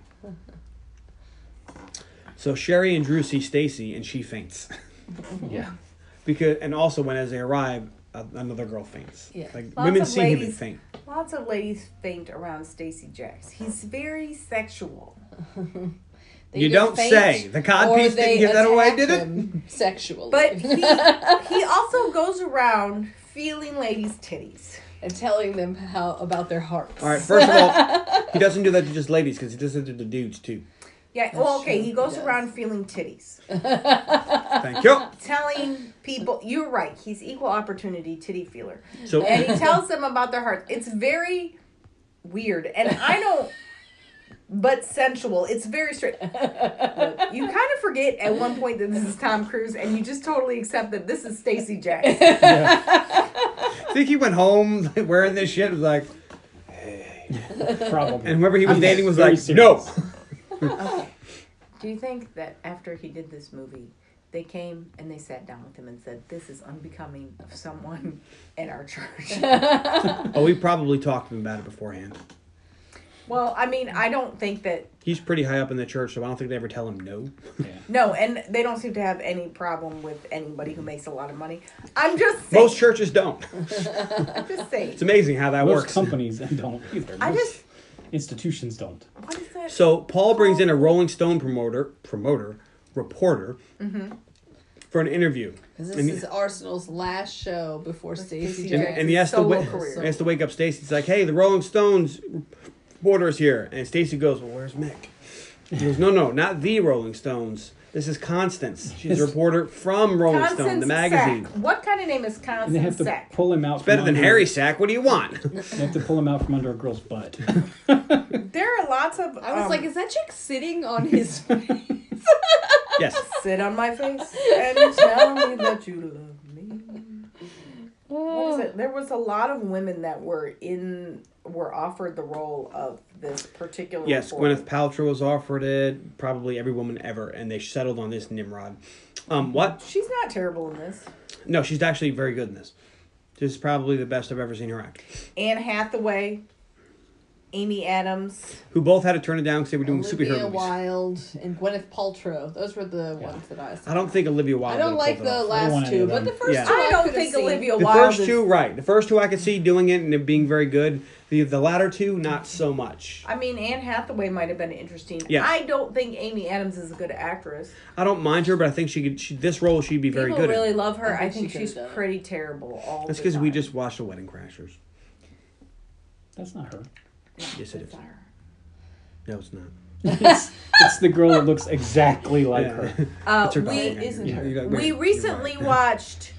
Speaker 4: So Sherry and Drew see Stacy, and she faints
Speaker 2: Yeah.
Speaker 4: because, and also when as they arrive, a, another girl faints.
Speaker 3: Yeah.
Speaker 4: like
Speaker 1: Lots
Speaker 4: women
Speaker 1: of
Speaker 4: see him and
Speaker 1: ladies-
Speaker 4: faint.
Speaker 1: Lots of ladies faint around Stacy Jacks. He's very sexual.
Speaker 3: They
Speaker 4: You
Speaker 3: either
Speaker 4: don't say. The codpiece
Speaker 3: or
Speaker 4: didn't
Speaker 3: they
Speaker 4: give that away,
Speaker 3: attack
Speaker 4: did it?
Speaker 3: him Sexually,
Speaker 1: But he he also goes around feeling ladies' titties.
Speaker 3: and telling them how about their hearts.
Speaker 4: All right, first of all, he doesn't do that to just ladies because he does it to the dudes too.
Speaker 1: Yeah, well, okay,
Speaker 3: true,
Speaker 1: he
Speaker 3: he
Speaker 1: goes
Speaker 3: does.
Speaker 1: around feeling titties.
Speaker 4: Thank you.
Speaker 1: Telling people, you're right, he's equal opportunity titty feeler.
Speaker 4: So
Speaker 1: And he tells them about their hearts. It's very weird. And I don't, but sensual. It's very straight. Look, you kind of forget at one point that this is Tom Cruise and you just totally accept that this is Stacy Jackson.
Speaker 4: I think he went home like, wearing this shit. Was like,
Speaker 2: Probably.
Speaker 4: and whoever he was
Speaker 2: I'm
Speaker 4: dating was
Speaker 2: very
Speaker 4: like,
Speaker 2: serious.
Speaker 4: no.
Speaker 1: Do you think that after he did this movie, they came and they sat down with him and said, This is unbecoming of someone at our church?
Speaker 4: Oh, we probably talked to him about it beforehand.
Speaker 1: Well, I mean, I don't think that
Speaker 4: He's pretty high up in the church, so I don't think they ever tell him no.
Speaker 2: Yeah.
Speaker 1: no, and they don't seem to have any problem with anybody who makes a lot of money. I'm just saying,
Speaker 4: Most churches don't.
Speaker 1: I'm just saying.
Speaker 4: It's amazing how that
Speaker 2: Most
Speaker 4: works.
Speaker 2: companies don't either.
Speaker 1: I
Speaker 2: Most
Speaker 1: just-
Speaker 2: institutions don't.
Speaker 1: What is that?
Speaker 4: So Paul brings in a Rolling Stone promoter, promoter, reporter, for an interview.
Speaker 3: 'Cause Mm-hmm. this
Speaker 4: And-
Speaker 3: is Arsenal's last show before Stacy
Speaker 1: Stacey
Speaker 4: And,
Speaker 1: Jackson's
Speaker 4: and he has to,
Speaker 1: solo
Speaker 4: wa-
Speaker 1: career.
Speaker 4: he has to wake up Stacy. He's like, hey, the Rolling Stones reporter's here. And Stacy goes, well, where's Mick? He goes, no, no, not the Rolling Stones. This is Constance. She's a reporter from Rolling Stone, the magazine.
Speaker 1: Sack. What kind of name is
Speaker 2: And they have
Speaker 1: Constance
Speaker 2: to
Speaker 1: Sack?
Speaker 2: pull him out. from
Speaker 4: Better than
Speaker 2: under-
Speaker 4: Harry Sack. What do you want?
Speaker 2: They have to pull him out from under a girl's butt.
Speaker 1: There are lots of.
Speaker 3: I was
Speaker 1: um,
Speaker 3: like, is that chick sitting on his?
Speaker 4: yes.
Speaker 1: sit on my face and tell me that you love me. What is it? There was a lot of women that were in were offered the role of this particular.
Speaker 4: Yes.
Speaker 1: reporter.
Speaker 4: Gwyneth Paltrow was offered it. Probably every woman ever, and they settled on this Nimrod. Um, what?
Speaker 1: She's not terrible in this.
Speaker 4: No, she's actually very good in this. This is probably the best I've ever seen her act.
Speaker 1: Anne Hathaway, Amy Adams.
Speaker 4: Who both had to turn it down because they were doing superhero
Speaker 3: Olivia
Speaker 4: movies.
Speaker 3: Wilde and Gwyneth Paltrow. Those were the ones that I saw.
Speaker 4: I don't think Olivia Wilde.
Speaker 3: I don't
Speaker 4: would've
Speaker 3: like
Speaker 4: pulled it
Speaker 3: the
Speaker 4: off.
Speaker 2: want
Speaker 3: last
Speaker 2: any
Speaker 3: two,
Speaker 2: of
Speaker 3: but
Speaker 2: them.
Speaker 3: the first
Speaker 4: Yeah.
Speaker 3: two
Speaker 1: I don't
Speaker 3: could've
Speaker 1: think
Speaker 3: seen.
Speaker 1: Olivia
Speaker 4: The
Speaker 1: Wilde.
Speaker 4: first
Speaker 1: is-
Speaker 4: two, right? The first two I could see doing it and it being very good. The the latter two, not so much.
Speaker 1: I mean, Anne Hathaway might have been interesting.
Speaker 4: Yeah.
Speaker 1: I don't think Amy Adams is a good actress.
Speaker 4: I don't mind her, but I think she could. She, this role, she'd be very
Speaker 1: People
Speaker 4: good. at.
Speaker 1: really love her.
Speaker 3: I
Speaker 1: I think,
Speaker 3: think she
Speaker 1: she's
Speaker 3: could've done it.
Speaker 1: pretty terrible. All
Speaker 4: That's
Speaker 1: because
Speaker 4: because we just watched The Wedding Crashers.
Speaker 2: That's not her.
Speaker 4: Yes, it is. No, it's not.
Speaker 2: It's, it's the girl that looks exactly like
Speaker 4: Yeah.
Speaker 2: her.
Speaker 1: Uh,
Speaker 4: It's her
Speaker 1: we
Speaker 4: doppelganger.
Speaker 3: isn't
Speaker 4: Yeah,
Speaker 3: her.
Speaker 4: you're like, wait,
Speaker 1: we
Speaker 4: you're right.
Speaker 1: recently watched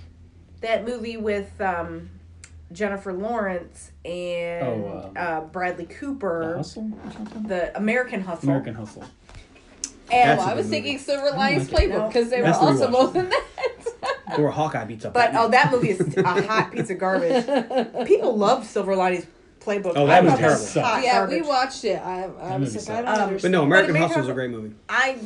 Speaker 1: that movie with um, Jennifer Lawrence and
Speaker 2: Oh, um,
Speaker 1: uh, Bradley Cooper,
Speaker 2: Hustle or something?
Speaker 1: the American Hustle.
Speaker 2: American Hustle.
Speaker 1: And,
Speaker 4: That's
Speaker 3: Well, I was
Speaker 4: a good
Speaker 3: thinking Silver Linings
Speaker 2: like
Speaker 1: No.
Speaker 3: Playbook because they
Speaker 4: That's
Speaker 3: were
Speaker 4: what we
Speaker 3: also
Speaker 4: watched.
Speaker 3: both in that.
Speaker 4: Or Hawkeye beats up.
Speaker 1: but
Speaker 4: Batman.
Speaker 1: oh, that movie is a hot piece of garbage. People love Silver Linings Playbook.
Speaker 4: Oh, that
Speaker 1: I
Speaker 4: was
Speaker 1: thought it
Speaker 2: terrible.
Speaker 1: hot
Speaker 3: yeah,
Speaker 1: garbage.
Speaker 3: we watched it. I, I
Speaker 2: movie
Speaker 3: was like,
Speaker 2: sucked.
Speaker 3: I don't
Speaker 1: Um,
Speaker 3: understand.
Speaker 4: but no, American
Speaker 1: American
Speaker 4: Hustle is a
Speaker 1: Hustle-
Speaker 4: great movie.
Speaker 1: I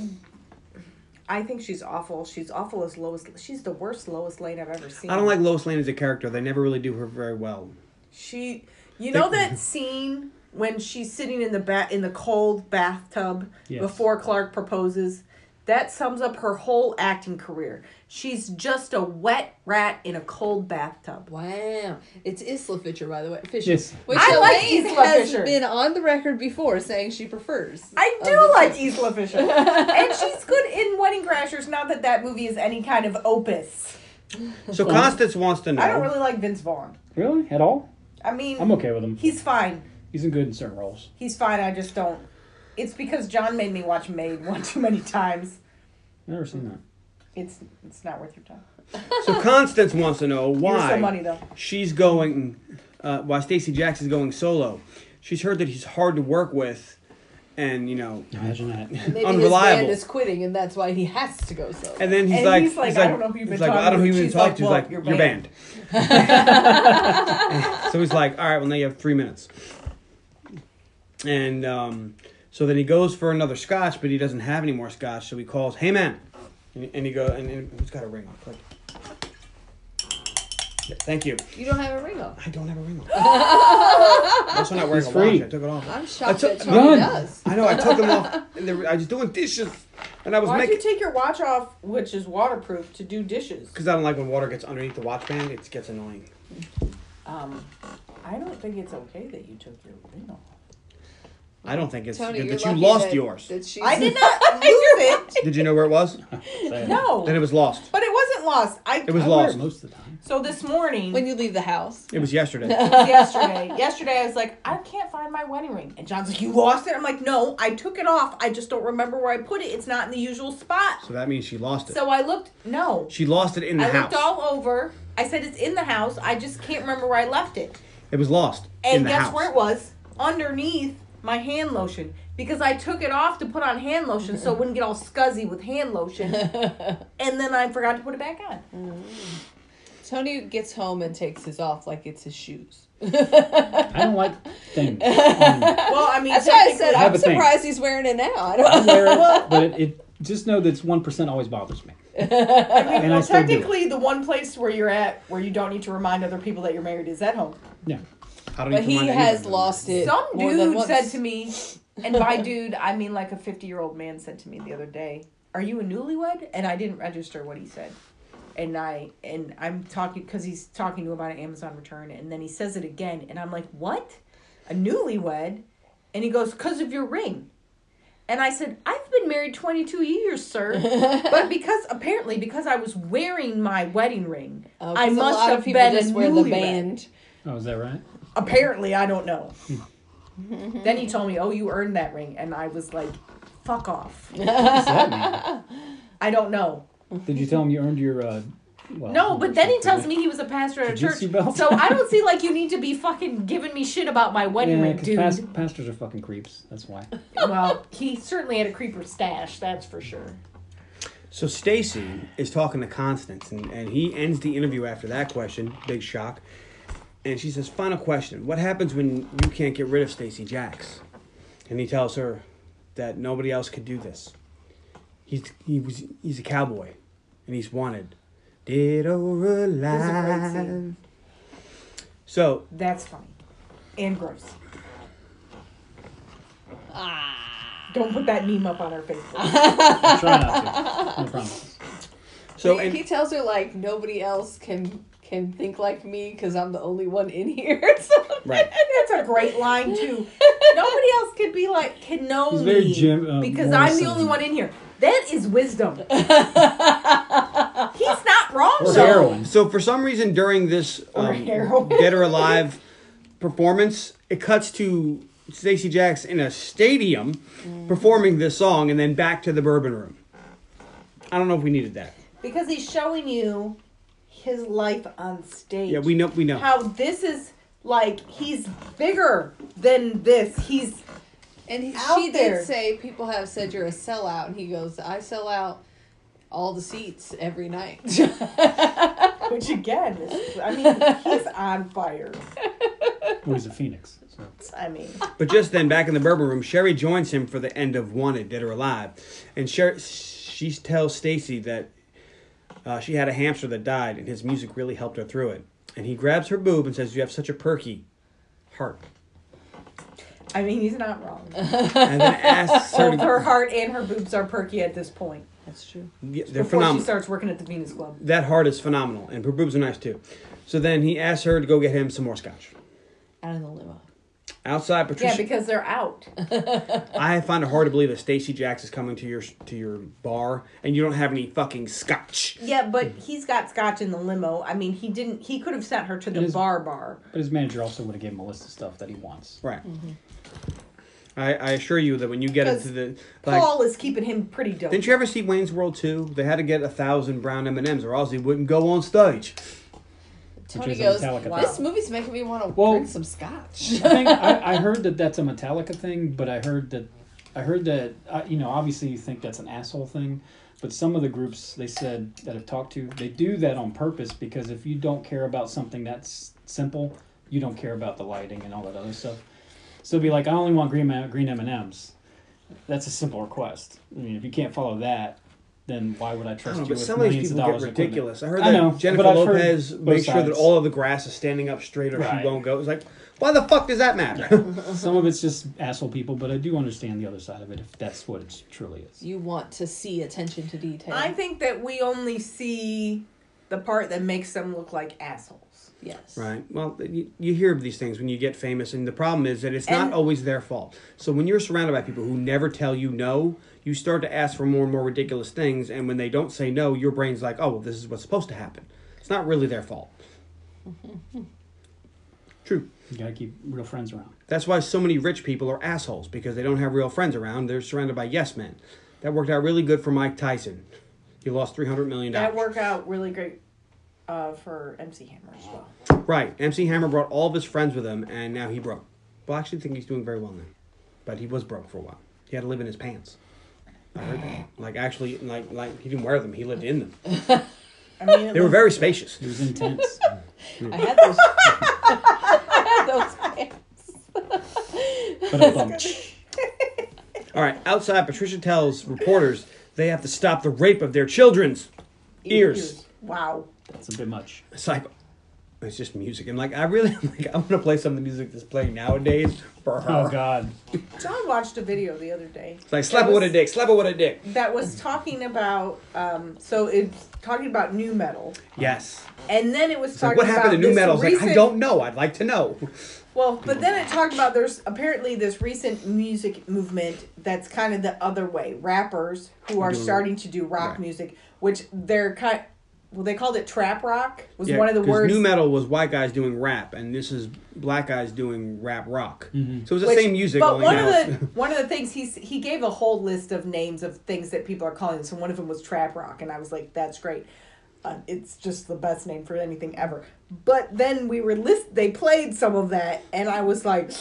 Speaker 1: I think she's awful. She's awful as Lois. She's the worst Lois Lane I've ever seen.
Speaker 4: I don't like Lois Lane as a character. They never really do her very well.
Speaker 1: She, you know that scene when she's sitting in the bat in the cold bathtub
Speaker 2: Yes.
Speaker 1: before Clark proposes. That sums up her whole acting career. She's just a wet rat in a cold bathtub.
Speaker 3: Wow, it's Isla Fisher, by the way. Fisher,
Speaker 2: Yes.
Speaker 3: which
Speaker 1: I like
Speaker 3: Elaine
Speaker 1: Isla
Speaker 3: has
Speaker 1: Fisher.
Speaker 3: been on the record before saying she prefers.
Speaker 1: I
Speaker 3: of
Speaker 1: do
Speaker 3: the
Speaker 1: like
Speaker 3: two.
Speaker 1: Isla Fisher, and she's good in Wedding Crashers. Not that that movie is any kind of opus.
Speaker 4: So Constance wants to know.
Speaker 1: I don't really like Vince Vaughn.
Speaker 2: Really? At all?
Speaker 1: I mean,
Speaker 2: I'm okay with him.
Speaker 1: He's fine.
Speaker 2: He's in good in certain roles.
Speaker 1: He's fine. I just don't. It's because John made me watch Maid one too many times.
Speaker 2: Never seen
Speaker 4: Hmm.
Speaker 2: that.
Speaker 1: It's it's not worth your time.
Speaker 4: So Constance wants to know
Speaker 1: Here's
Speaker 4: why
Speaker 1: some money though.
Speaker 4: she's going, uh, why Stacy Jackson's going solo. She's heard that he's hard to work with, and you know,
Speaker 2: Imagine that.
Speaker 3: Maybe his
Speaker 4: unreliable.
Speaker 3: band is quitting, and that's why he has to go solo.
Speaker 4: And then he's,
Speaker 1: And
Speaker 4: like,
Speaker 1: he's like, "I don't know who you've
Speaker 4: he's
Speaker 1: been
Speaker 4: like,
Speaker 1: talking
Speaker 4: I don't know who
Speaker 1: to."
Speaker 4: you've been
Speaker 1: She's
Speaker 4: talking
Speaker 1: like,
Speaker 4: to.
Speaker 1: "Well,
Speaker 4: He's
Speaker 1: you're
Speaker 4: like, you're
Speaker 1: banned."
Speaker 4: banned. so he's like, all right, well, now you have three minutes. And um, so then he goes for another scotch, but he doesn't have any more scotch. So he calls, hey, man. And, and he goes, and, and who's got a ring on? Click. Yeah, thank you.
Speaker 3: you don't have a ring on.
Speaker 4: I don't have a ring on. I'm also not wearing
Speaker 2: He's
Speaker 4: a watch.
Speaker 2: free.
Speaker 4: I took it off.
Speaker 3: I'm shocked
Speaker 4: took-
Speaker 3: that Tony
Speaker 2: None.
Speaker 3: does.
Speaker 4: I know, I took them off. And they were, I was doing dishes. And I was
Speaker 1: Why'd
Speaker 4: making.
Speaker 1: you take your watch off, which is waterproof, to do dishes?
Speaker 4: Because I don't like when water gets underneath the watch band. It gets annoying.
Speaker 1: Um, I don't think it's okay that you took your ring off.
Speaker 4: I don't think it's
Speaker 3: Tony,
Speaker 4: good
Speaker 3: you're
Speaker 4: that you
Speaker 3: lucky
Speaker 4: lost
Speaker 3: that-
Speaker 4: yours.
Speaker 3: That she's,
Speaker 1: I did not lose it.
Speaker 4: Did you know where it was?
Speaker 1: No,
Speaker 4: Then it was lost.
Speaker 1: but it wasn't lost. I
Speaker 4: It was
Speaker 2: I wear it
Speaker 4: lost.
Speaker 2: most of the time.
Speaker 1: So this morning,
Speaker 3: when you leave the house.
Speaker 4: It was yesterday.
Speaker 1: yesterday, yesterday I was like, I can't find my wedding ring, and John's like, you lost it. I'm like, no, I took it off. I just don't remember where I put it. It's not in the usual spot.
Speaker 4: so that means she lost it.
Speaker 1: So I looked. No,
Speaker 4: she lost it in the
Speaker 1: I
Speaker 4: house.
Speaker 1: looked all over. I said it's in the house. I just can't remember where I left it.
Speaker 4: it was lost in
Speaker 1: And
Speaker 4: the
Speaker 1: guess
Speaker 4: house.
Speaker 1: where it was? Underneath my hand lotion because I took it off to put on hand lotion so it wouldn't get all scuzzy with hand lotion. and then I forgot to put it back on.
Speaker 3: Tony gets home and takes his off like it's his shoes.
Speaker 2: I don't like things. Um,
Speaker 1: Well, I mean,
Speaker 3: That's why I said
Speaker 2: Have
Speaker 3: I'm
Speaker 2: a thing.
Speaker 3: surprised he's wearing it now. I don't.
Speaker 2: I wear it, but it, it just know that's one percent always bothers me. and I still do. it.
Speaker 1: technically the one place where you're at where you don't need to remind other people that you're married is at home.
Speaker 2: Yeah.
Speaker 4: I don't
Speaker 3: But
Speaker 4: even
Speaker 3: he
Speaker 4: remind
Speaker 3: has
Speaker 4: anybody.
Speaker 3: lost it.
Speaker 1: Some
Speaker 3: more than
Speaker 1: dude
Speaker 3: once.
Speaker 1: said to me, and by dude, I mean like a 50 year old man said to me the other day, Are you a newlywed? And I didn't register what he said. And I and I'm talking because he's talking to him about an Amazon return, and then he says it again, and I'm like, "What? A newlywed?" And he goes, "Cause of your ring." And I said, "I've been married 22 years, sir,
Speaker 3: Uh,
Speaker 1: but because apparently because I was wearing my wedding ring,
Speaker 3: Oh, 'cause
Speaker 1: I
Speaker 3: a
Speaker 1: must
Speaker 3: lot of
Speaker 1: have
Speaker 3: people
Speaker 1: been
Speaker 3: just
Speaker 1: a
Speaker 3: wear
Speaker 1: newlywed."
Speaker 3: the band.
Speaker 2: Oh, is that right?
Speaker 1: Apparently, I don't know. then he told me, "Oh, you earned that ring," and I was like, "Fuck off!
Speaker 2: What's that
Speaker 1: I don't know."
Speaker 2: mean? Did you tell him you earned your? Uh, well,
Speaker 1: No, but then he tells me he was a pastor at a church,
Speaker 2: Jujitsu belt?
Speaker 1: so I don't see like you need to be fucking giving me shit about my wedding
Speaker 2: Yeah,
Speaker 1: ring,
Speaker 2: because
Speaker 1: dude.
Speaker 2: past, pastors are fucking creeps. That's why.
Speaker 1: well, he certainly had a creeper stash, that's for sure.
Speaker 4: So Stacy is talking to Constance, and, and he ends the interview after that question. Big shock. And she says, "Final question: What happens when you can't get rid of Stacy Jacks?" And he tells her that nobody else could do this. He's he was he's a cowboy, and he's wanted. Dead or
Speaker 1: great scene.
Speaker 4: alive. So
Speaker 1: That's funny and gross. Don't put that meme up on our Facebook.
Speaker 2: I'll try not to. No promises.
Speaker 4: so
Speaker 3: he,
Speaker 4: and
Speaker 3: he tells her like nobody else can can think like me because I'm the only one in here. or something.
Speaker 4: right.
Speaker 1: That's a great line too. Nobody else could be like can know
Speaker 2: He's very
Speaker 1: me
Speaker 2: Jim, uh,
Speaker 1: because I'm the
Speaker 2: Morrison.
Speaker 1: only one in here. That is wisdom. He's not wrong
Speaker 2: Or
Speaker 1: though.
Speaker 2: heroin.
Speaker 4: So for some reason during this um,
Speaker 1: heroin.
Speaker 4: Dead or Alive performance, it cuts to Stacy Jacks in a stadium performing this song, and then back to the Bourbon Room. I don't know if we needed that.
Speaker 1: Because he's showing you his life on stage.
Speaker 4: Yeah, we know. We know.
Speaker 1: how this is Like he's bigger than this. He's
Speaker 3: And he,
Speaker 1: Out
Speaker 3: she
Speaker 1: there.
Speaker 3: did say people have said you're a sellout, and he goes, "I sell out all the seats every night."
Speaker 1: which again, is, I mean, he's on fire.
Speaker 2: Well, he's a phoenix. So.
Speaker 1: I mean,
Speaker 4: But just then, back in the Bourbon Room, Sherry joins him for the end of Wanted, Dead or Alive, and Sherry she tells Stacy that uh, she had a hamster that died, and his music really helped her through it. And he grabs her boob and says, "You have such a perky heart,"
Speaker 1: I mean, he's not wrong.
Speaker 4: and then asks her.
Speaker 1: Both her
Speaker 4: To,
Speaker 1: heart and her boobs are perky at this point.
Speaker 3: That's true.
Speaker 4: Yeah, they're
Speaker 1: before
Speaker 4: phenomenal.
Speaker 1: she starts working at the Venus Club.
Speaker 4: that heart is phenomenal, and her boobs are nice too. So then he asks her to go get him some more scotch.
Speaker 3: Out of the limo.
Speaker 4: Outside, Patricia.
Speaker 1: Yeah, because they're out.
Speaker 4: I find it hard to believe that Stacy Jacks is coming to your to your bar and you don't have any fucking scotch.
Speaker 1: Yeah, but he's got scotch in the limo. I mean, he didn't. He could have sent her to the
Speaker 2: It is-
Speaker 1: bar bar.
Speaker 2: But his manager also would have gave him a list of stuff that he wants.
Speaker 4: Right.
Speaker 1: Mm-hmm.
Speaker 4: I, I assure you that when you get
Speaker 1: 'Cause
Speaker 4: into the like,
Speaker 1: Paul is keeping him pretty dope.
Speaker 4: didn't you ever see Wayne's World two? They had to get a thousand brown M and M's or else he wouldn't go on stage.
Speaker 3: Tony
Speaker 2: is a
Speaker 3: goes,
Speaker 2: Metallica
Speaker 3: "Wow, "This
Speaker 2: thing.
Speaker 3: movie's making me want to
Speaker 2: Well-
Speaker 3: drink some scotch."
Speaker 2: I, think, I, I heard that that's a Metallica thing, but I heard that I heard that uh, you know obviously you think that's an asshole thing, but some of the groups they said that I've talked to they do that on purpose because if you don't care about something that's simple, you don't care about the lighting and all that other stuff. So be like, I only want green M- green M and M's. That's a simple request. I mean, if you can't follow that. Then why would I
Speaker 4: I don't
Speaker 2: trust
Speaker 4: know,
Speaker 2: you
Speaker 4: Oh, but
Speaker 2: with
Speaker 4: some of
Speaker 2: millions
Speaker 4: these
Speaker 2: of
Speaker 4: people get
Speaker 2: dollars? of equipment?
Speaker 4: ridiculous. I heard that
Speaker 2: I know,
Speaker 4: Jennifer
Speaker 2: but I've heard
Speaker 4: Lopez
Speaker 2: both
Speaker 4: makes sure that
Speaker 2: sides.
Speaker 4: all of the grass is standing up straight or
Speaker 2: Right.
Speaker 4: she won't go. It's like, why the fuck does that matter?
Speaker 2: Some of it's just asshole people, but I do understand the other side of it if that's what it truly is.
Speaker 3: you want to see attention to detail.
Speaker 1: I think that we only see the part that makes them look like assholes.
Speaker 3: yes.
Speaker 4: Right. Well, you, you hear of these things when you get famous, and the problem is that it's
Speaker 1: And-
Speaker 4: not always their fault. So when you're surrounded by people who never tell you no, you start to ask for more and more ridiculous things, and when they don't say no, your brain's like, oh, well, this is what's supposed to happen. It's not really their fault. True.
Speaker 2: You gotta keep real friends around.
Speaker 4: That's why so many rich people are assholes because they don't have real friends around. They're surrounded by yes men. That worked out really good for Mike Tyson. He lost three hundred million dollars.
Speaker 1: That worked out really great uh, for MC Hammer as well.
Speaker 4: Right. MC Hammer brought all of his friends with him, and now he broke. Well, I actually think he's doing very well now, but he was broke for a while. He had to live in his pants. I heard that. Like actually, like like he didn't wear them. He lived in them.
Speaker 1: I mean,
Speaker 4: They were very spacious.
Speaker 2: It was intense.
Speaker 3: I had those. I had those pants.
Speaker 2: but I bumped.
Speaker 4: All right. Outside, Patricia tells reporters they have to stop the rape of their children's ears.
Speaker 1: Wow.
Speaker 2: That's a bit much.
Speaker 4: It's like it's just music. And like I really like I'm gonna play some of the music that's playing nowadays for her.
Speaker 2: Oh God.
Speaker 1: John watched a video the other day
Speaker 4: It's like slap it with a dick. Slap it with a dick.
Speaker 1: that was talking about. Um, so it's talking about new metal,
Speaker 4: Yes.
Speaker 1: and then it was
Speaker 4: It's
Speaker 1: talking
Speaker 4: like, what happened to
Speaker 1: about
Speaker 4: new
Speaker 1: this
Speaker 4: metal? It's like I
Speaker 1: recent-
Speaker 4: don't know. I'd like to know.
Speaker 1: Well, but then it talked about there's apparently this recent music movement that's kind of the other way. Rappers who are
Speaker 4: Doing-
Speaker 1: starting to do rock
Speaker 4: right.
Speaker 1: music, which they're kind. Well, they called it trap rock. Was
Speaker 4: Yeah,
Speaker 1: one of the
Speaker 4: 'cause
Speaker 1: words.
Speaker 4: New metal was white guys doing rap, and this is black guys doing rap rock.
Speaker 2: Mm-hmm.
Speaker 4: So it was the
Speaker 1: which-
Speaker 4: same music.
Speaker 1: But
Speaker 4: only
Speaker 1: one
Speaker 4: now
Speaker 1: of
Speaker 4: it's-
Speaker 1: the one of the things he's he gave a whole list of names of things that people are calling. it. So one of them was trap rock, and I was like, that's great. Uh, it's just the best name for anything ever. But then we were list. They played some of that, and I was like,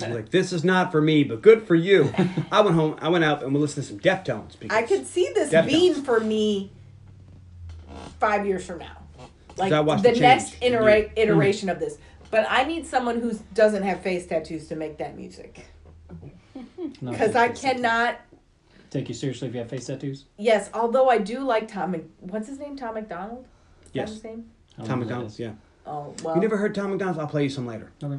Speaker 4: like this is not for me, but good for you. I went home. I went out and we listened to some Deftones. Because
Speaker 1: I could see this
Speaker 4: Deftones.
Speaker 1: being for me five years from now. Like
Speaker 4: I watched
Speaker 1: the
Speaker 4: the
Speaker 1: next
Speaker 4: change. Mm.
Speaker 1: itera- iteration of this. But I need someone who doesn't have face tattoos to make that music. Because I cannot.
Speaker 2: take you seriously if you have face tattoos.
Speaker 1: Yes, although I do like Tom. Mc- What's his name? Tom McDonald? Is that
Speaker 4: Yes.
Speaker 1: His name?
Speaker 2: I don't
Speaker 4: Tom
Speaker 2: know who that
Speaker 4: McDonald's.
Speaker 2: is.
Speaker 4: Yeah,
Speaker 1: Oh, well.
Speaker 4: you never heard Tom McDonald's? I'll play you some later.
Speaker 2: Okay.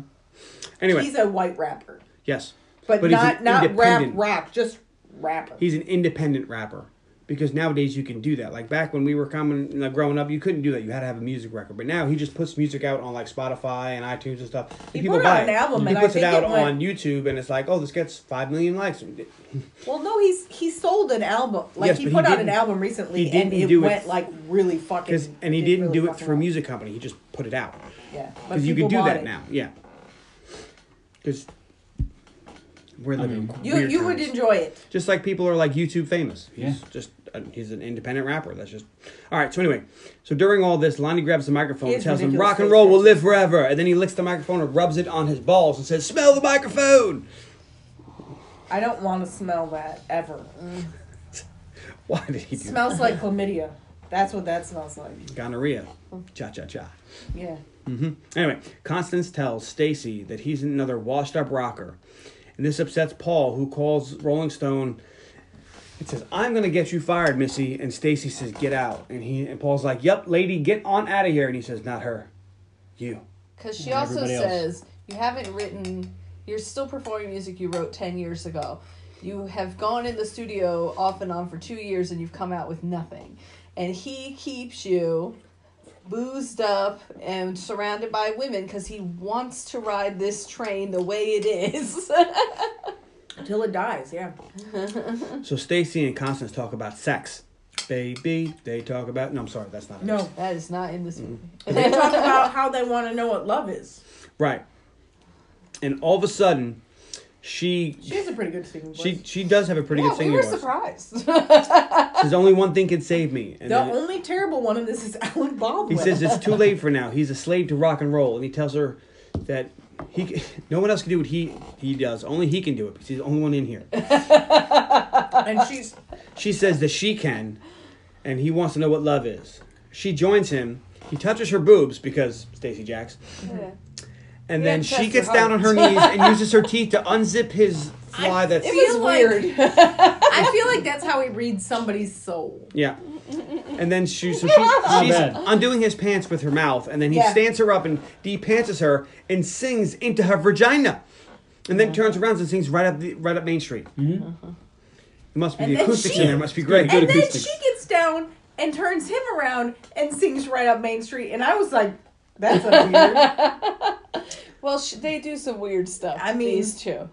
Speaker 4: Anyway,
Speaker 1: He's a white rapper.
Speaker 4: yes,
Speaker 1: But,
Speaker 4: But he's
Speaker 1: not,
Speaker 4: an
Speaker 1: not rap,
Speaker 4: independent-
Speaker 1: rap, just rapper.
Speaker 4: he's an independent rapper because nowadays you can do that. Like back when we were coming, like growing up, you couldn't do that. You had to have a music record. But now he just puts music out on like Spotify and iTunes and stuff. and
Speaker 1: He
Speaker 4: people
Speaker 1: put
Speaker 4: buy
Speaker 1: out an
Speaker 4: it.
Speaker 1: album,
Speaker 4: He
Speaker 1: and I
Speaker 4: puts
Speaker 1: think
Speaker 4: it out
Speaker 1: it went-
Speaker 4: on YouTube, and it's like, oh, this gets five million likes.
Speaker 1: Well, no, he's he sold an album. Like
Speaker 4: Yes,
Speaker 1: he
Speaker 4: but
Speaker 1: put
Speaker 4: he
Speaker 1: out an
Speaker 4: didn't-
Speaker 1: album recently,
Speaker 4: he didn't
Speaker 1: and it
Speaker 4: do it-
Speaker 1: went like really fucking.
Speaker 4: Because and he
Speaker 1: it
Speaker 4: didn't
Speaker 1: really
Speaker 4: do it
Speaker 1: fucking
Speaker 4: through a
Speaker 1: well.
Speaker 4: music company. He just put it out
Speaker 1: Yeah, but
Speaker 4: because you
Speaker 1: people
Speaker 4: can
Speaker 1: bought
Speaker 4: do that
Speaker 1: it.
Speaker 4: now. Yeah. Because we're living.
Speaker 2: mean-
Speaker 1: You
Speaker 4: weird
Speaker 1: you would
Speaker 4: times.
Speaker 1: enjoy it.
Speaker 4: Just like people are like YouTube famous. He's
Speaker 2: Yeah.
Speaker 4: Just uh, he's an independent rapper. That's just all right. So anyway, so during all this, Lonnie grabs the microphone
Speaker 3: He
Speaker 4: and
Speaker 3: is
Speaker 4: tells him,
Speaker 3: ridiculous
Speaker 4: "Rock and roll will
Speaker 3: face.
Speaker 4: live forever." And then he licks the microphone and rubs it on his balls and says, "Smell the microphone."
Speaker 1: I don't want to smell that ever.
Speaker 4: Why did he do that?
Speaker 1: smells like chlamydia. That's what that smells like.
Speaker 4: gonorrhea? Cha cha cha.
Speaker 1: Yeah.
Speaker 4: Anyway, Constance tells Stacy that he's another washed up rocker. And this upsets Paul, who calls Rolling Stone and says, I'm gonna get you fired, Missy. And Stacy says, Get out. And he and Paul's like, Yep, lady, get on out of here. And he says, Not her. You.
Speaker 3: Because she
Speaker 2: And
Speaker 3: also
Speaker 2: everybody else.
Speaker 3: says you haven't written. You're still performing music you wrote ten years ago. You have gone in the studio off and on for two years, and you've come out with nothing. And he keeps you boozed up and surrounded by women because he wants to ride this train the way it is.
Speaker 1: Until it dies, yeah.
Speaker 4: So Stacy and Constance talk about sex. Baby, they talk about no I'm sorry, that's not it.
Speaker 1: No.
Speaker 3: that is not in this movie.
Speaker 1: They talk about how they want to know what love is.
Speaker 4: Right. And all of a sudden, she
Speaker 1: She has a pretty good singing voice.
Speaker 4: she she does have a pretty
Speaker 3: Yeah,
Speaker 4: good
Speaker 3: we
Speaker 4: singing
Speaker 3: were
Speaker 4: voice.
Speaker 3: surprised.
Speaker 4: There's only one thing can save me. And
Speaker 1: the
Speaker 4: then-
Speaker 1: only terrible one in this is Alan
Speaker 4: He
Speaker 1: Baldwin.
Speaker 4: says it's too late for now. He's a slave to rock and roll, and he tells her that he c- no one else can do what he he does. Only he can do it because he's the only one in here.
Speaker 1: and she's
Speaker 4: She says that she can, and he wants to know what love is. She joins him. He touches her boobs because Stacy Jacks,
Speaker 3: Yeah.
Speaker 4: and
Speaker 3: Yeah,
Speaker 4: then she
Speaker 3: touch
Speaker 4: gets
Speaker 3: her
Speaker 4: down on her knees and uses her teeth to unzip his fly. that's
Speaker 3: It was
Speaker 1: feel like-
Speaker 3: weird.
Speaker 1: I feel like that's how he reads somebody's soul.
Speaker 4: yeah. And then she, so she, she's
Speaker 2: bad.
Speaker 4: undoing his pants with her mouth, and then he
Speaker 1: Yeah.
Speaker 4: stands her up and de-pantses her and sings into her vagina, and then turns around and sings right up the, right up Main Street. It must
Speaker 1: Mm-hmm.
Speaker 4: be
Speaker 1: And
Speaker 4: the
Speaker 1: then
Speaker 4: acoustics
Speaker 1: she-
Speaker 4: in there. It must be great.
Speaker 2: good
Speaker 1: And then
Speaker 2: acoustics.
Speaker 1: she gets down and turns him around and sings right up Main Street. And I was like, that's a weird.
Speaker 3: well, sh- they do some weird stuff.
Speaker 1: I mean-
Speaker 3: these two.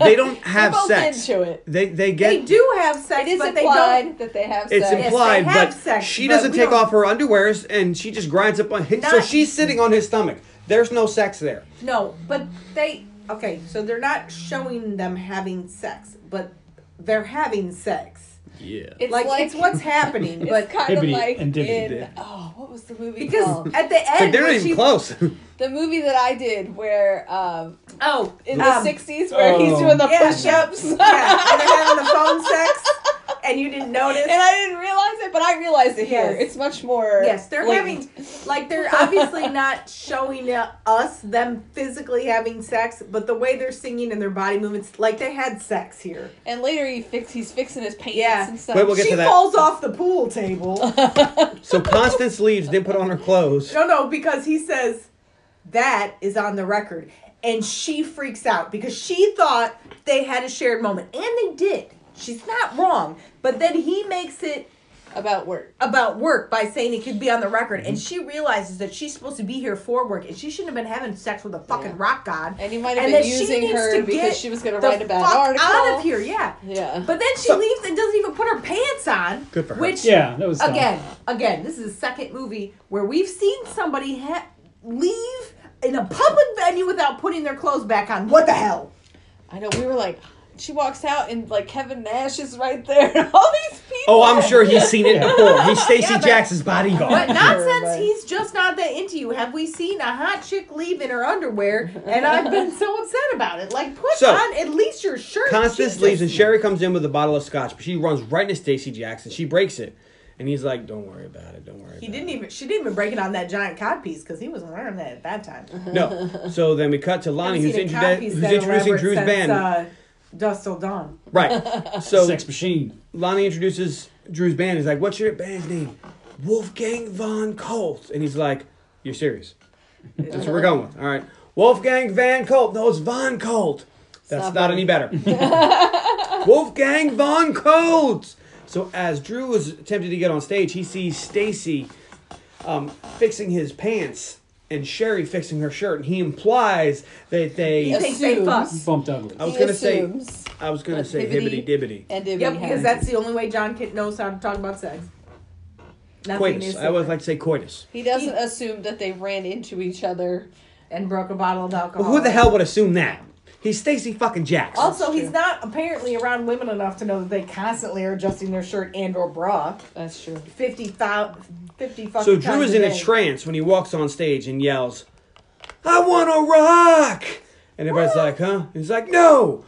Speaker 4: they don't have
Speaker 3: both
Speaker 4: sex.
Speaker 3: into it.
Speaker 4: They they get.
Speaker 1: they do have sex,
Speaker 3: It is
Speaker 1: but they don't.
Speaker 3: implied that they have
Speaker 4: It's
Speaker 3: sex.
Speaker 4: implied,
Speaker 1: have
Speaker 4: but
Speaker 1: sex,
Speaker 4: she
Speaker 1: but
Speaker 4: doesn't
Speaker 1: we
Speaker 4: take
Speaker 1: don't-
Speaker 4: off her underwears and she just grinds up on his. So
Speaker 1: Not-
Speaker 4: she's sitting on his stomach. There's no sex there.
Speaker 1: No, but they okay, so they're not showing them having sex, but they're having sex.
Speaker 4: Yeah.
Speaker 3: It's
Speaker 1: Like, it's what's happening,
Speaker 3: It's
Speaker 1: but
Speaker 3: kind of
Speaker 2: Hibbity
Speaker 3: like
Speaker 2: and dibbity
Speaker 3: in
Speaker 2: dip.
Speaker 3: oh, what was the movie
Speaker 1: because
Speaker 3: called?
Speaker 1: at the end,
Speaker 4: Like they're
Speaker 1: when
Speaker 4: not even
Speaker 1: she-
Speaker 4: close.
Speaker 3: The movie that I did where um,
Speaker 1: Oh,
Speaker 3: in the
Speaker 1: um,
Speaker 3: '60s where he's
Speaker 2: oh.
Speaker 3: doing the
Speaker 1: yeah,
Speaker 3: push-ups,
Speaker 1: yeah, and they're having the phone sex, and you didn't notice.
Speaker 3: and I didn't realize it, but I realized it here.
Speaker 1: Yes.
Speaker 3: It's much more.
Speaker 1: Yes, they're
Speaker 3: blatant.
Speaker 1: having like they're obviously not showing uh, us them physically having sex, but the way they're singing and their body movements, like they had sex here.
Speaker 3: And later he fix he's fixing his pants
Speaker 1: Yeah.
Speaker 3: and stuff.
Speaker 4: Wait, we'll get
Speaker 1: she
Speaker 4: to that.
Speaker 1: falls off the pool table.
Speaker 4: so Constance leaves, didn't put on her clothes.
Speaker 1: No, no, because he says that is on the record. And she freaks out because she thought they had a shared moment. And they did. She's not wrong. But then he makes it
Speaker 3: about work.
Speaker 1: about work by saying it could be on the record. And she realizes that she's supposed to be here for work and she shouldn't have been having sex with a fucking
Speaker 3: Yeah.
Speaker 1: rock god.
Speaker 3: And he might have
Speaker 1: And
Speaker 3: been
Speaker 1: that she
Speaker 3: using
Speaker 1: needs
Speaker 3: her
Speaker 1: to get
Speaker 3: because she was going to
Speaker 1: the
Speaker 3: write about
Speaker 1: fuck
Speaker 3: an article.
Speaker 1: out of here, yeah.
Speaker 3: Yeah.
Speaker 1: But then she leaves and doesn't even put her pants on.
Speaker 4: Good for her.
Speaker 1: Which
Speaker 2: Yeah, that was dumb.
Speaker 1: again, again, this is the second movie where we've seen somebody ha- leave in a public venue without putting their clothes back on. What the hell?
Speaker 3: I know we were like, she walks out and like Kevin Nash is right there, and all these people.
Speaker 4: Oh, I'm sure he's seen it
Speaker 2: Yeah.
Speaker 4: before. He's Stacy
Speaker 1: Yeah, but-
Speaker 4: Jackson's bodyguard.
Speaker 1: But not since
Speaker 3: right.
Speaker 1: he's just not that into you have we seen a hot chick leave in her underwear, and I've been so upset about it. Like, put
Speaker 4: So,
Speaker 1: on at least your shirt.
Speaker 4: Constance
Speaker 1: Jesus.
Speaker 4: leaves, and Sherry comes in with a bottle of scotch, but she runs right into Stacy Jackson. She breaks it, and he's like, "Don't worry about it. Don't worry."
Speaker 1: He
Speaker 4: about
Speaker 1: didn't even. She didn't even break it on that giant codpiece because he wasn't wearing that at that time.
Speaker 4: It. No. So then we cut to Lonnie, who's,
Speaker 1: Haven't seen a
Speaker 4: introdu-
Speaker 1: codpiece
Speaker 4: who's
Speaker 1: that
Speaker 4: introducing
Speaker 1: elaborate
Speaker 4: Drew's
Speaker 1: since,
Speaker 4: band.
Speaker 1: Uh, Dust till dawn.
Speaker 4: right. So
Speaker 2: Sex machine.
Speaker 4: Lonnie introduces Drew's band. He's like, "What's your band's name?" Wolfgang von Colt. And he's like, "You're serious? That's what we're going with. All right." Wolfgang Van Colt. No, it's Von Colt. That's not,
Speaker 3: not
Speaker 4: any better. Wolfgang Von Colt. So as Drew was attempting to get on stage, he sees Stacy um, fixing his pants and Sherry fixing her shirt, and he implies that they.
Speaker 1: He thinks they fuck.
Speaker 3: Assumes.
Speaker 2: Bumped ugly.
Speaker 4: I was
Speaker 3: He
Speaker 4: gonna say.
Speaker 3: assumes.
Speaker 4: I was gonna
Speaker 3: But
Speaker 4: say hibbity
Speaker 3: hibbity-
Speaker 4: dibbity.
Speaker 3: And Dibbity
Speaker 1: Yep, because
Speaker 3: has-
Speaker 1: that's the only way John Kent knows how to talk about sex. Nothing
Speaker 4: Coitus.
Speaker 1: is
Speaker 4: I always
Speaker 1: sacred.
Speaker 4: like to say coitus.
Speaker 3: He doesn't assume that they ran into each other.
Speaker 1: and broke a bottle of alcohol.
Speaker 4: Who the hell would assume that? He's Stacy fucking Jackson.
Speaker 1: Um, Also, he's not apparently around women enough to know that they constantly are adjusting their shirt and or bra.
Speaker 3: That's true.
Speaker 1: 50, thou- 50 fucking
Speaker 4: so Drew
Speaker 1: times
Speaker 4: is in a
Speaker 1: day.
Speaker 4: trance when he walks on stage and yells, "I want to rock!" And everybody's like, "Huh?" He's like, "No,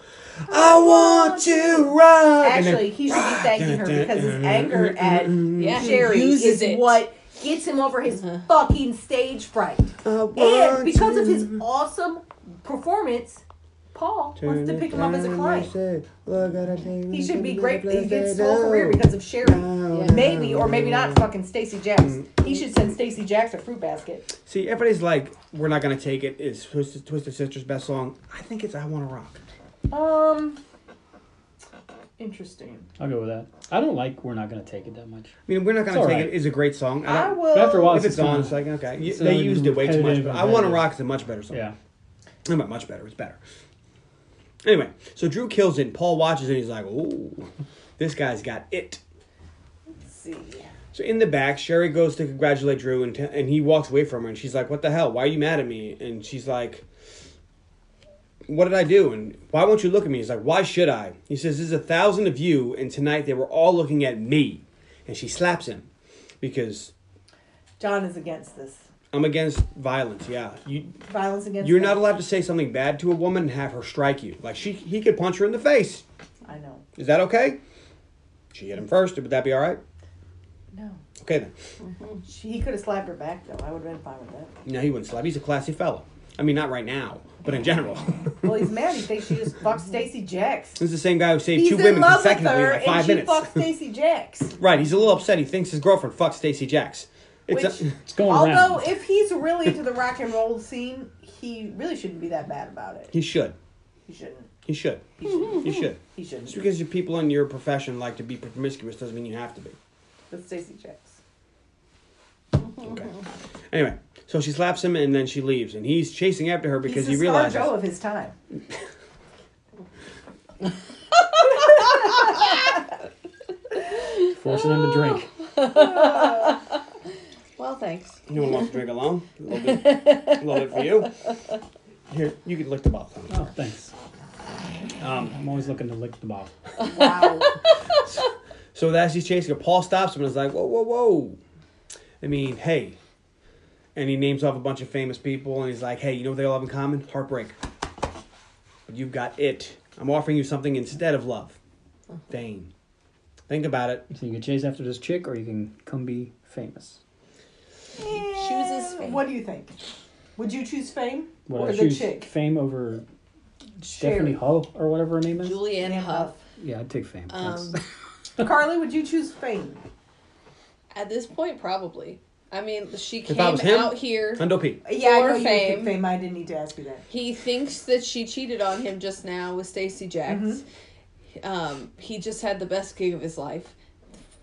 Speaker 4: I want to rock." And then-
Speaker 1: Actually, he should be thanking her because his anger at
Speaker 3: Yeah, he
Speaker 1: Sherry
Speaker 3: uses
Speaker 1: is
Speaker 3: it. Uh-huh.
Speaker 1: what gets him over his fucking stage fright.
Speaker 4: I
Speaker 1: And
Speaker 4: want
Speaker 1: because of
Speaker 4: to
Speaker 1: his awesome performance, Paul wants to pick him up as a client. He
Speaker 4: He
Speaker 1: should be great. He gets his whole career because of Sherry. Maybe or maybe not fucking Stacy Jacks.
Speaker 4: Mm.
Speaker 1: He should send Stacy Jacks a fruit basket.
Speaker 4: See, everybody's like, "We're not gonna take it." Is Twisted, Twisted Sister's best song? I think it's "I Want to Rock."
Speaker 1: Um interesting.
Speaker 2: I'll go with that. I don't like We're Not Gonna Take It that much.
Speaker 4: I mean, "We're Not Gonna
Speaker 2: It's
Speaker 4: Take
Speaker 2: all right.
Speaker 4: It" is a great song. I
Speaker 1: I
Speaker 4: don't.
Speaker 1: will
Speaker 2: But after a while,
Speaker 4: if it's
Speaker 2: kinda-
Speaker 4: on, it's like okay. You-
Speaker 2: it's,
Speaker 4: they
Speaker 2: um,
Speaker 4: used it way too much.
Speaker 2: repetitive
Speaker 4: But
Speaker 2: and
Speaker 4: "I Want to
Speaker 2: repetitive.
Speaker 4: Rock" is a much better song.
Speaker 2: Yeah.
Speaker 4: Not much better. It's better. Anyway, so Drew kills it. And Paul watches it. And he's like, "Oh, this guy's got it."
Speaker 1: see.
Speaker 4: So in the back, Sherry goes to congratulate Drew, and t- and he walks away from her, and she's like, "What the hell? Why are you mad at me?" And she's like, "What did I do? And why won't you look at me?" He's like, "Why should I?" He says, "There's a thousand of you, and tonight they were all looking at me," and she slaps him because
Speaker 1: John is against this.
Speaker 4: I'm against violence. Yeah, you
Speaker 1: Violence against
Speaker 4: you're
Speaker 1: women.
Speaker 4: not allowed to say something bad to a woman and have her strike you. Like she he could punch her in the face.
Speaker 1: I know.
Speaker 4: Is that okay? She hit him first. Would that be all right?
Speaker 1: No.
Speaker 4: Okay then.
Speaker 1: She, he could have slapped her back though. I would have been fine with that.
Speaker 4: No, he wouldn't slap. He's a classy fellow. I mean, not right now, but in general.
Speaker 1: Well, he's mad. He thinks she just fucked Stacy Jacks.
Speaker 4: this is the same guy who saved
Speaker 1: He's
Speaker 4: two
Speaker 1: in
Speaker 4: women
Speaker 1: love with
Speaker 4: consecutively
Speaker 1: her,
Speaker 4: in like five
Speaker 1: and
Speaker 4: minutes.
Speaker 1: she fucks Stacy Jacks.
Speaker 4: right, he's a little upset. He thinks his girlfriend fuckks Stacy Jacks. It's
Speaker 1: Which,
Speaker 4: a,
Speaker 2: It's going
Speaker 1: although,
Speaker 2: around.
Speaker 1: if he's really into the rock and roll scene, he really shouldn't be that mad about it.
Speaker 4: he should.
Speaker 1: He shouldn't.
Speaker 4: He should. He should.
Speaker 1: He shouldn't.
Speaker 4: Just because your people in your profession like to be promiscuous doesn't mean you have to be.
Speaker 1: That's Stacy Jacks.
Speaker 4: Okay. Anyway, so she slaps him and then she leaves, and he's chasing after her because
Speaker 1: he's
Speaker 4: he
Speaker 1: the Scar
Speaker 4: realizes.
Speaker 1: Joe of his time.
Speaker 2: Forcing him to drink.
Speaker 3: Well, thanks.
Speaker 4: You want to drink alone? A little bit, a little bit for you. Here, you can lick the bottle.
Speaker 2: Oh, thanks. Um, I'm always looking to lick the ball.
Speaker 1: Wow.
Speaker 4: So as he's chasing her, Paul stops him and is like, "Whoa, whoa, whoa!" I mean, hey. And he names off a bunch of famous people, and he's like, "Hey, you know what they all have in common? Heartbreak. But you've got it. I'm offering you something instead of love, fame. Think about it.
Speaker 2: So you can chase after this chick, or you can come be famous.
Speaker 3: Chooses fame.
Speaker 1: What do you think? Would you choose fame
Speaker 2: Would
Speaker 1: or
Speaker 2: I
Speaker 1: the
Speaker 2: choose
Speaker 1: chick?
Speaker 2: fame over Stephanie
Speaker 1: Sherry.
Speaker 2: Ho or whatever her name is?
Speaker 3: Julianne Huff.
Speaker 2: Yeah, I'd take fame.
Speaker 3: Um,
Speaker 2: thanks.
Speaker 1: Carly, would you choose fame?
Speaker 3: At this point, probably. I mean, she
Speaker 4: I
Speaker 3: came
Speaker 4: was him,
Speaker 3: out here.
Speaker 4: Hundo P.
Speaker 1: Yeah, I
Speaker 3: Or
Speaker 1: know you would pick
Speaker 3: fame.
Speaker 1: fame. I didn't need to ask you that.
Speaker 3: He thinks that she cheated on him just now with Stacy Jacks. Um, he just had the best gig of his life.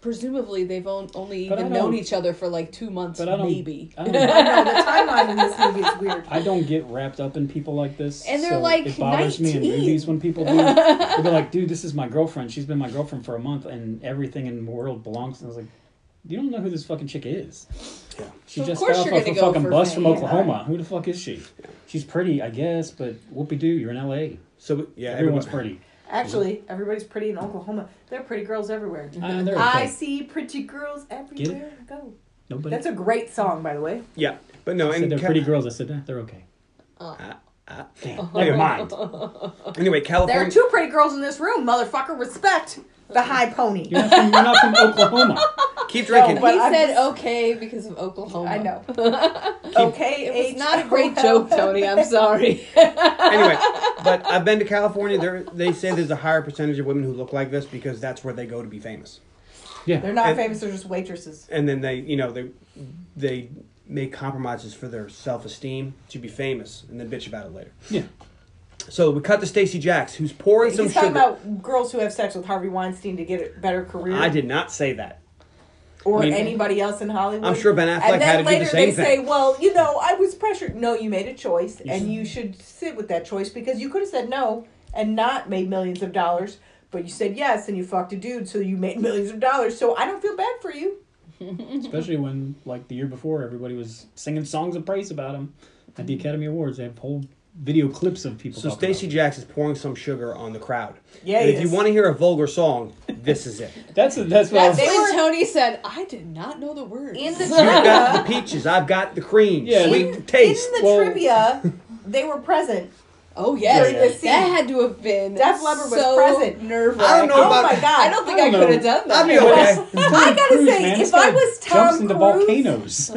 Speaker 3: Presumably, they've on, only
Speaker 2: But I
Speaker 3: even known
Speaker 2: don't-
Speaker 3: each other for like two months,
Speaker 2: But I don't.
Speaker 3: maybe.
Speaker 2: I don't,
Speaker 1: No, the timeline in this movie is weird.
Speaker 2: I don't get wrapped up in people like this.
Speaker 3: And they're
Speaker 2: so
Speaker 3: like
Speaker 2: it bothers me
Speaker 3: 19.
Speaker 2: in movies when people do. They'll be like, "Dude, this is my girlfriend. She's been my girlfriend for a month, and everything in the world belongs." And I was like, "You don't know who this fucking chick is.
Speaker 4: Yeah.
Speaker 2: She
Speaker 3: Of
Speaker 2: just
Speaker 3: course
Speaker 2: got off
Speaker 3: you're
Speaker 2: of a
Speaker 3: gonna go
Speaker 2: fucking
Speaker 3: for
Speaker 2: bus from
Speaker 3: fame.
Speaker 2: Oklahoma. Who the fuck is she? She's pretty, I guess, but whoopee doo, you're in L.A.
Speaker 4: So yeah,
Speaker 2: Everyone's
Speaker 4: everyone-
Speaker 2: pretty.
Speaker 1: Actually, everybody's pretty in Oklahoma. There are pretty girls everywhere.
Speaker 2: I, Uh, they're
Speaker 1: I
Speaker 2: okay.
Speaker 1: see pretty girls
Speaker 2: Get
Speaker 1: everywhere I go.
Speaker 2: Nobody.
Speaker 1: That's a great song, by the way.
Speaker 4: Yeah, but no,
Speaker 2: I
Speaker 4: and
Speaker 2: said they're
Speaker 4: Ca-
Speaker 2: pretty girls. I said "Nah, they're okay.
Speaker 1: Uh.
Speaker 4: Ah,
Speaker 1: Oh.
Speaker 4: damn, never mind.
Speaker 1: There are
Speaker 4: Anyway, California.
Speaker 1: two pretty girls in this room, motherfucker. Respect the high pony.
Speaker 2: You're not from, you're not from Oklahoma.
Speaker 4: keep drinking.
Speaker 1: but
Speaker 3: he
Speaker 1: I'm
Speaker 3: said
Speaker 1: just-
Speaker 3: okay because of Oklahoma.
Speaker 1: I know. okay,
Speaker 3: It was not a great joke, Tony. I'm sorry.
Speaker 4: anyway, but I've been to California. There, they say there's a higher percentage of women who look like this because that's where they go to be famous.
Speaker 1: They're
Speaker 2: Yeah,
Speaker 1: not
Speaker 4: And-
Speaker 1: famous. They're just waitresses.
Speaker 4: and then they you know they they make compromises for their self-esteem to be famous and then bitch about it later
Speaker 2: yeah.
Speaker 4: so we cut to stacy jacks who's pouring
Speaker 1: He's
Speaker 4: some
Speaker 1: talking
Speaker 4: sugar
Speaker 1: about girls who have sex with Harvey Weinstein to get a better career,
Speaker 4: i did not say that
Speaker 1: or
Speaker 4: I mean-
Speaker 1: anybody else in Hollywood.
Speaker 4: i'm sure ben affleck
Speaker 1: And
Speaker 4: had
Speaker 1: then
Speaker 4: to do
Speaker 1: later
Speaker 4: the
Speaker 1: they
Speaker 4: same
Speaker 1: say,
Speaker 4: thing
Speaker 1: "Well, you know, I was pressured. No, you made a choice, and you should sit with that choice because you could have said no and not made millions of dollars, but you said yes and you fucked a dude, so you made millions of dollars. So I don't feel bad for you.
Speaker 2: Especially when, like the year before, everybody was singing songs of praise about him at the Academy Awards. They have whole video clips of people.
Speaker 4: So
Speaker 2: talking about
Speaker 4: Stacy Jackson's pouring some sugar on the crowd.
Speaker 1: Yeah,
Speaker 4: And
Speaker 1: he
Speaker 4: if you
Speaker 1: is.
Speaker 4: want to hear a vulgar song, this is it.
Speaker 2: it. That's that's what I was.
Speaker 3: That's when Tony said, I did not know the words.
Speaker 1: In
Speaker 4: You've
Speaker 1: the
Speaker 4: got the peaches. I've got the cream.
Speaker 2: Yeah,
Speaker 4: Sweet
Speaker 2: they-
Speaker 1: in
Speaker 4: taste.
Speaker 1: the
Speaker 2: Well-
Speaker 1: trivia, they were present.
Speaker 3: oh, yes.
Speaker 2: During
Speaker 1: the
Speaker 3: That
Speaker 1: scene.
Speaker 3: had to have been
Speaker 1: Def Leppard was
Speaker 3: so
Speaker 1: present.
Speaker 3: nerve
Speaker 4: I don't know
Speaker 1: Oh
Speaker 4: about-
Speaker 1: my god!
Speaker 3: I don't think I,
Speaker 2: I don't
Speaker 3: could have
Speaker 2: know.
Speaker 3: done that.
Speaker 4: I'd be okay.
Speaker 1: I gotta
Speaker 2: Cruise,
Speaker 1: say,
Speaker 2: man, this
Speaker 1: if I
Speaker 2: guy
Speaker 1: was Tom
Speaker 2: jumps into
Speaker 1: Cruise-
Speaker 2: volcanoes.
Speaker 1: eh,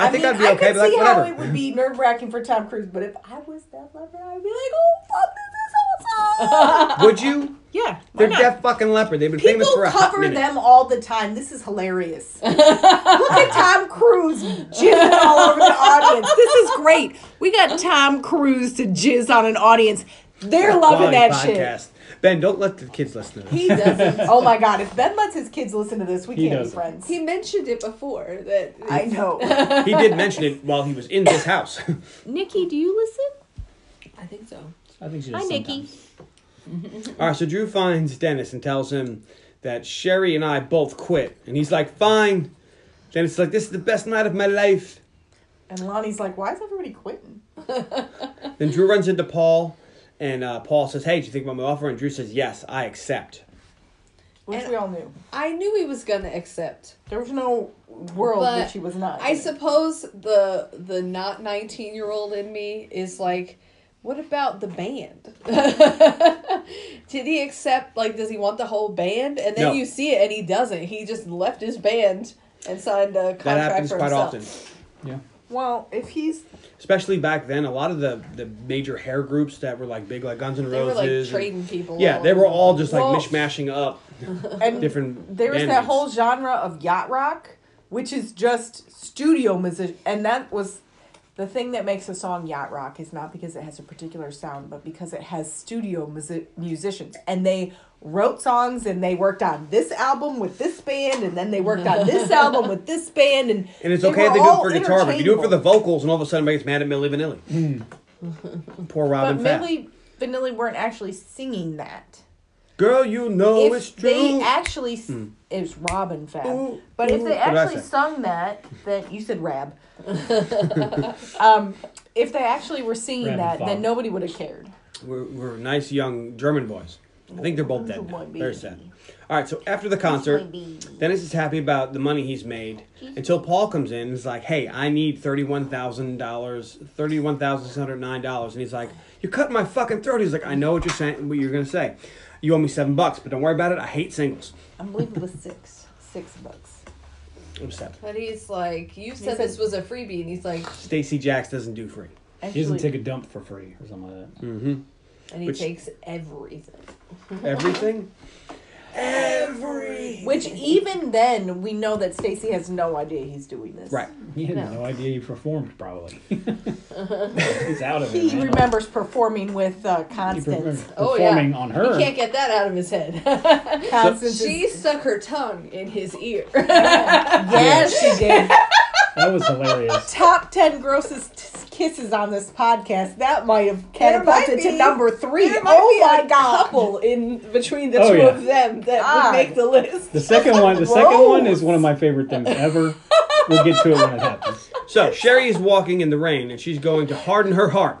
Speaker 1: I,
Speaker 4: I think
Speaker 1: mean,
Speaker 4: I'd be
Speaker 1: I
Speaker 4: okay,
Speaker 1: could
Speaker 4: but like,
Speaker 1: see
Speaker 4: whatever.
Speaker 1: how it would be nerve wracking for Tom Cruise, but if I was Def Leppard, I'd be like, "Oh, fuck, this is awesome!"
Speaker 4: Would you?
Speaker 7: Yeah, why
Speaker 4: They're
Speaker 7: not?
Speaker 4: deaf fucking leopard. They've been famous for
Speaker 1: People
Speaker 4: a hot
Speaker 1: cover
Speaker 4: minute.
Speaker 1: them all the time. This is hilarious. Look at Tom Cruise jizzing all over the audience.
Speaker 7: This is great. We got Tom Cruise to jizz on an audience. They're loving
Speaker 4: Quality
Speaker 7: that shit.
Speaker 4: podcast. Ben, don't let the kids listen to this.
Speaker 3: He doesn't.
Speaker 1: Oh my god! If Ben lets his kids listen to this, we
Speaker 2: He
Speaker 1: can't be
Speaker 2: doesn't.
Speaker 1: friends.
Speaker 3: He mentioned it before that
Speaker 1: I know.
Speaker 4: He did mention it while he was in this house.
Speaker 7: Nikki, do you listen?
Speaker 3: I think so.
Speaker 2: I think she
Speaker 7: Hi,
Speaker 2: does
Speaker 7: Nikki.
Speaker 2: sometimes.
Speaker 4: All right, so Drew finds Dennis and tells him that Sherry and I both quit. And he's like, fine. Dennis is like, this is the best night of my life.
Speaker 1: And Lonnie's like, "Why is everybody quitting?"
Speaker 4: Then Drew runs into Paul, and uh, Paul says, hey, do you think about my offer? And Drew says, yes, I accept.
Speaker 1: Which
Speaker 3: And-
Speaker 1: we all knew.
Speaker 3: I knew he was gonna accept.
Speaker 1: There was no world
Speaker 3: But
Speaker 1: which he was not.
Speaker 3: I suppose the the not nineteen year old in me is like, what about the band? Did he accept? Like, does he want the whole band? And then
Speaker 4: No.
Speaker 3: you see it, and he doesn't. He just left his band and signed a contract
Speaker 4: That happens
Speaker 3: for
Speaker 4: quite
Speaker 3: himself.
Speaker 4: often.
Speaker 2: Yeah.
Speaker 1: Well, if he's
Speaker 4: Especially back then, a lot of the, the major hair groups that were like big, like Guns N'
Speaker 3: They were
Speaker 4: Roses.
Speaker 3: like
Speaker 4: and-
Speaker 3: trading people.
Speaker 4: yeah, they were all just like
Speaker 1: Well-
Speaker 4: mishmashing up
Speaker 1: and
Speaker 4: different.
Speaker 1: there was
Speaker 4: band
Speaker 1: that
Speaker 4: names.
Speaker 1: whole genre of yacht rock, which is just studio music, and that was the thing that makes a song yacht rock is not because it has a particular sound, but because it has studio music- musicians, and they wrote songs and they worked on this album with this band, and then they worked on this album with this band, and
Speaker 4: And it's
Speaker 1: they were
Speaker 4: okay if they do it
Speaker 1: all
Speaker 4: for guitar, but if you do it for
Speaker 1: interchangeable.
Speaker 4: the vocals, and all of a sudden everybody gets mad at Millie Vanilli. Poor Robin
Speaker 1: But
Speaker 4: Fat.
Speaker 1: Millie Vanilli weren't actually singing that.
Speaker 4: Girl, you know
Speaker 1: if
Speaker 4: Oh, it's true. Hmm.
Speaker 1: they actually s it's Robin Fab,
Speaker 4: Ooh,
Speaker 1: but if
Speaker 4: ooh.
Speaker 1: they
Speaker 4: What did I
Speaker 1: actually
Speaker 4: say?
Speaker 1: sung that, then you said Rab. um, if they actually were singing
Speaker 2: Rab and
Speaker 1: that,
Speaker 2: Fab.
Speaker 1: then nobody would have cared.
Speaker 4: we're, we're nice young German boys. I think they're both dead now.
Speaker 1: One
Speaker 4: Very
Speaker 1: baby.
Speaker 4: sad. All right, so after the concert, Dennis is happy about the money he's made until Paul comes in and is like, hey, I need $31,000, $31,609. And he's like, you're cutting my fucking throat. He's like, I know what you're saying, what you're going to say. You owe me seven bucks, but don't worry about it. I hate singles.
Speaker 1: I believe it was six, six bucks.
Speaker 4: I'm seven.
Speaker 3: But he's like, you said
Speaker 1: said-
Speaker 3: this was a freebie, and he's like,
Speaker 4: Stacy Jacks doesn't do free.
Speaker 2: He doesn't
Speaker 1: Actually,
Speaker 2: take a dump for free or something like
Speaker 1: Mm.
Speaker 2: that.
Speaker 3: and he
Speaker 4: Which-
Speaker 3: takes everything.
Speaker 4: Everything? Every.
Speaker 1: which even then we know that Stacy has no idea he's doing this.
Speaker 4: Right.
Speaker 2: He had
Speaker 3: No.
Speaker 2: no, idea he performed. Probably. He's out of it.
Speaker 1: He
Speaker 2: man.
Speaker 1: remembers performing with uh,
Speaker 2: He
Speaker 1: Constance.
Speaker 2: performed-
Speaker 3: Oh, yeah.
Speaker 2: performing on her.
Speaker 3: He can't get that out of his head.
Speaker 1: Constance, is-
Speaker 3: She stuck her tongue in his ear.
Speaker 1: yes, she did.
Speaker 2: That was hilarious.
Speaker 1: top 10 grossest t- kisses on this podcast. That might have
Speaker 3: There might
Speaker 1: catapulted
Speaker 3: be-
Speaker 1: to number three.
Speaker 3: there might
Speaker 1: Oh
Speaker 3: be
Speaker 1: my
Speaker 3: a
Speaker 1: god.
Speaker 3: couple in between the
Speaker 2: Oh,
Speaker 3: two
Speaker 2: yeah.
Speaker 3: of them that
Speaker 1: God.
Speaker 3: would make the list.
Speaker 2: The second one. The second one is one of my favorite things ever. We'll get to it when it happens.
Speaker 4: So Sherry is walking in the rain and she's going to harden her heart.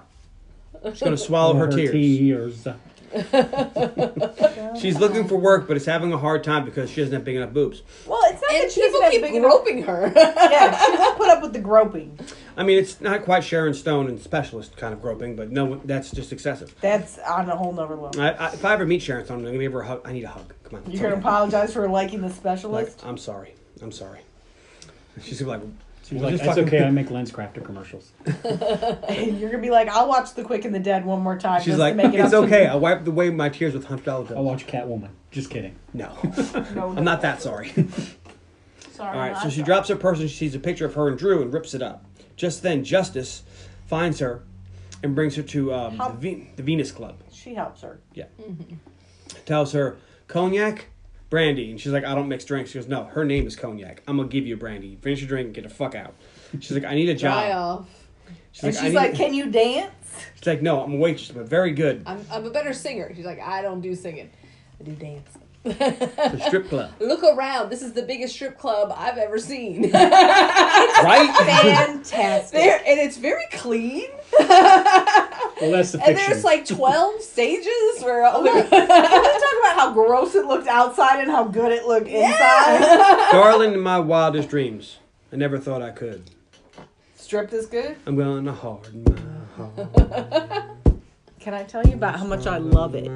Speaker 4: She's going to swallow her, tears.
Speaker 2: tears.
Speaker 4: She's looking for work, but is having a hard time because she doesn't have big enough boobs.
Speaker 1: Well, it's not
Speaker 3: And
Speaker 1: that she doesn't
Speaker 3: people
Speaker 1: have
Speaker 3: keep
Speaker 1: big enough.
Speaker 3: groping her.
Speaker 1: Yeah, she won't put up with the groping.
Speaker 4: I mean, it's not quite Sharon Stone and specialist kind of groping, but no, that's just excessive.
Speaker 1: That's on a whole nother level.
Speaker 4: I, I, if I ever meet Sharon Stone, I'm gonna give her a hug. I need a hug. Come on.
Speaker 1: You're gonna apologize for liking the specialist.
Speaker 4: Like, I'm sorry. I'm sorry. She's gonna be like,
Speaker 2: She's
Speaker 4: "Well,
Speaker 2: like,
Speaker 4: just
Speaker 2: that's
Speaker 4: fucking-"
Speaker 2: okay. I make lens crafter commercials.
Speaker 1: You're gonna be like, I'll watch The Quick and the Dead one more time.
Speaker 4: She's
Speaker 1: just
Speaker 4: like,
Speaker 1: to make it
Speaker 4: it's
Speaker 1: up to
Speaker 4: okay. I wiped away my tears with hundred dollar
Speaker 2: I
Speaker 4: bills.
Speaker 2: watch Catwoman. Just kidding.
Speaker 4: No,
Speaker 1: you. No,
Speaker 4: I'm not that sorry.
Speaker 1: Sorry,
Speaker 4: All right,
Speaker 1: not
Speaker 4: so she
Speaker 1: sorry.
Speaker 4: drops her purse and she sees a picture of her and Drew and rips it up. Just then, Justice finds her and brings her to um, the,
Speaker 1: How-
Speaker 4: Ve- the Venus Club.
Speaker 1: She helps her.
Speaker 4: Yeah.
Speaker 1: Mm-hmm.
Speaker 4: Tells her cognac, brandy, and she's like, I don't mix drinks. She goes, No, her name is cognac. I'm gonna give you brandy. Finish your drink and get the fuck out. She's like, I need a
Speaker 3: Dry
Speaker 4: job.
Speaker 3: off.
Speaker 4: She's
Speaker 1: And
Speaker 4: like,
Speaker 1: she's
Speaker 4: I
Speaker 1: like,
Speaker 4: need
Speaker 1: Can you dance?
Speaker 4: she's like, No, I'm a waitress, but very good.
Speaker 3: I'm, I'm a better singer. She's like, I don't do singing. I do dance.
Speaker 4: The strip club,
Speaker 3: Look around. This is the biggest strip club I've ever seen.
Speaker 4: right?
Speaker 1: Fantastic.
Speaker 3: there and it's very clean.
Speaker 2: Well, that's the
Speaker 3: And
Speaker 2: fiction.
Speaker 3: there's like 12 stages where
Speaker 1: Can we talk about how gross it looked outside and how good it looked inside?
Speaker 4: Darling in my wildest dreams. I never thought I could.
Speaker 3: Strip is good.
Speaker 4: I'm gonna harden my heart.
Speaker 8: Can I tell you about how much I love it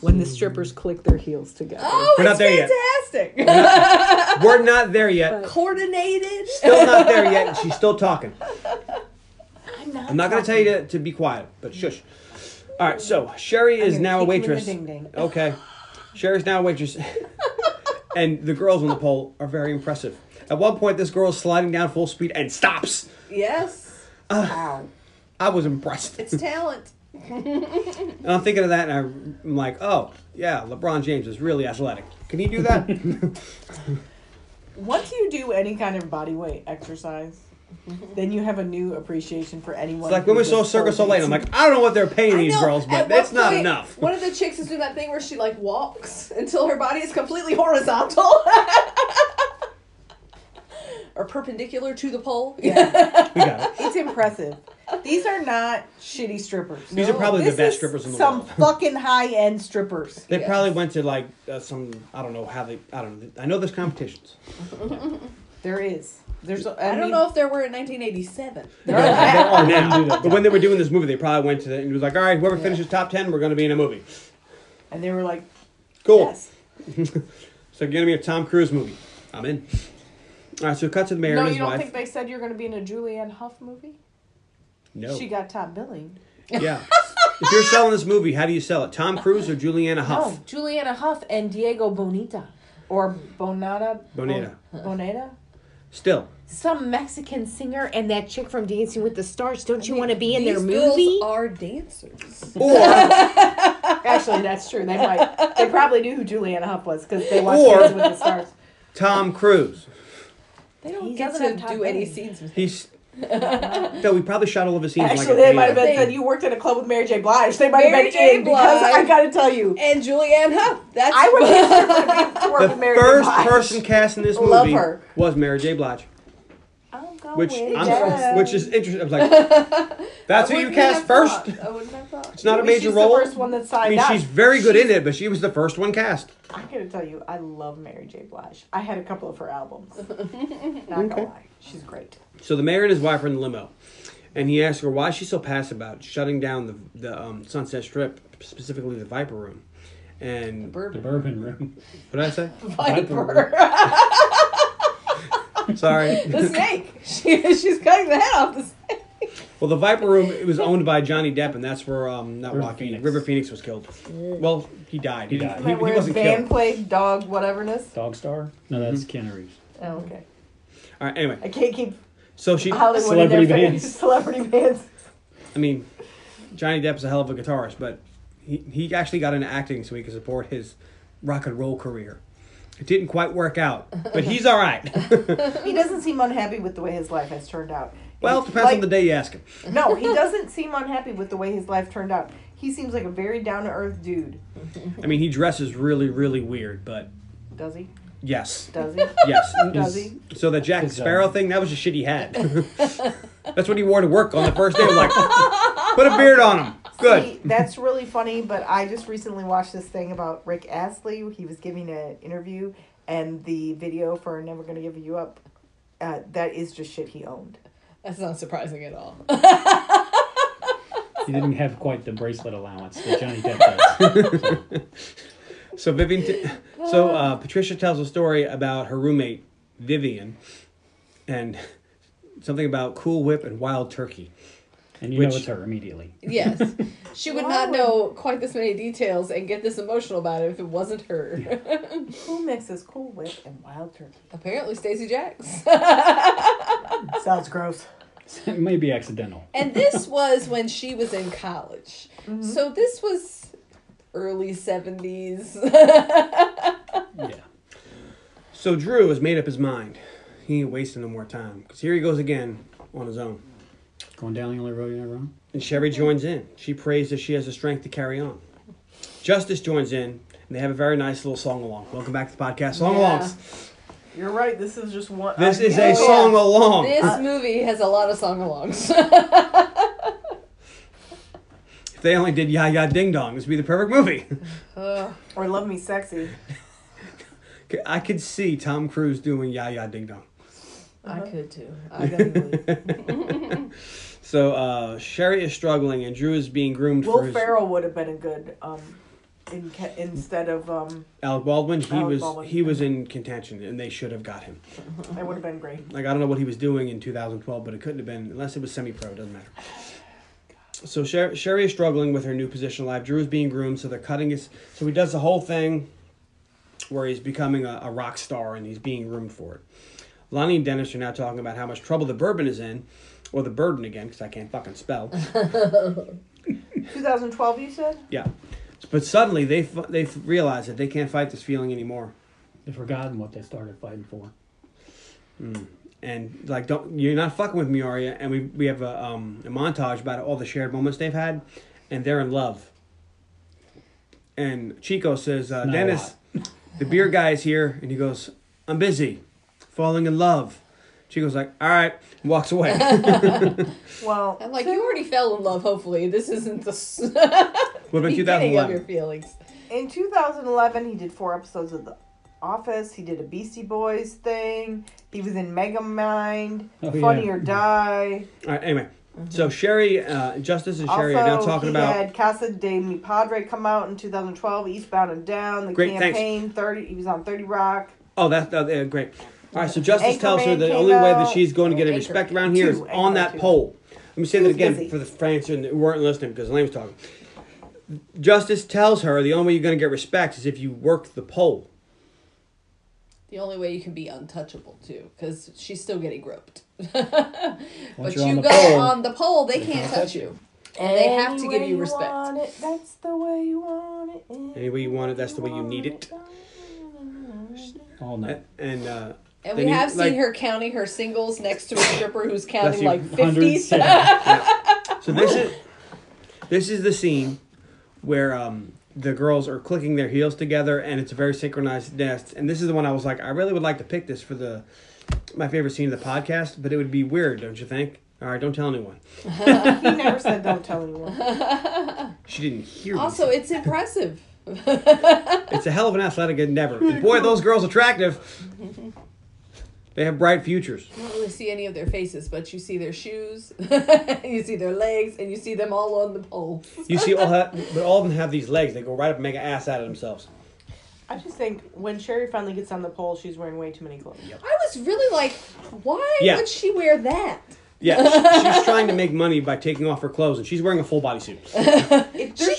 Speaker 8: when the strippers click their heels together?
Speaker 3: Oh,
Speaker 4: We're not
Speaker 3: it's
Speaker 4: there yet.
Speaker 3: fantastic.
Speaker 4: We're not there yet.
Speaker 3: Coordinated.
Speaker 4: Still not there yet. and She's still talking. I'm not, gonna tell you to, to be quiet, but shush. All right. So Sherry is now a
Speaker 1: kick him in the
Speaker 4: waitress.
Speaker 1: ding ding.
Speaker 4: Okay. Sherry's now a waitress, and the girls on the pole are very impressive. At one point, this girl is sliding down full speed and stops.
Speaker 3: Yes.
Speaker 1: Wow.
Speaker 4: I was impressed.
Speaker 3: It's talent.
Speaker 4: And I'm thinking of that, and I'm like, oh, yeah, LeBron James is really athletic. Can he do that?
Speaker 1: Once you do any kind of body weight exercise, then you have a new appreciation for anyone.
Speaker 4: It's like
Speaker 1: who
Speaker 4: women saw
Speaker 1: just
Speaker 4: Circus
Speaker 1: holds
Speaker 4: Soleil. I'm like, I don't know what they're paying these
Speaker 3: I know,
Speaker 4: girls, but
Speaker 3: at one
Speaker 4: that's not
Speaker 3: point,
Speaker 4: enough.
Speaker 3: One of the chicks is doing that thing where she like walks until her body is completely horizontal or perpendicular to the pole.
Speaker 4: We got it.
Speaker 1: It's impressive. These are not shitty strippers.
Speaker 4: These are probably the
Speaker 1: This
Speaker 4: best
Speaker 1: is
Speaker 4: strippers in the
Speaker 1: some
Speaker 4: world.
Speaker 1: fucking high end strippers.
Speaker 4: They
Speaker 3: Yes.
Speaker 4: probably went to like uh, some. I don't know how they. I don't. know. I know there's competitions.
Speaker 1: There is. There's. I,
Speaker 3: I, don't
Speaker 1: mean,
Speaker 3: know if there were in 1987.
Speaker 4: There are, there are now. But when they were doing this movie, they probably went to the, and it was like, all right, whoever finishes top ten, we're going to be in a movie.
Speaker 1: And they were like,
Speaker 4: Cool.
Speaker 1: yes.
Speaker 4: So you're going to be a Tom Cruise movie. I'm in. All right. So cut to the mayor
Speaker 1: No,
Speaker 4: and
Speaker 1: you
Speaker 4: his
Speaker 1: don't
Speaker 4: wife.
Speaker 1: think they said you're going to be in a Julianne Hough movie?
Speaker 4: no.
Speaker 1: She got top billing.
Speaker 4: yeah. if you're selling this movie, how do you sell it? Tom Cruise or Juliana Huff?
Speaker 1: No, Juliana Huff Oh, and Diego Bonita. Or Bonata.
Speaker 4: Bonita.
Speaker 1: Boneta?
Speaker 4: Still,
Speaker 8: Some Mexican singer and that chick from Dancing with the Stars. Don't you
Speaker 3: mean,
Speaker 8: want to be in
Speaker 3: These
Speaker 8: their
Speaker 3: girls
Speaker 8: movie?
Speaker 3: are dancers.
Speaker 4: or
Speaker 1: Actually, that's true. They might. They probably knew who Juliana Huff was because they watched
Speaker 4: Or-
Speaker 1: Dancing with the Stars.
Speaker 4: Tom Cruise.
Speaker 3: They don't
Speaker 8: He
Speaker 3: get
Speaker 8: doesn't
Speaker 3: to
Speaker 8: have top
Speaker 3: do any
Speaker 8: billing.
Speaker 3: scenes with
Speaker 4: He's. no, we probably shot all of his scenes.
Speaker 1: Actually,
Speaker 4: like a
Speaker 1: they might have
Speaker 4: theater.
Speaker 1: been said you worked at a club with Mary J. Blige. They might
Speaker 3: Mary
Speaker 1: have
Speaker 3: J.
Speaker 1: been in because I
Speaker 3: Blige.
Speaker 1: gotta tell you,
Speaker 3: and Julianne Hough. That's
Speaker 1: I would be to work
Speaker 4: The
Speaker 1: with Mary
Speaker 4: first
Speaker 1: J. Blige.
Speaker 4: person cast in this
Speaker 1: Love
Speaker 4: movie
Speaker 1: her.
Speaker 4: was Mary J. Blige,
Speaker 8: I'll
Speaker 1: Oh,
Speaker 8: go
Speaker 4: which
Speaker 8: with
Speaker 4: I'm,
Speaker 1: Yes.
Speaker 4: which is interesting. I was like, that's who you
Speaker 3: Wouldn't
Speaker 4: cast
Speaker 3: have
Speaker 4: first.
Speaker 3: thought. I wouldn't have thought.
Speaker 4: It's not a
Speaker 1: Maybe
Speaker 4: major
Speaker 1: she's
Speaker 4: role.
Speaker 1: The first one that signed
Speaker 4: I mean,
Speaker 1: up.
Speaker 4: she's very good in it, but she was the first one cast.
Speaker 1: I'm gonna tell you, I love Mary J. Blige. I had a couple of her albums. Not gonna lie, she's great.
Speaker 4: So the mayor and his wife are in the limo, and he asks her why she's so passive about shutting down the the um, Sunset Strip, specifically the Viper Room. And what
Speaker 2: the bourbon room.
Speaker 4: did I say?
Speaker 3: Viper.
Speaker 4: Sorry.
Speaker 3: the snake. She, she's cutting the head off the snake.
Speaker 4: Well, the Viper Room it was owned by Johnny Depp, and that's where um, not
Speaker 2: River
Speaker 4: Joaquin
Speaker 2: Phoenix.
Speaker 4: River Phoenix was killed. Well, he died. He,
Speaker 2: died.
Speaker 4: died. He, he
Speaker 1: Remember where
Speaker 4: wasn't
Speaker 1: band
Speaker 4: killed.
Speaker 1: played dog whateverness?
Speaker 2: Dog Star? No, that's
Speaker 3: Mm-hmm.
Speaker 2: Keanu Reeves.
Speaker 1: Oh, okay.
Speaker 4: All right. Anyway,
Speaker 1: I can't keep
Speaker 4: so she.
Speaker 1: Hollywood
Speaker 2: Celebrity
Speaker 1: in their face.
Speaker 2: bands.
Speaker 1: Celebrity bands.
Speaker 4: I mean, Johnny Depp's a hell of a guitarist, but he, he actually got into acting so he could support his rock and roll career. It didn't quite work out, but he's all right.
Speaker 1: He doesn't seem unhappy with the way his life has turned out.
Speaker 4: well, it depends on the day you ask him.
Speaker 1: No, he doesn't seem unhappy with the way his life turned out. He seems like a very down to earth dude.
Speaker 4: I mean, he dresses really, really weird, but
Speaker 1: Does he?
Speaker 4: yes,
Speaker 1: Does he?
Speaker 4: yes.
Speaker 1: Does he?
Speaker 4: So that Jack
Speaker 2: His, uh,
Speaker 4: Sparrow thing, that was just shit he had. That's what he wore to work on the first day. Like, put a beard on him. Good.
Speaker 1: See, that's really funny, but I just recently watched this thing about Rick Astley. He was giving an interview, and the video for Never Gonna Give You Up, uh, that is just shit he owned.
Speaker 3: That's not surprising at all.
Speaker 2: He didn't have quite the bracelet allowance that Johnny Depp does.
Speaker 4: So Vivian, t- so uh, Patricia tells a story about her roommate Vivian, and something about Cool Whip and Wild Turkey.
Speaker 2: And you
Speaker 4: Which-
Speaker 2: know it's her immediately.
Speaker 3: Yes. She would not know quite this many details and get this emotional about it if it wasn't her.
Speaker 1: Cool mixes Cool Whip and Wild Turkey.
Speaker 3: Apparently, Stacey Jacks.
Speaker 1: Sounds gross.
Speaker 2: it may be accidental.
Speaker 3: and this was when she was in college. So this was early 70s.
Speaker 4: Yeah. So Drew has made up his mind. He ain't wasting no more time because here he goes again on his own.
Speaker 2: Going down the only road you ever on.
Speaker 4: And Sherry
Speaker 3: Mm-hmm.
Speaker 4: joins in. She prays that she has the strength to carry on. Justice joins in, and they have a very nice little song along. Welcome back to the podcast, song alongs.
Speaker 1: You're right. This is just one.
Speaker 4: This is
Speaker 3: Oh,
Speaker 4: a
Speaker 3: yeah.
Speaker 4: song along.
Speaker 3: uh, this movie has a lot of song alongs.
Speaker 4: they only did Ya Ya Ding Dong, this would be the perfect movie.
Speaker 1: Or Love Me Sexy.
Speaker 4: I could see Tom Cruise doing Ya Ya Ding Dong.
Speaker 3: I could too. I gotta leave.
Speaker 4: So uh, Sherry is struggling, and Drew is being groomed for
Speaker 1: Will
Speaker 4: his
Speaker 1: Ferrell would have been a good um, in, ca- instead of um,
Speaker 4: Alec Baldwin. He
Speaker 1: Alec
Speaker 4: was
Speaker 1: Baldwin.
Speaker 4: he was in contention, and they should have got him.
Speaker 1: that would have been great.
Speaker 4: Like I don't know what he was doing in 2012, but it couldn't have been unless it was semi-pro. It doesn't matter. So Sher- Sherry is struggling with her new position in life. Drew is being groomed, so they're cutting his. So he does the whole thing where he's becoming a, a rock star and he's being groomed for it. Lonnie and Dennis are now talking about how much trouble the bourbon is in, or the burden again, because I can't fucking spell.
Speaker 1: 2012, you said?
Speaker 4: Yeah, but suddenly they f- they f- realize that they can't fight this feeling anymore,
Speaker 2: They've forgotten what they started fighting for.
Speaker 4: and like don't you're not fucking with me, are you? And we we have a um a montage about all the shared moments they've had, and they're in love. And Chico says, uh,
Speaker 2: Not a
Speaker 4: Dennis, the beer guy is here, and he goes, I'm busy, falling in love. Chico's like, all right, and walks away.
Speaker 1: Well,
Speaker 3: I'm like, you already fell in love. Hopefully, this isn't the s-
Speaker 4: Would have been
Speaker 3: beginning of your
Speaker 4: 2011.
Speaker 3: feelings.
Speaker 1: in 2011, he did four episodes of The Office. He did a Beastie Boys thing. He was in Megamind,
Speaker 2: Oh,
Speaker 1: Funny
Speaker 2: yeah.
Speaker 1: or Die.
Speaker 4: All right, anyway, so Sherry, uh, Justice, and Sherry
Speaker 1: also,
Speaker 4: are now talking
Speaker 1: he
Speaker 4: about
Speaker 1: had Casa de Mi Padre come out in 2012, Eastbound and Down, The
Speaker 4: Great, thanks.
Speaker 1: Campaign, 30. He was on 30 Rock.
Speaker 4: Oh, that's uh, uh, great. All right, so Justice tells her
Speaker 1: Anchorman
Speaker 4: the
Speaker 1: came
Speaker 4: only way that
Speaker 1: out-
Speaker 4: she's going to get a
Speaker 1: Anchor-
Speaker 4: respect around here is
Speaker 1: two,
Speaker 4: on
Speaker 1: Anchorman
Speaker 4: that
Speaker 1: two.
Speaker 4: pole. Let me say that
Speaker 1: was
Speaker 4: again
Speaker 1: busy.
Speaker 4: for the France and who weren't listening because Elaine was talking. Justice tells her the only way you're going to get respect is if you work the pole.
Speaker 3: The only way you can be untouchable too, because she's still getting groped. but
Speaker 2: you're
Speaker 3: you
Speaker 2: on the
Speaker 3: go
Speaker 2: pole,
Speaker 3: on the pole, they can't touch you, and they have to
Speaker 1: Any
Speaker 3: give
Speaker 1: way
Speaker 3: you respect.
Speaker 1: want it, that's the way you want it.
Speaker 4: Any way you want it, that's the way you need it.
Speaker 2: All night.
Speaker 4: And uh,
Speaker 3: And
Speaker 4: Then
Speaker 3: we
Speaker 4: you,
Speaker 3: have seen
Speaker 4: like-
Speaker 3: her counting her singles next to a stripper who's counting
Speaker 4: you.
Speaker 3: like
Speaker 2: 100
Speaker 3: fifty.
Speaker 2: seconds.
Speaker 4: so this is this is the scene where um, the girls are clicking their heels together, and it's a very synchronized dance. And this is the one I was like, I really would like to pick this for the my favorite scene of the podcast, but it would be weird, don't you think? All right, don't tell anyone.
Speaker 1: He never said don't tell anyone.
Speaker 4: She didn't hear
Speaker 3: also,
Speaker 4: me.
Speaker 3: it's impressive.
Speaker 4: It's a hell of an athletic endeavor. And boy, are those girls attractive. They have bright futures.
Speaker 3: You don't really see any of their faces, but you see their shoes, you see their legs, and you see them all on the pole.
Speaker 4: You see, all that, but all of them have these legs. They go right up and make an ass out of themselves.
Speaker 1: I just think when Sherry finally gets on the pole, she's wearing way too many clothes.
Speaker 3: I was really like, why
Speaker 4: Yeah.
Speaker 3: would she wear that?
Speaker 4: Yeah, she- she's trying to make money by taking off her clothes, and she's wearing a full bodysuit.
Speaker 1: It,
Speaker 3: She
Speaker 1: there should have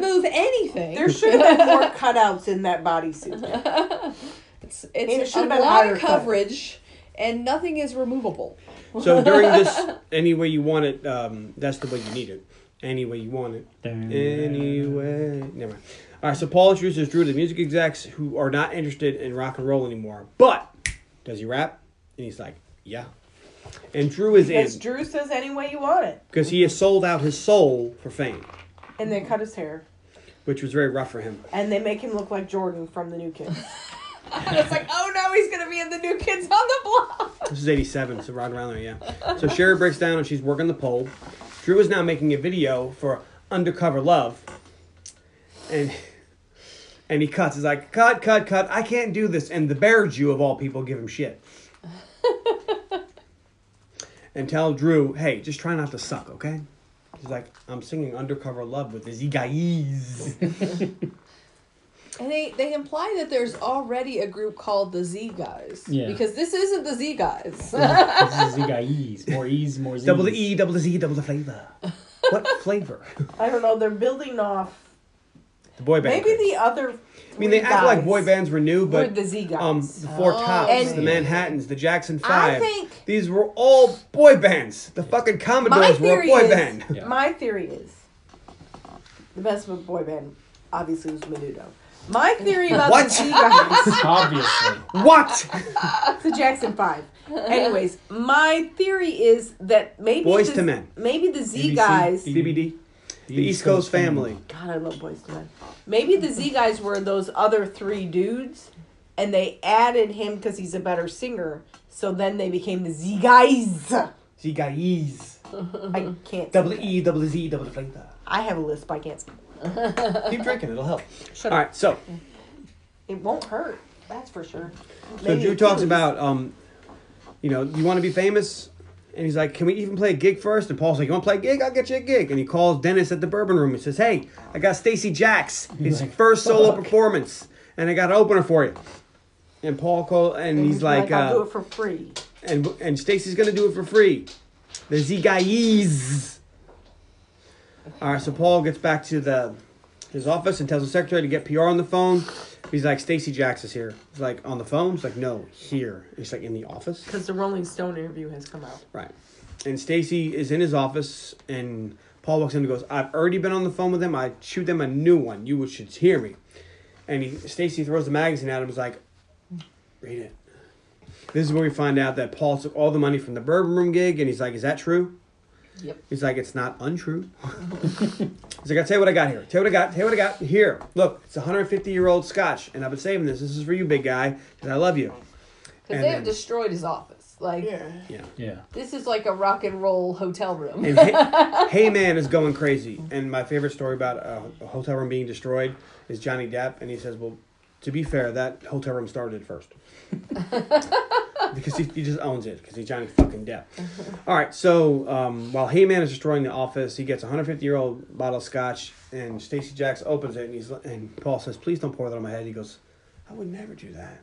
Speaker 1: been,
Speaker 3: remove anything.
Speaker 1: there should have been more cutouts in that bodysuit.
Speaker 3: it's
Speaker 1: it
Speaker 3: it's
Speaker 1: should
Speaker 3: a
Speaker 1: have been
Speaker 3: lot
Speaker 1: higher
Speaker 3: of
Speaker 1: cut.
Speaker 3: coverage, and nothing is removable.
Speaker 4: So during this, any way you want it, um, that's the way you need it. Any way you want it. Anyway, never mind. All right, so Paul introduces Drew to the music execs who are not interested in rock and roll anymore. But does he rap? And he's like, yeah. And Drew is
Speaker 1: Because
Speaker 4: in
Speaker 1: Drew says any way you want it.
Speaker 4: because he has sold out his soul for fame,
Speaker 1: And they cut his hair.
Speaker 4: which was very rough for him.
Speaker 1: And they make him look like Jordan from the new kids.
Speaker 3: It's like, oh no, he's gonna be in the new kids on the block.
Speaker 4: This is '87, so right around there, yeah. So Sherry breaks down and she's working the pole. Drew is now making a video for Undercover Love, and and he cuts. He's like, cut, cut, cut. I can't do this. And the bear Jew of all people give him shit. and tell Drew, hey, just try not to suck, okay? He's like, I'm singing Undercover Love with the guys.
Speaker 3: And they, they imply that there's already a group called the Z Guys.
Speaker 2: Yeah.
Speaker 3: Because this isn't the Z Guys.
Speaker 2: This is the guy E's. More E's, more Z's.
Speaker 4: double the E, double the Z, double the flavor. What flavor?
Speaker 1: I don't know. They're building off.
Speaker 4: the boy band.
Speaker 1: Maybe
Speaker 4: craze.
Speaker 1: the other.
Speaker 4: I mean, they act like boy bands were new,
Speaker 1: Were
Speaker 4: but
Speaker 1: the Z guys.
Speaker 4: Um, the Four Tops,
Speaker 1: And-
Speaker 4: the Manhattans, the Jackson Five.
Speaker 1: Oh, think-
Speaker 4: these were all boy bands. The fucking
Speaker 1: My
Speaker 4: Commodores were a
Speaker 1: theory
Speaker 4: boy
Speaker 1: is.
Speaker 4: band.
Speaker 2: Yeah.
Speaker 1: My theory is. The best of a boy band, obviously, was Menudo. My theory about
Speaker 4: What?
Speaker 1: the Z guys.
Speaker 2: Obviously.
Speaker 4: What?
Speaker 1: the Jackson Five. Anyways, my theory is that maybe
Speaker 4: Boys
Speaker 1: the,
Speaker 4: to Men.
Speaker 1: Maybe the Z
Speaker 2: BBC.
Speaker 1: guys.
Speaker 4: CBD, the East Coast Family.
Speaker 1: God, I love Boys to Men. Maybe the Z guys were those other three dudes, and they added him because he's a better singer. So then they became the Z guys.
Speaker 4: Z guys,
Speaker 1: I can't.
Speaker 4: double the E, double the Z, double the flavor.
Speaker 6: I have a list, but I can't.
Speaker 9: Keep drinking, it'll help.
Speaker 6: Shut
Speaker 4: All
Speaker 6: up.
Speaker 4: right, so
Speaker 6: It won't hurt. That's for sure.
Speaker 4: so Drew talks about, um, you know, you want to be famous, and he's like, "Can we even play a gig first? And Paul's like, "You want to play a gig? I'll get you a gig." And he calls Dennis at the Bourbon Room. He says, "Hey, I got Stacy Jacks, his first solo performance, and I got an opener for you." And Paul call, and he's like,
Speaker 6: I'll do
Speaker 4: uh,
Speaker 6: it for free.
Speaker 4: and and Stacy's gonna do it for free. The Z guys. All right, so Paul gets back to the his office and tells the secretary to get PR on the phone. He's like, Stacy Jacks is here. He's like, on the phone? He's like, no, here. He's like, in the office?
Speaker 6: Because the Rolling Stone interview has come out.
Speaker 4: Right. And Stacy is in his office, and Paul walks in and goes, I've already been on the phone with them. I chewed them a new one. You should hear me. And he, Stacy throws the magazine at him and is like, read it. This is where we find out that Paul took all the money from the Bourbon Room gig, and he's like, is that true?
Speaker 3: Yep.
Speaker 4: He's like, it's not untrue. He's like, I'll tell you what I got here. Tell you what I got. Tell you what I got here. Look, it's a 150 year old scotch, and I've been saving this. This is for you, big guy, 'cause I love you.
Speaker 3: Because
Speaker 4: And
Speaker 3: they
Speaker 4: then-
Speaker 3: have destroyed his office. Like,
Speaker 4: Yeah.
Speaker 2: Yeah.
Speaker 3: this is like a rock and roll hotel room.
Speaker 4: And hey, hey Man is going crazy. And my favorite story about uh, a hotel room being destroyed is Johnny Depp, and he says, "Well, to be fair, that hotel room started first because he, he just owns it because he's Johnny fucking Depp." All right, so um, while Hey Man is destroying the office, he gets a 150 year old bottle of scotch, and Stacy Jacks opens it, and he's and Paul says, "Please don't pour that on my head." He goes, "I would never do that.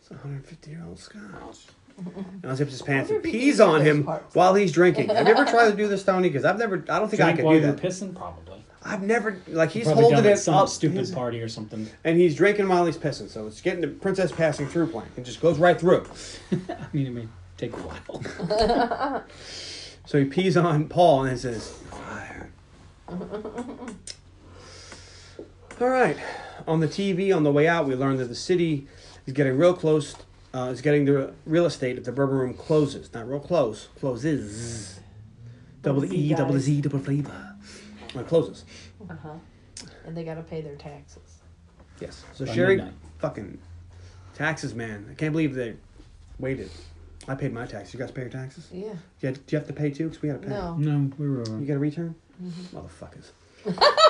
Speaker 4: It's a 150 year old scotch." and unzips his pants and
Speaker 3: wonder if he
Speaker 4: pees
Speaker 3: eats
Speaker 4: on
Speaker 3: those
Speaker 4: him
Speaker 3: parts.
Speaker 4: while he's drinking. Have you ever tried to do this, Tony? Because I've never, I don't think I
Speaker 2: Drink
Speaker 4: could
Speaker 2: while
Speaker 4: do
Speaker 2: you're
Speaker 4: that.
Speaker 2: pissing, probably.
Speaker 4: I've never, like, he's
Speaker 2: probably
Speaker 4: holding
Speaker 2: done at
Speaker 4: it
Speaker 2: some
Speaker 4: up,
Speaker 2: stupid
Speaker 4: he's-
Speaker 2: party or something.
Speaker 4: and he's drinking while he's pissing. So it's getting the princess passing through point. It just goes right through.
Speaker 2: I mean, it may take a while.
Speaker 4: So he pees on Paul and then says, "Fire." All right. On the TV, on the way out, we learn that the city is getting real close. Uh, is getting the real estate if the Bourbon Room closes. Not real close. Closes. Double
Speaker 6: Double
Speaker 4: E,
Speaker 6: Z,
Speaker 4: double
Speaker 6: guys.
Speaker 4: Z, double flavor. Well, it closes.
Speaker 3: and they got to pay their taxes.
Speaker 4: Yes. So
Speaker 2: By
Speaker 4: Sherry,
Speaker 2: midnight.
Speaker 4: fucking taxes, man. I can't believe they waited. I paid my taxes. You guys pay your taxes?
Speaker 3: Yeah.
Speaker 4: Do you, do you have to pay too? Because we got to pay.
Speaker 3: No.
Speaker 2: no, we were.
Speaker 4: You get a return?
Speaker 6: Mm-hmm.
Speaker 4: Motherfuckers.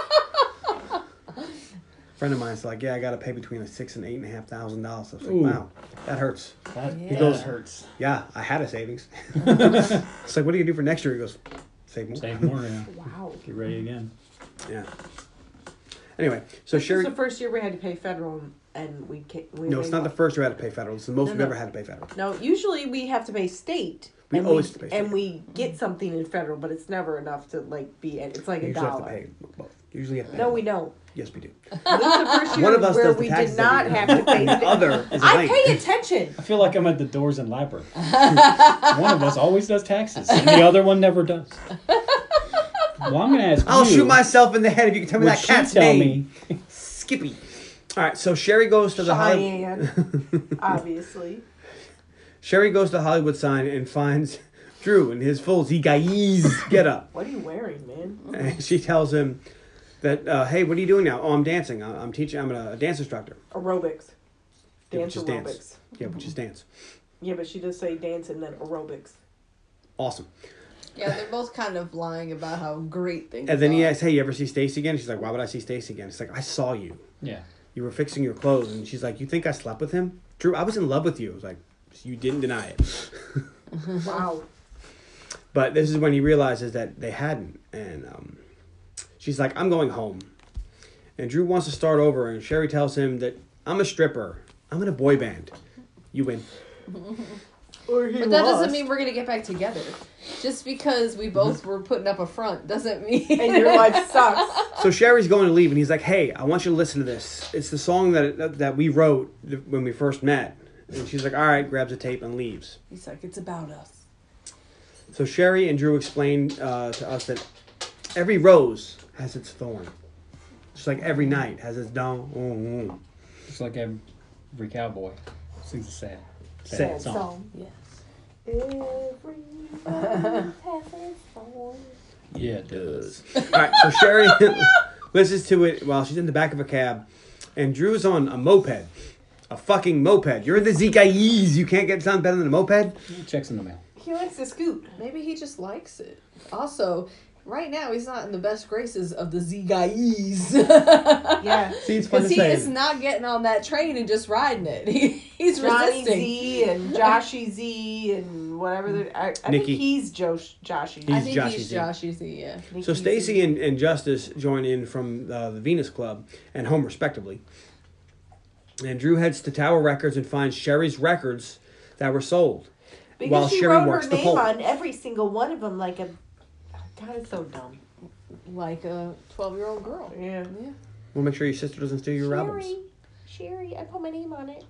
Speaker 4: Friend of mine's like, yeah, I got to pay between a six and eight and a half thousand dollars. I was like,
Speaker 2: Ooh.
Speaker 4: wow, that hurts.
Speaker 2: That,
Speaker 3: Yeah.
Speaker 2: that hurts.
Speaker 4: Yeah, I had a savings. it's like, what do you do for next year? He goes, save more.
Speaker 2: Save more now.
Speaker 6: Wow.
Speaker 2: Get ready again.
Speaker 4: Yeah. Anyway, so
Speaker 6: This is
Speaker 4: Sherry.
Speaker 6: the first year we had to pay federal, and we can't. We
Speaker 4: No, it's not the first year I had to pay federal. It's the most
Speaker 6: No,
Speaker 4: we've
Speaker 6: no.
Speaker 4: ever had to pay federal.
Speaker 6: No, usually we have to pay state.
Speaker 4: We
Speaker 6: and
Speaker 4: always pay state.
Speaker 6: and we get something in federal, but it's never enough to like be. It's like a
Speaker 4: You usually have to
Speaker 6: dollar.
Speaker 4: pay both. You usually have to pay
Speaker 6: No,
Speaker 4: both.
Speaker 6: we don't.
Speaker 4: Yes, we do.
Speaker 6: This is the first year
Speaker 4: One of us
Speaker 6: where
Speaker 4: does the
Speaker 6: we
Speaker 4: taxes
Speaker 6: did not
Speaker 4: every year.
Speaker 6: have to pay.
Speaker 4: The other is
Speaker 6: I
Speaker 4: Elaine.
Speaker 6: pay attention.
Speaker 2: I feel like I'm at the doors in Labyrinth. one of us always does taxes, and the other one never does. Well, I'm going to ask
Speaker 4: I'll
Speaker 2: you.
Speaker 4: shoot myself in the head if you can tell me
Speaker 2: would
Speaker 4: that
Speaker 2: she
Speaker 4: cat's
Speaker 2: tell
Speaker 4: name.
Speaker 2: me?
Speaker 4: Skippy. All right, so Sherry goes to the Hollywood.
Speaker 6: Cheyenne, obviously.
Speaker 4: Sherry goes to Hollywood sign and finds Drew in his full Zigai's get up.
Speaker 6: What are you wearing, man?
Speaker 4: And she tells him that, uh, hey, what are you doing now? Oh, I'm dancing. I- I'm teaching. I'm a dance instructor.
Speaker 6: Aerobics.
Speaker 4: Yeah,
Speaker 6: Dance
Speaker 4: just
Speaker 6: aerobics.
Speaker 4: dance. Yeah, which is dance.
Speaker 6: Yeah, but she does say dance and then aerobics.
Speaker 4: Awesome.
Speaker 3: Yeah, they're both kind of lying about how great things
Speaker 4: And then he
Speaker 3: are.
Speaker 4: asks, hey, you ever see Stacy again? She's like, why would I see Stacy again? He's like, I saw you.
Speaker 2: Yeah.
Speaker 4: You were fixing your clothes. And she's like, you think I slept with him? Drew, I was in love with you. I was like, you didn't deny it.
Speaker 6: Wow.
Speaker 4: But this is when he realizes that they hadn't. And um, she's like, I'm going home. And Drew wants to start over. And Sherry tells him that I'm a stripper, I'm in a boy band. You win.
Speaker 6: Or he
Speaker 3: But that doesn't mean we're gonna get back together. Just because we
Speaker 4: Mm-hmm.
Speaker 3: both were putting up a front doesn't mean.
Speaker 6: And your life sucks.
Speaker 4: So Sherry's going to leave. And he's like, Hey, I want you to listen to this. It's the song that, that we wrote when we first met. And she's like, All right, grabs a tape and leaves.
Speaker 3: He's like, it's about us.
Speaker 4: So Sherry and Drew explained uh, to us that every rose has its thorn. Just like every night has its mm, dawn.
Speaker 2: Just like every cowboy sings a sad, sad,
Speaker 4: Sad
Speaker 2: song.
Speaker 3: Yes.
Speaker 2: Yeah, it does.
Speaker 4: All right, so Sherry listens to it while she's in the back of a cab, and Drew's on a moped, a fucking moped. You're the Zikai's. You can't get sound better than a moped.
Speaker 2: Checks in the mail.
Speaker 6: He likes to scoot.
Speaker 3: Maybe he just likes it. Also, Right now, he's not in the best graces of the Z guys.
Speaker 6: Yeah.
Speaker 9: See, it's fun to
Speaker 3: Because he
Speaker 9: say.
Speaker 3: is not getting on that train and just riding it. He, he's
Speaker 6: Johnny
Speaker 3: resisting.
Speaker 6: Z and Joshy Z and whatever. The, I, I think
Speaker 4: Nikki.
Speaker 6: he's Josh Joshy.
Speaker 3: I
Speaker 4: He's
Speaker 3: think
Speaker 4: Joshy
Speaker 3: he's
Speaker 4: Z.
Speaker 3: Joshy Z, yeah.
Speaker 4: So
Speaker 6: Nikki
Speaker 4: Stacy
Speaker 6: Z.
Speaker 4: and, and Justice join in from uh, the Venus Club and home, respectively. And Drew heads to Tower Records and finds Sherry's records that were sold.
Speaker 6: because
Speaker 4: while
Speaker 6: she
Speaker 4: Sherry
Speaker 6: wrote
Speaker 4: works
Speaker 6: her
Speaker 4: the
Speaker 6: name
Speaker 4: pole.
Speaker 6: on every single one of them like a. oh, God, it's so dumb.
Speaker 3: Like a 12 year old girl.
Speaker 6: Yeah.
Speaker 3: Yeah.
Speaker 4: We'll make sure your sister doesn't steal your albums.
Speaker 6: Sherry, I put my name on it.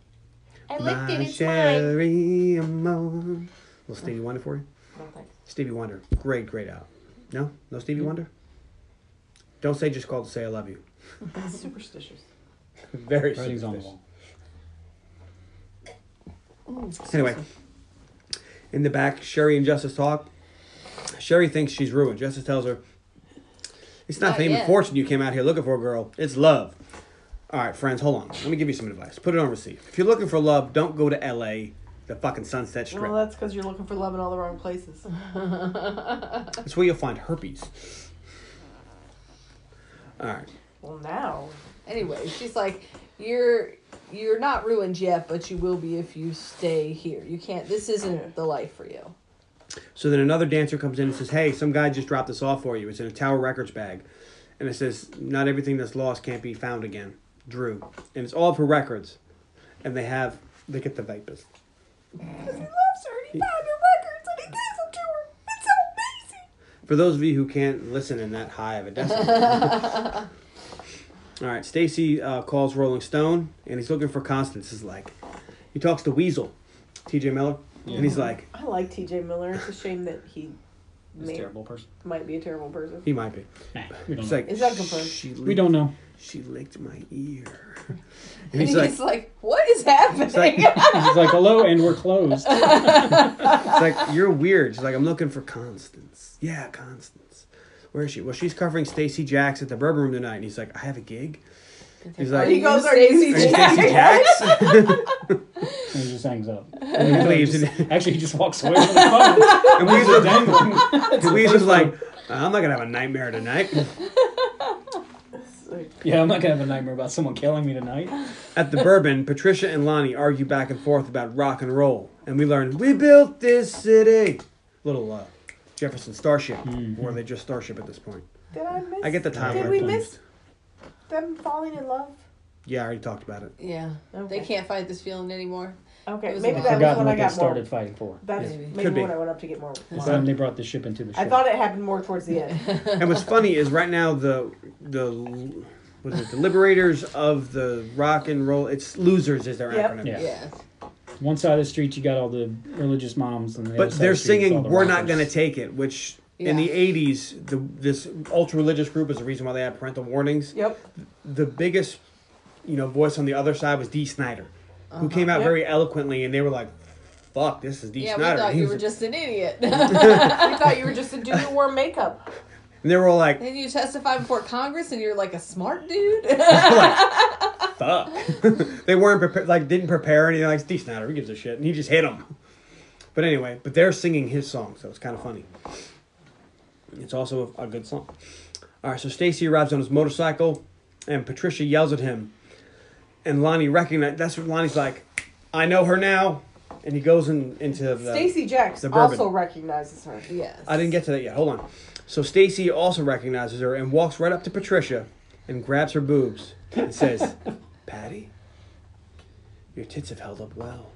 Speaker 6: I
Speaker 4: My Sherry Amore. Little Stevie Wonder for you.
Speaker 6: No, thanks.
Speaker 4: Stevie Wonder, great, great album. No, no Stevie Wonder. Don't say just call to say I love you.
Speaker 6: It's superstitious.
Speaker 4: Very
Speaker 2: Writing's on the
Speaker 4: superstitious.
Speaker 2: wall.
Speaker 4: Anyway, in the back, Sherry and Justice talk. Sherry thinks she's ruined. Justice tells her, It's not
Speaker 3: Not
Speaker 4: fame and
Speaker 3: yet."
Speaker 4: fortune you came out here looking for, girl. It's love. All right, friends, hold on. Let me give you some advice. Put it on receipt. If you're looking for love, don't go to LA, the fucking Sunset Strip.
Speaker 6: Well, that's because you're looking for love in all the wrong places.
Speaker 4: That's where you'll find herpes. All right.
Speaker 6: Well, now.
Speaker 3: Anyway, she's like, you're. You're not ruined yet, but you will be if you stay here. You can't. This isn't the life for you.
Speaker 4: So then another dancer comes in and says, Hey, some guy just dropped this off for you. It's in a Tower Records bag. And it says, Not everything that's lost can't be found again. Drew. And it's all for records. And they have, they get the vapors. For those of you who can't listen in that high of a decibel. All right, Stacy uh, calls Rolling Stone, and he's looking for Constance. Is like, he talks to Weasel, T.J. Miller, and he's like,
Speaker 6: I like TJ Miller. It's a shame that he
Speaker 2: It's
Speaker 6: may,
Speaker 2: terrible person.
Speaker 6: might be a terrible person.
Speaker 4: he might be.
Speaker 2: Nah, we don't
Speaker 4: It's
Speaker 2: know.
Speaker 4: like,
Speaker 6: Is that confirmed?
Speaker 4: She licked,
Speaker 2: we don't know.
Speaker 4: She licked my ear. And
Speaker 3: And
Speaker 4: he's like,
Speaker 3: he's, like, what is happening?
Speaker 4: it's like,
Speaker 2: It's like hello, and we're closed.
Speaker 4: It's like you're weird. She's like, I'm looking for Constance. Yeah, Constance. Where is she? Well, she's covering Stacy Jacks at the Bourbon Room tonight. And he's like, I have a gig. He's like,
Speaker 3: Are
Speaker 4: Are you
Speaker 3: you
Speaker 6: goes, "Are you
Speaker 3: Stacey
Speaker 6: Stacey
Speaker 3: Jack?"
Speaker 4: Stacy Jacks?
Speaker 2: And he just hangs up.
Speaker 4: and he leaves. And,
Speaker 2: Actually, he just walks away from the phone.
Speaker 4: and Weasel's,
Speaker 2: Dangling.
Speaker 4: and Weasel's like, I'm not gonna have a nightmare tonight.
Speaker 6: It's like-
Speaker 2: Yeah, I'm not gonna have a nightmare about someone killing me tonight.
Speaker 4: At the Bourbon, Patricia and Lonnie argue back and forth about rock and roll, and we learn we built this city. Little uh, Jefferson Starship, or they just Starship at this point.
Speaker 6: Did I miss
Speaker 4: I get the timeline.
Speaker 6: Did we
Speaker 4: confused.
Speaker 6: miss them falling in love?
Speaker 4: Yeah, I already talked about it.
Speaker 3: Yeah.
Speaker 6: Okay.
Speaker 3: They can't fight this feeling anymore.
Speaker 6: Okay,
Speaker 3: It was
Speaker 6: maybe
Speaker 3: like-
Speaker 6: that was
Speaker 2: Forgotten
Speaker 6: when I
Speaker 2: what they
Speaker 6: got
Speaker 2: started
Speaker 6: more.
Speaker 2: fighting for.
Speaker 6: That's
Speaker 3: Maybe.
Speaker 6: maybe,
Speaker 4: Could be.
Speaker 6: when I went up to get more.
Speaker 2: It's time they brought the ship into the shore.
Speaker 6: I thought it happened more towards the end.
Speaker 4: And what's funny is right now the the was it the liberators of the rock and roll? It's losers is their
Speaker 6: Yep.
Speaker 4: acronym.
Speaker 2: Yeah.
Speaker 3: Yeah.
Speaker 2: One side of the street, you got all the religious moms, and the other
Speaker 4: But
Speaker 2: side
Speaker 4: they're
Speaker 2: of the street is all
Speaker 4: singing
Speaker 2: the
Speaker 4: "We're Not
Speaker 2: rockers."
Speaker 4: Gonna Take It," which in the
Speaker 3: Yeah.
Speaker 4: '80s, the, this ultra religious group is the reason why they had parental warnings.
Speaker 6: yep.
Speaker 4: The biggest, you know, voice on the other side was Dee Snyder,
Speaker 3: Uh-huh.
Speaker 4: who came out very eloquently, and they were like, "Fuck, this is Dee
Speaker 3: Yeah, we
Speaker 4: Snyder."
Speaker 3: thought
Speaker 4: He
Speaker 3: you
Speaker 4: was-
Speaker 3: were just an idiot.
Speaker 6: I thought you were just a dude who wore makeup.
Speaker 4: and they were all like,
Speaker 3: Then you testify before Congress and you're like a smart dude.
Speaker 4: fuck. they weren't prepared, like didn't prepare anything. Like Steve Snyder, who gives a shit, and he just hit him. But anyway, but they're singing his song, so it's kind of funny. It's also a, a good song. All right, so Stacy arrives on his motorcycle, and Patricia yells at him, and Lonnie recognizes. That's what Lonnie's like. I know her now, and he goes in, into the.
Speaker 6: Stacy Jacks
Speaker 4: the bourbon.
Speaker 6: also recognizes her.
Speaker 3: yes.
Speaker 4: I didn't get to that yet. Hold on. So Stacy also recognizes her and walks right up to Patricia and grabs her boobs and says, "Patty, your tits have held up well."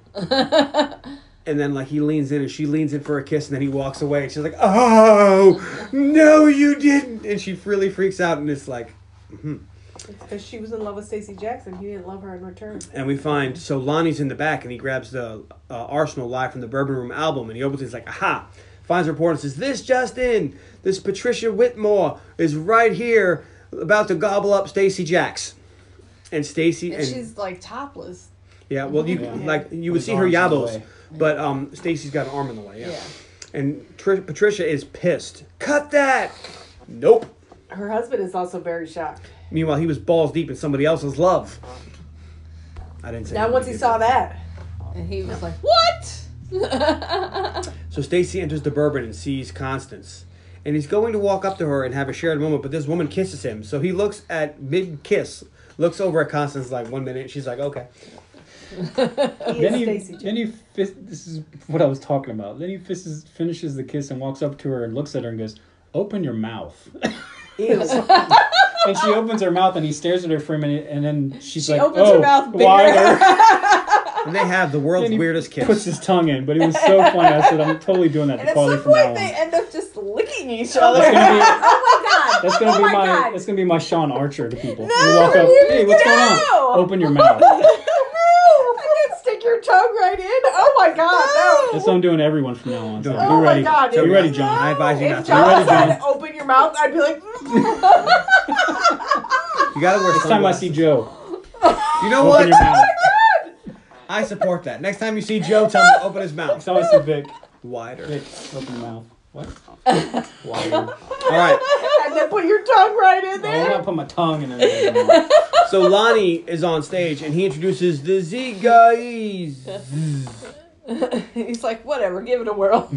Speaker 4: and then like he leans in and she leans in for a kiss and then he walks away and she's like, "Oh no, you didn't!" And she really freaks out and it's like,
Speaker 6: Because she was in love with Stacy Jackson. He didn't love her in return.
Speaker 4: and we find so Lonnie's in the back and he grabs the uh, Arsenal live from the Bourbon Room album and he opens it. He's like, aha! Finds a report and says, "This just in, this Patricia Whitmore is right here, about to gobble up Stacy Jacks." And Stacy
Speaker 3: And
Speaker 4: and,
Speaker 3: she's like topless.
Speaker 4: yeah, well, you like you would
Speaker 2: His
Speaker 4: see her
Speaker 2: arms in the
Speaker 4: yabos,
Speaker 2: way.
Speaker 4: but um, Stacy's got an arm in the way. Yeah.
Speaker 3: Yeah.
Speaker 4: And Tr- Patricia is pissed. Cut that. Nope.
Speaker 6: Her husband is also very shocked.
Speaker 4: Meanwhile, he was balls deep in somebody else's love. I didn't say.
Speaker 6: Now,
Speaker 4: that,
Speaker 6: once
Speaker 4: did
Speaker 6: he
Speaker 4: I?
Speaker 6: saw that,
Speaker 3: And he was like, What?
Speaker 4: So Stacy enters the bourbon and sees Constance. and he's going to walk up to her and have a shared moment, but this woman kisses him. So he looks at mid kiss, looks over at Constance like one minute. She's like, okay.
Speaker 2: Then he, then he fist, this is what I was talking about. Then he fists, finishes the kiss and walks up to her and looks at her and goes, "Open your mouth." and she opens her mouth and he stares at her for a minute and then she's like,
Speaker 1: opens
Speaker 2: "Oh,
Speaker 1: her mouth bigger."
Speaker 2: wider."
Speaker 4: And they have the world's
Speaker 2: And he
Speaker 4: weirdest kiss.
Speaker 2: Puts his tongue in, but it was so funny. I said, "I'm totally doing that
Speaker 3: And
Speaker 2: to
Speaker 3: at some
Speaker 2: Carly from now
Speaker 3: point,
Speaker 2: on."
Speaker 3: they end up just licking each
Speaker 2: That's
Speaker 3: other.
Speaker 2: gonna be-
Speaker 1: Oh my
Speaker 2: That's gonna
Speaker 1: Oh
Speaker 2: be
Speaker 1: my
Speaker 2: my,
Speaker 1: God.
Speaker 2: that's gonna be my Sean Archer to people. you walk up, hey, what's
Speaker 3: no.
Speaker 2: going on? Open your mouth.
Speaker 1: I can stick your tongue right in. Oh my god, no.
Speaker 2: that's what I'm doing to everyone from now on. So
Speaker 4: Oh
Speaker 2: be
Speaker 4: my
Speaker 2: ready.
Speaker 1: God,
Speaker 2: be
Speaker 1: dude.
Speaker 2: ready, John.
Speaker 4: I advise you
Speaker 1: If
Speaker 4: not to.
Speaker 2: ready,
Speaker 1: John said
Speaker 2: John?
Speaker 1: open your mouth, I'd be like, "Mm,
Speaker 4: You gotta wear
Speaker 2: Next time I
Speaker 4: sunglasses.
Speaker 2: see Joe,
Speaker 4: You know what?
Speaker 2: open your mouth.
Speaker 4: I support that. Next time you see Joe, tell him to open his mouth.
Speaker 2: Next time I see Vic,
Speaker 4: Wider.
Speaker 2: Vic, open your mouth. What? Why?
Speaker 4: All right.
Speaker 1: and then put your tongue right in
Speaker 2: I
Speaker 1: there.
Speaker 2: want to put my tongue in there.
Speaker 4: So Lonnie is on stage and he introduces the Z guys.
Speaker 3: He's like, whatever, give it a whirl.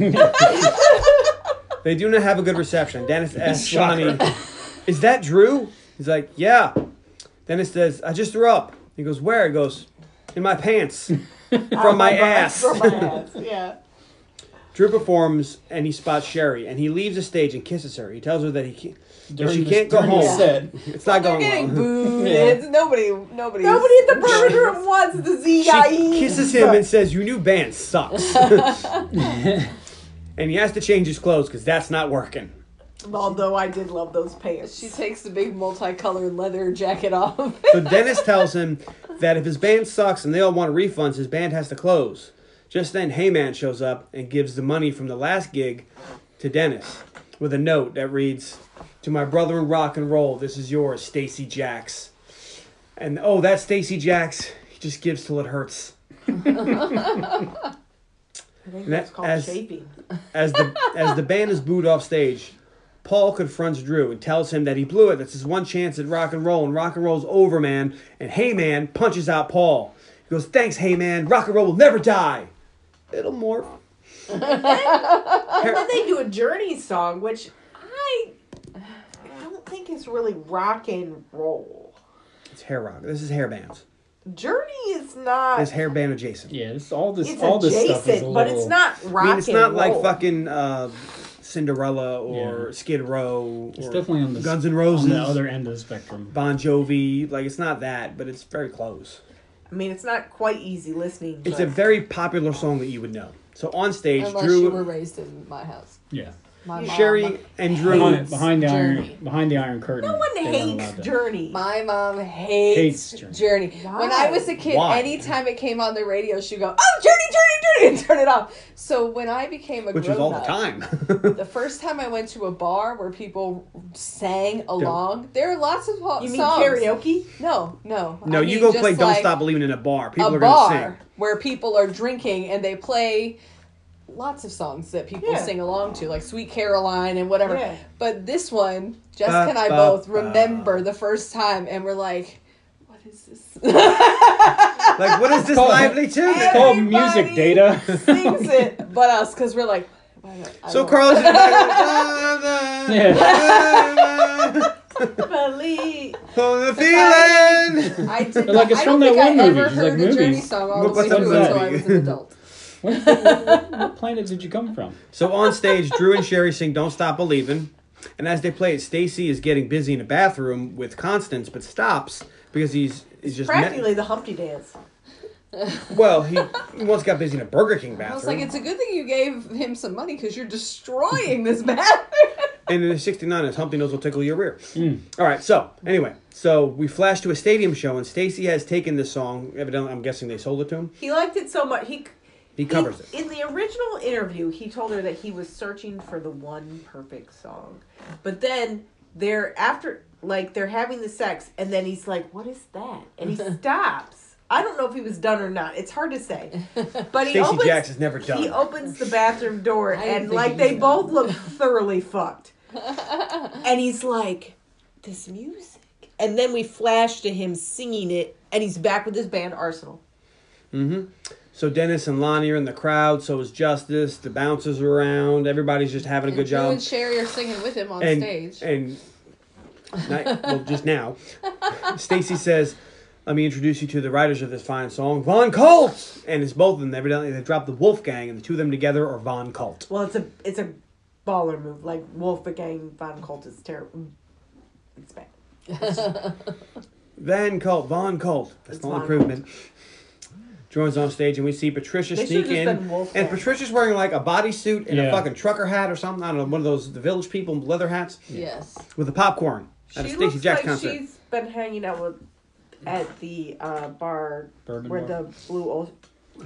Speaker 4: They do not have a good reception. Dennis asks Lonnie, "Is that Drew?" He's like, "Yeah." Dennis says, "I just threw up." He goes, "Where?" He goes, "In my pants, from
Speaker 3: Oh
Speaker 4: my ass."
Speaker 1: From my ass. Yeah.
Speaker 4: Drew performs and he spots Sherry and he leaves the stage and kisses her. He tells her that he can't,
Speaker 2: During
Speaker 4: she
Speaker 2: the-
Speaker 4: can't go
Speaker 2: during the
Speaker 4: home.
Speaker 2: set.
Speaker 4: It's not
Speaker 3: They're
Speaker 4: going
Speaker 3: getting
Speaker 4: well.
Speaker 3: booed.
Speaker 2: Yeah.
Speaker 3: It's nobody, nobody.
Speaker 1: Nobody at the bourbon room wants the Z E. guy.
Speaker 4: She kisses him and says, "Your new band sucks." and he has to change his clothes because that's not working.
Speaker 1: Although I did love those pants.
Speaker 3: She takes the big multicolored leather jacket off.
Speaker 4: So Dennis tells him that if his band sucks and they all want refunds, his band has to close. Just then, Heyman shows up and gives the money from the last gig to Dennis with a note that reads, "To my brother in rock and roll, this is yours, Stacy Jacks." And oh, that's Stacy Jacks. He just gives till it hurts.
Speaker 1: I think
Speaker 4: And
Speaker 1: that's
Speaker 4: that-
Speaker 1: called
Speaker 4: as-
Speaker 1: shaping.
Speaker 4: As the as the band is booed off stage, Paul confronts Drew and tells him that he blew it. That's his one chance at rock and roll, and rock and roll's over, man. And Heyman punches out Paul. He goes, "Thanks, Heyman. Rock and roll will never die." It'll morph.
Speaker 1: And then they do a Journey song, which I I don't think is really rock and roll.
Speaker 4: It's hair rock. This is hair bands.
Speaker 1: Journey is not.
Speaker 4: It's hair band adjacent.
Speaker 2: Yeah, this, all this,
Speaker 1: it's
Speaker 2: all this stuff is a
Speaker 1: adjacent,
Speaker 2: little.
Speaker 1: but it's not rock
Speaker 4: I mean, it's
Speaker 1: and
Speaker 4: not like
Speaker 1: roll.
Speaker 4: fucking uh, Cinderella or Skid Row.
Speaker 2: It's
Speaker 4: or
Speaker 2: definitely on the
Speaker 4: Guns N' Roses.
Speaker 2: on the other end of the spectrum.
Speaker 4: Bon Jovi. Like it's not that, but it's very close.
Speaker 1: I mean, it's not quite easy listening.
Speaker 4: It's
Speaker 1: but-
Speaker 4: a very popular song that you would know. So on stage,
Speaker 3: Unless
Speaker 4: Drew.
Speaker 3: you were raised in my house.
Speaker 2: Yeah,
Speaker 3: My mom.
Speaker 4: Sherry and Drew.
Speaker 2: behind, behind the
Speaker 3: Journey.
Speaker 2: iron, behind the iron curtain.
Speaker 1: no one
Speaker 2: they weren't allowed
Speaker 1: hates
Speaker 2: that.
Speaker 1: Journey.
Speaker 3: My mom hates,
Speaker 2: Hates Journey.
Speaker 3: Journey. When I
Speaker 1: Why?
Speaker 3: was a kid,
Speaker 4: Why?
Speaker 3: anytime it came on the radio, she'd go, "Oh, Journey, Journey, Journey," and turn it off. So when I became a
Speaker 4: Which was
Speaker 3: grown
Speaker 4: all the
Speaker 3: up,
Speaker 4: time.
Speaker 3: the first time I went to a bar where people sang along, there are lots of ho-
Speaker 1: you mean
Speaker 3: songs.
Speaker 1: karaoke?
Speaker 3: No, no.
Speaker 4: no,
Speaker 3: I
Speaker 4: you
Speaker 3: mean
Speaker 4: go
Speaker 3: just
Speaker 4: play Don't
Speaker 3: like
Speaker 4: Stop Believing in a bar. People
Speaker 3: A
Speaker 4: are going to
Speaker 3: bar
Speaker 4: sing.
Speaker 3: where people are drinking and they play lots of songs that people
Speaker 1: Yeah.
Speaker 3: sing along to, like Sweet Caroline and whatever.
Speaker 1: Yeah.
Speaker 3: But this one, Jessica and I
Speaker 4: ba,
Speaker 3: both
Speaker 4: ba.
Speaker 3: remember the first time and we're like, what is this?
Speaker 4: Like, what is this
Speaker 2: Call it.
Speaker 4: lively tune?
Speaker 2: It's called music
Speaker 3: Everybody
Speaker 2: data.
Speaker 3: sings it but us because we're like I don't- I
Speaker 4: So
Speaker 3: don't-
Speaker 4: Carl's in the background,
Speaker 1: Believe.
Speaker 4: on the feeling.
Speaker 3: I did
Speaker 2: Like,
Speaker 3: not,
Speaker 2: it's
Speaker 3: I don't
Speaker 2: from
Speaker 3: think
Speaker 2: that
Speaker 3: I
Speaker 2: one movie.
Speaker 3: ever
Speaker 2: She's like,
Speaker 3: heard a Journey
Speaker 2: movies.
Speaker 3: song all
Speaker 4: Look
Speaker 3: the way
Speaker 4: what's on
Speaker 3: through
Speaker 4: the
Speaker 3: until I
Speaker 4: movie.
Speaker 3: was an adult.
Speaker 2: what planet did you come from?
Speaker 4: So on stage, Drew and Sherry sing Don't Stop Believing. And as they play it, Stacy is getting busy in the bathroom with Constance, but stops because he's, he's just. met-
Speaker 1: Practically the Humpty Dance.
Speaker 4: well, he, he once got busy in a Burger King bathroom.
Speaker 3: I was like, it's a good thing you gave him some money because you're destroying this bathroom.
Speaker 4: And in the 69, his humpy nose will tickle your ear. All right, so anyway, so we flash to a stadium show, and Stacy has taken this song. Evidently, I'm guessing they sold it to him.
Speaker 1: He liked it so much. He
Speaker 4: He covers it.
Speaker 1: In the original interview, he told her that he was searching for the one perfect song. But then they're after like they're having the sex and then he's like, "What is that?" And he stops. I don't know if he was done or not. It's hard to say. But he
Speaker 4: Stacy
Speaker 1: opens
Speaker 4: Jacks is never
Speaker 1: he
Speaker 4: done.
Speaker 1: opens the bathroom door
Speaker 3: didn't
Speaker 1: and
Speaker 3: think
Speaker 1: like
Speaker 3: he
Speaker 1: they
Speaker 3: was
Speaker 1: both look thoroughly fucked. And he's like, "This music." And then we flash to him singing it and he's back with his band Arsenal.
Speaker 4: So Dennis and Lonnie are in the crowd. So is Justice. The bouncers are around. Everybody's just having a good
Speaker 3: Drew
Speaker 4: job.
Speaker 3: and Sherry are singing with him on
Speaker 4: and,
Speaker 3: stage.
Speaker 4: And ni- well, just now, Stacy says, "Let me introduce you to the writers of this fine song, Von Colt." And it's both of them. Evidently, they dropped the Wolfgang, and the two of them together are Von Colt.
Speaker 6: Well, it's a it's a baller move. Like Wolfgang von Colt is terrible. It's bad.
Speaker 4: Van Colt, Von Colt. That's
Speaker 6: It's
Speaker 4: not
Speaker 6: Von
Speaker 4: improvement. Joins on stage, and we see Patricia
Speaker 6: They
Speaker 4: sneak
Speaker 6: should've just
Speaker 4: in.
Speaker 6: been Wolfgang.
Speaker 4: And Patricia's wearing like a bodysuit and
Speaker 2: Yeah.
Speaker 4: a fucking trucker hat or something. I don't know, one of those the village people leather hats
Speaker 3: yes.
Speaker 4: with the popcorn at a
Speaker 6: She
Speaker 4: Stacy
Speaker 6: looks
Speaker 4: Jacks
Speaker 6: like
Speaker 4: concert.
Speaker 6: she's been hanging out with at the uh, bar
Speaker 2: Bourbon
Speaker 6: where
Speaker 2: bar.
Speaker 6: the blue old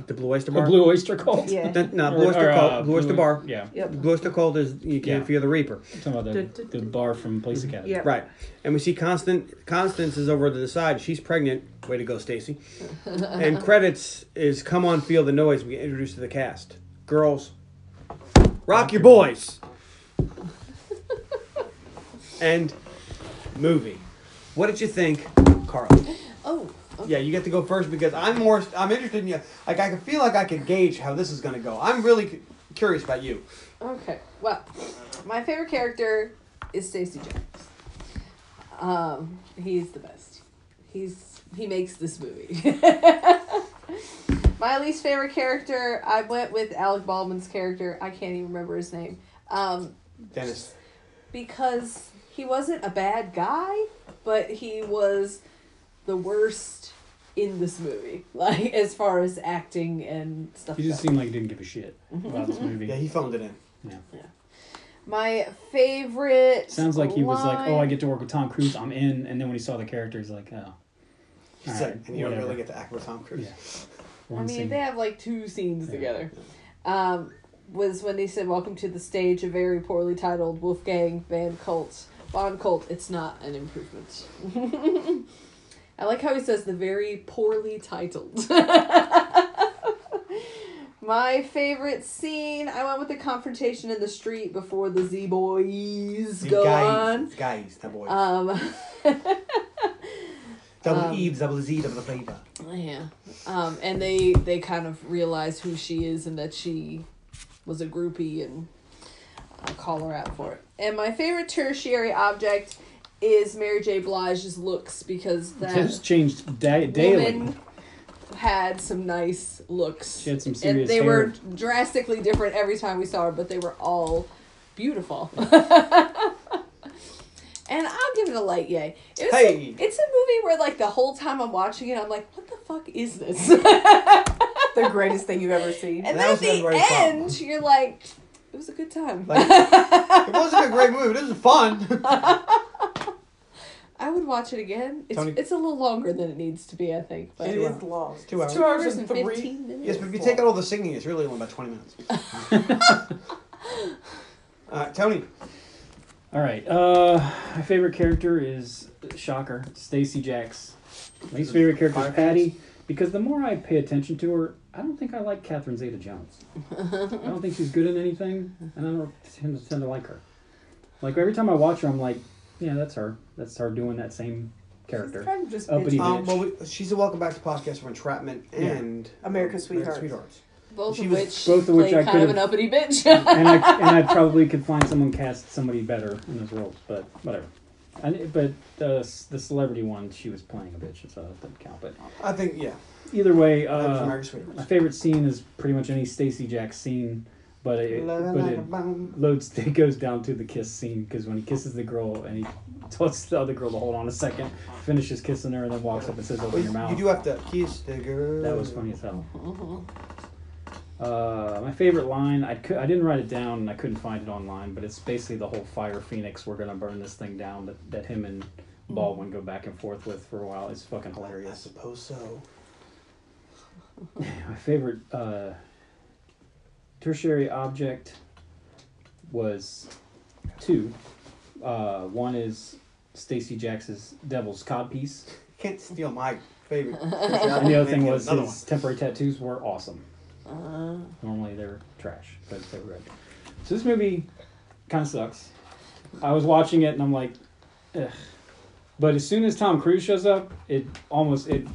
Speaker 4: The Blue Oyster
Speaker 2: A
Speaker 4: Bar.
Speaker 2: blue oyster cult.
Speaker 6: yeah.
Speaker 4: Then- no,
Speaker 2: Or-
Speaker 4: Blue Oyster
Speaker 2: or,
Speaker 4: Cult.
Speaker 2: uh,
Speaker 4: Blue Oyster Bar.
Speaker 2: Yeah.
Speaker 6: Yep.
Speaker 4: Blue Oyster Cult is you can't
Speaker 2: Yeah.
Speaker 4: fear the Reaper.
Speaker 2: Talking about the, the bar from Police Academy.
Speaker 6: Yeah.
Speaker 4: Right. And we see Constant Constance is over to the side. She's pregnant. Way to go, Stacy. and credits is Come On Feel the Noise. We get introduced to the cast. Girls, rock your boys. and movie. What did you think, Carl?
Speaker 3: Oh, okay.
Speaker 4: Yeah, you get to go first because I'm more I'm interested in you. Like I can feel like I can gauge how this is going to go. I'm really cu- curious about you.
Speaker 3: Okay. Well, my favorite character is Stacy Jones. Um, he's the best. He's he makes this movie. my least favorite character, I went with Alec Baldwin's character. I can't even remember his name. Um,
Speaker 4: Dennis.
Speaker 3: because he wasn't a bad guy, but he was the worst in this movie. Like as far as acting and stuff.
Speaker 2: He just
Speaker 3: goes.
Speaker 2: seemed like he didn't give a shit about this movie.
Speaker 4: Yeah, he phoned it in.
Speaker 3: my favorite
Speaker 2: Sounds like he was like, "Oh, I
Speaker 3: line-
Speaker 2: get to work with Tom Cruise. I'm in." And then when he saw the character, he's like, "Oh,
Speaker 4: He's
Speaker 2: Alright,
Speaker 4: like, and you don't
Speaker 2: whatever.
Speaker 4: really get to act with Tom Cruise.
Speaker 2: Yeah. one
Speaker 3: I mean,
Speaker 2: scene."
Speaker 3: they have like two scenes together. Um, was when they said "Welcome to the stage," a very poorly titled Wolfgang Van Colt Von Colt. It's not an improvement. I like how he says the very poorly titled. My favorite scene. I went with the confrontation in the street before the Z boys
Speaker 4: The
Speaker 3: go
Speaker 4: guys,
Speaker 3: on.
Speaker 4: guys, the boys.
Speaker 3: Um,
Speaker 4: double E, double Z, double flavor.
Speaker 3: Yeah. Um, and they they kind of realize who she is and that she was a groupie and I call her out for it. And my favorite tertiary object is Mary J. Blige's looks because
Speaker 2: It's
Speaker 3: that
Speaker 2: changed da- daily.
Speaker 3: woman had some nice looks.
Speaker 2: She had some
Speaker 3: and
Speaker 2: serious
Speaker 3: they were
Speaker 2: hair.
Speaker 3: drastically different every time we saw her, but they were all beautiful. And I'll give it a light yay. It was
Speaker 4: Hey.
Speaker 3: it's a movie where like the whole time I'm watching it, I'm like, what the fuck is this?
Speaker 6: the greatest thing you've ever seen.
Speaker 4: That
Speaker 3: And then at
Speaker 4: was
Speaker 3: the
Speaker 4: everybody's problem.
Speaker 3: end, you're like, it was a good time.
Speaker 4: Like, it wasn't a great movie. but It was fun.
Speaker 3: I would watch it again. It's,
Speaker 4: Tony-
Speaker 3: it's a little longer than it needs to be, I think. But
Speaker 6: It is long.
Speaker 4: two hours.
Speaker 6: Two hours
Speaker 3: Hours
Speaker 6: and
Speaker 3: and
Speaker 6: three.
Speaker 3: 15 minutes.
Speaker 4: yes, but if you take out all the singing, it's really only about twenty minutes. uh, Tony,
Speaker 2: All right. Uh, my favorite character is Shocker, Stacy Jacks. My least favorite character is Patty because the more I pay attention to her, I don't think I like Catherine Zeta-Jones. I don't think she's good in anything, and I don't tend to, tend to like her. Like every time I watch her, I'm like, yeah, that's her. That's her doing that same character.
Speaker 6: Kind of just
Speaker 2: Uppity
Speaker 6: bitchy.
Speaker 2: bitch.
Speaker 4: um, well, we, she's a welcome back to podcast for Entrapment and
Speaker 6: America's Sweethearts.
Speaker 4: Sweethearts.
Speaker 3: both
Speaker 4: she
Speaker 3: of
Speaker 4: was-
Speaker 3: which
Speaker 2: both of which
Speaker 3: played
Speaker 2: I
Speaker 3: kind of
Speaker 2: could've-
Speaker 3: an uppity bitch.
Speaker 2: and I and I probably could find someone cast somebody better in this role, but whatever. I, but uh, s- the celebrity one, she was playing a bitch, so that doesn't count. But
Speaker 4: I think yeah,
Speaker 2: either way,
Speaker 4: that was
Speaker 2: uh,
Speaker 4: America's Sweethearts.
Speaker 2: my favorite scene is pretty much any Stacy Jacks scene, but it,
Speaker 4: La, la,
Speaker 2: but
Speaker 4: la,
Speaker 2: it
Speaker 4: la, bum.
Speaker 2: loads it goes down to the kiss scene because when he kisses the girl and he tells the other girl to hold on a second, finishes kissing her, and then walks up and says,
Speaker 4: Well,
Speaker 2: "Open your
Speaker 4: you,
Speaker 2: mouth."
Speaker 4: you do have to kiss the girl.
Speaker 2: That was funny as hell. Uh, my favorite line I could I didn't write it down and I couldn't find it online, but it's basically the whole fire phoenix. We're gonna burn this thing down that, that him and Baldwin go back and forth with for a while. It's fucking
Speaker 4: I
Speaker 2: hilarious.
Speaker 4: suppose so.
Speaker 2: My favorite uh, tertiary object was two. Uh, one is Stacy Jacks's Devil's Codpiece,
Speaker 4: Can't steal my favorite.
Speaker 2: and the other thing was
Speaker 4: Another Uh.
Speaker 2: his temporary tattoos were awesome. Normally they're trash, but they were good. So this movie kind of sucks. I was watching it and I'm like, ugh. But as soon as Tom Cruise shows up, it almost it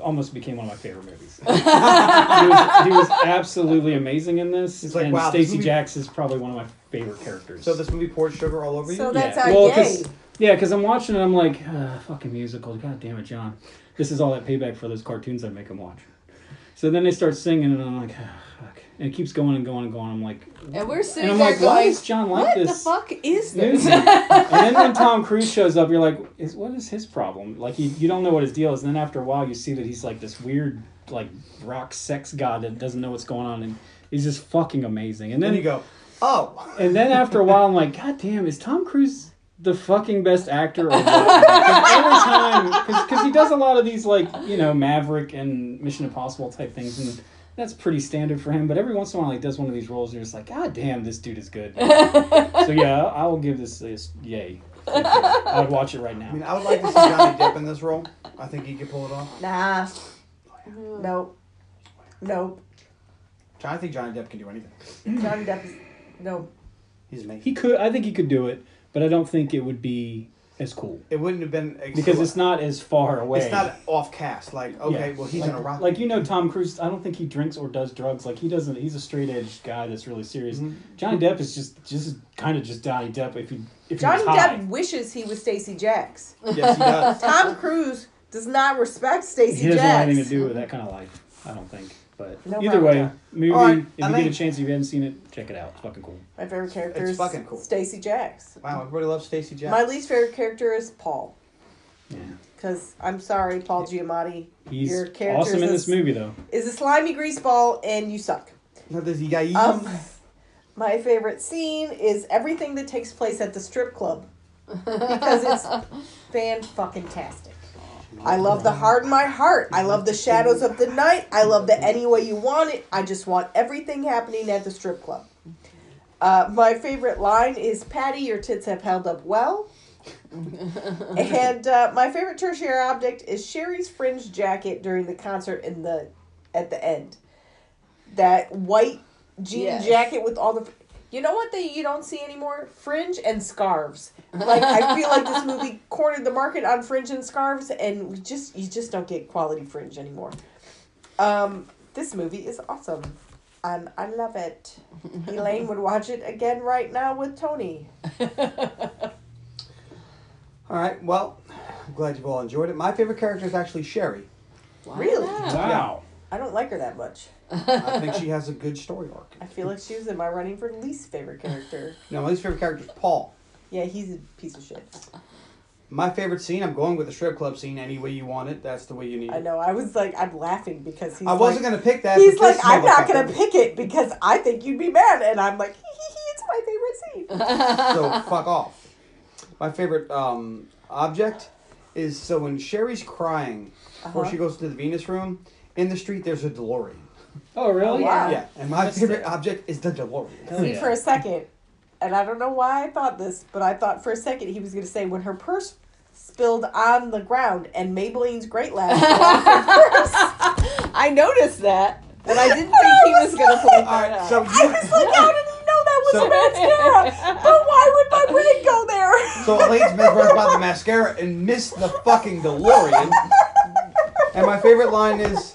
Speaker 2: almost became one of my favorite movies. he, was, he was absolutely amazing in this.
Speaker 4: It's like,
Speaker 2: and
Speaker 4: wow, this
Speaker 2: Stacy
Speaker 4: movie-
Speaker 2: Jacks is probably one of my favorite characters.
Speaker 4: So this movie poured sugar all over you.
Speaker 1: So
Speaker 2: Yeah.
Speaker 1: that's our
Speaker 2: Well,
Speaker 1: yay.
Speaker 2: 'cause- yeah, because I'm watching it, I'm like, ah, fucking musical. God damn it, John. This is all that payback for those cartoons I make him watch. So then they start singing, and I'm like, ah, fuck. And it keeps going and going and going. I'm like,
Speaker 3: And we're sitting
Speaker 2: and I'm
Speaker 3: there
Speaker 2: like,
Speaker 3: going,
Speaker 2: why does John like
Speaker 3: what
Speaker 2: this?
Speaker 3: the fuck is this?
Speaker 2: music. and then when Tom Cruise shows up, you're like, is, what is his problem? Like, you, you don't know what his deal is. And then after a while, you see that he's like this weird, like, rock sex god that doesn't know what's going on. And he's just fucking amazing. And then,
Speaker 4: Then you go, oh,
Speaker 2: and then after a while, I'm like, God damn, is Tom Cruise the fucking best actor? Or what? 'Cause every time, because he does a lot of these, like, you know, Maverick and Mission Impossible type things. And that's pretty standard for him. But every once in a while, he does one of these roles, and you're just like, God damn, this dude is good. so yeah, I will give this this yay. I would watch it right
Speaker 4: I mean,
Speaker 2: now.
Speaker 4: I would like to see Johnny Depp in this role. I think he could pull it off.
Speaker 1: Nah. Nope. Nope.
Speaker 4: John- I think Johnny Depp can do anything.
Speaker 1: Johnny Depp is nope.
Speaker 4: He's amazing.
Speaker 2: He could. I think he could do it, but I don't think it would be as cool
Speaker 4: It wouldn't have been
Speaker 2: because it's not as far away.
Speaker 4: It's not off cast. Like okay, well he's
Speaker 2: like,
Speaker 4: in a rock.
Speaker 2: Like you know, Tom Cruise. I don't think he drinks or does drugs. Like he doesn't. He's a straight edge guy that's really serious.
Speaker 4: Mm-hmm.
Speaker 2: Johnny Depp is just just kind of just Johnny Depp. If he if
Speaker 1: Johnny
Speaker 2: he was high.
Speaker 1: Depp wishes he was Stacy Jacks.
Speaker 4: yes, he does.
Speaker 1: Tom Cruise does not respect Stacy
Speaker 2: he doesn't have anything
Speaker 1: Jacks.
Speaker 2: to do with that kind of life. I don't think. But
Speaker 1: No
Speaker 2: either way, movie.
Speaker 4: All right,
Speaker 2: if
Speaker 4: I
Speaker 2: you get
Speaker 4: think-
Speaker 2: a chance, if you haven't seen it, check it out. It's fucking cool.
Speaker 1: My favorite character
Speaker 4: It's
Speaker 1: is
Speaker 4: fucking cool.
Speaker 1: Stacy Jacks.
Speaker 4: Wow, everybody loves Stacey Jack.
Speaker 1: My least favorite character is Paul.
Speaker 2: Yeah,
Speaker 1: Because I'm sorry, Paul Giamatti.
Speaker 2: he's
Speaker 1: Your character
Speaker 2: awesome in
Speaker 1: is-
Speaker 2: this movie though.
Speaker 1: Is a slimy greaseball and you suck.
Speaker 4: Now, does he got eaten?
Speaker 1: Um, my favorite scene is everything that takes place at the strip club because it's fan fucking tastic. I love the heart in my heart. I love the shadows of the night. I love the any way you want it. I just want everything happening at the strip club. Uh, my favorite line is Patty, your tits have held up well. and uh, my favorite tertiary object is Sherry's fringe jacket during the concert in the at the end. That white jean
Speaker 3: Yes.
Speaker 1: jacket with all the you know what they you don't see anymore? Fringe and scarves. Like I feel like this movie cornered the market on fringe and scarves and we just you just don't get quality fringe anymore. Um this movie is awesome. And I love it. Elaine would watch it again right now with Tony.
Speaker 4: All right. Well, I'm glad you've all enjoyed it. My favorite character is actually Sherry.
Speaker 1: Really?
Speaker 2: Wow.
Speaker 1: I don't like her that much.
Speaker 4: I think she has a good story arc.
Speaker 1: I feel like she was in my running for least favorite character.
Speaker 4: Now, my least favorite character is Paul.
Speaker 1: Yeah, he's a piece of shit.
Speaker 4: My favorite scene. I'm going with the strip club scene. Any way you want it. That's the way you need
Speaker 1: I
Speaker 4: it.
Speaker 1: know. I was like, I'm laughing because he's.
Speaker 4: I wasn't
Speaker 1: like,
Speaker 4: gonna pick that.
Speaker 1: He's
Speaker 4: but
Speaker 1: like,
Speaker 4: this
Speaker 1: I'm not gonna
Speaker 4: motherfucker-
Speaker 1: pick it because I think you'd be mad, and I'm like, hee hee hee, it's my favorite scene.
Speaker 4: so fuck off. My favorite um, object is so when Sherry's crying or she goes to the Venus room in the street. There's a DeLorean.
Speaker 2: Oh really?
Speaker 1: Wow.
Speaker 4: Yeah, and my
Speaker 2: That's
Speaker 4: favorite
Speaker 2: it.
Speaker 4: object is the DeLorean.
Speaker 2: Hell
Speaker 1: See,
Speaker 2: yeah.
Speaker 1: for a second, and I don't know why I thought this, but I thought for a second he was gonna say when her purse spilled on the ground and Maybelline's great laugh. fell off her purse.
Speaker 3: I noticed that, but I didn't think he was gonna play
Speaker 4: All
Speaker 3: hard
Speaker 4: right, so
Speaker 1: I
Speaker 4: you,
Speaker 1: was like, how did he know that was
Speaker 4: So-
Speaker 1: a mascara? But why would my brain go there?
Speaker 4: So Elaine's mesmerized by the mascara and missed the fucking DeLorean. And my favorite line is,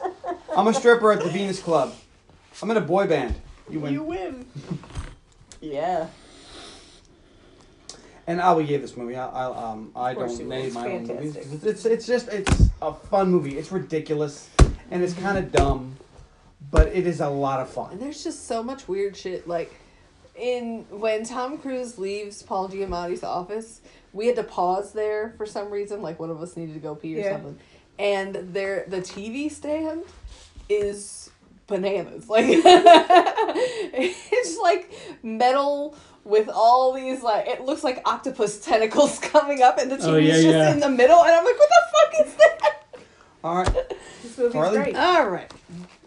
Speaker 4: "I'm a stripper at the Venus Club. I'm in a boy band. You win."
Speaker 1: win. yeah.
Speaker 4: and I would give this movie. I, I um I
Speaker 1: course
Speaker 4: don't
Speaker 1: you
Speaker 4: name
Speaker 1: would.
Speaker 4: my
Speaker 1: It's
Speaker 4: own movies.
Speaker 1: fantastic.
Speaker 4: 'cause It's it's just it's a fun movie. It's ridiculous, and it's kind
Speaker 1: Mm-hmm.
Speaker 4: of dumb, but it is a lot of
Speaker 3: And
Speaker 4: fun.
Speaker 3: there's just so much weird shit. Like, in when Tom Cruise leaves Paul Giamatti's office, we had to pause there for some reason. Like one of us needed to go pee or
Speaker 1: Yeah.
Speaker 3: something. And there, the TV stand is bananas. Like it's like metal with all these like it looks like octopus tentacles coming up, and the TV's
Speaker 2: Oh, yeah,
Speaker 3: just
Speaker 2: yeah.
Speaker 3: in the middle. And I'm like, what the fuck is that?
Speaker 4: All right,
Speaker 1: This movie's
Speaker 4: Harley?
Speaker 1: great.
Speaker 3: All right.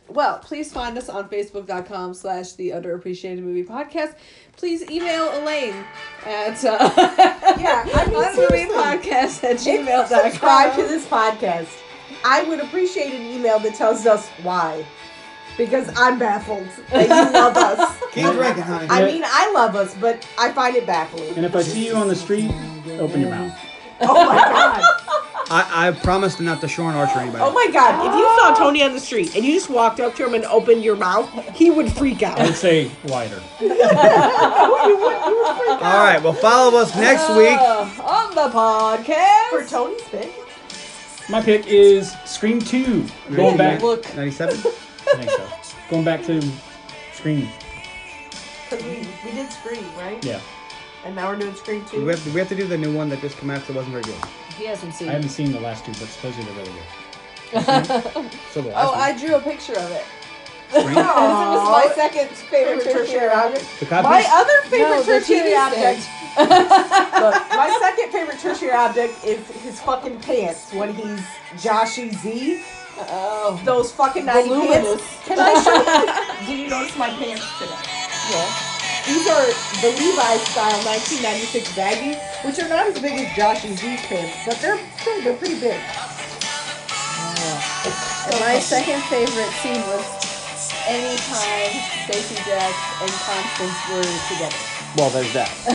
Speaker 3: Well, please find us on facebook.com slash the underappreciated movie podcast. Please email Elaine at uh,
Speaker 1: Yeah, I mean, seriously.
Speaker 3: undermoviepodcast at
Speaker 1: If you subscribe to
Speaker 3: gmail.com.
Speaker 1: this podcast, I would appreciate an email that tells us why. Because I'm baffled that you love us.
Speaker 4: keep drinking, honey.
Speaker 1: I mean, I love us, but I find it baffling.
Speaker 2: And if I see you on the street, open your mouth.
Speaker 1: Oh my god.
Speaker 4: I, I promised not to shorn archer anybody.
Speaker 10: Oh my god, if you saw Tony on the street and you just walked up to him and opened your mouth, he would freak out.
Speaker 2: I'd say wider.
Speaker 1: Oh,
Speaker 4: All right, well, follow us next week.
Speaker 3: Uh, on the podcast
Speaker 1: For Tony's bit.
Speaker 2: My pick is Scream 2. Going back. I
Speaker 3: Look,
Speaker 4: 97?
Speaker 2: think so. Going back to Scream.
Speaker 1: Because we, we did Scream, right?
Speaker 2: Yeah.
Speaker 1: And now we're doing Scream
Speaker 4: Do
Speaker 1: 2.
Speaker 4: we, have, do we have to do the new one that just came out that wasn't very good?
Speaker 3: he hasn't seen.
Speaker 2: I haven't seen the last two, but supposedly they're really good.
Speaker 4: So the last
Speaker 3: Oh,
Speaker 4: one.
Speaker 3: I drew a picture of it.
Speaker 4: Scream?
Speaker 3: This was my second favorite tertiary object.
Speaker 4: The copies?
Speaker 1: My other
Speaker 3: No,
Speaker 1: favorite
Speaker 3: the
Speaker 1: tertiary
Speaker 3: TV
Speaker 1: object. Look, my second favorite tertiary object is his fucking pants when he's Joshy Z.
Speaker 3: Oh,
Speaker 1: Those fucking 90
Speaker 3: Voluminous.
Speaker 1: pants. Can I show you? Did you notice my pants today?
Speaker 3: yeah.
Speaker 1: These are the Levi's style 1996 baggy, which are not as big as Joshy Z's pants, but they're still they're pretty big.
Speaker 3: And my second favorite scene was anytime Stacy Jacks and Constance were together.
Speaker 4: Well, there's that.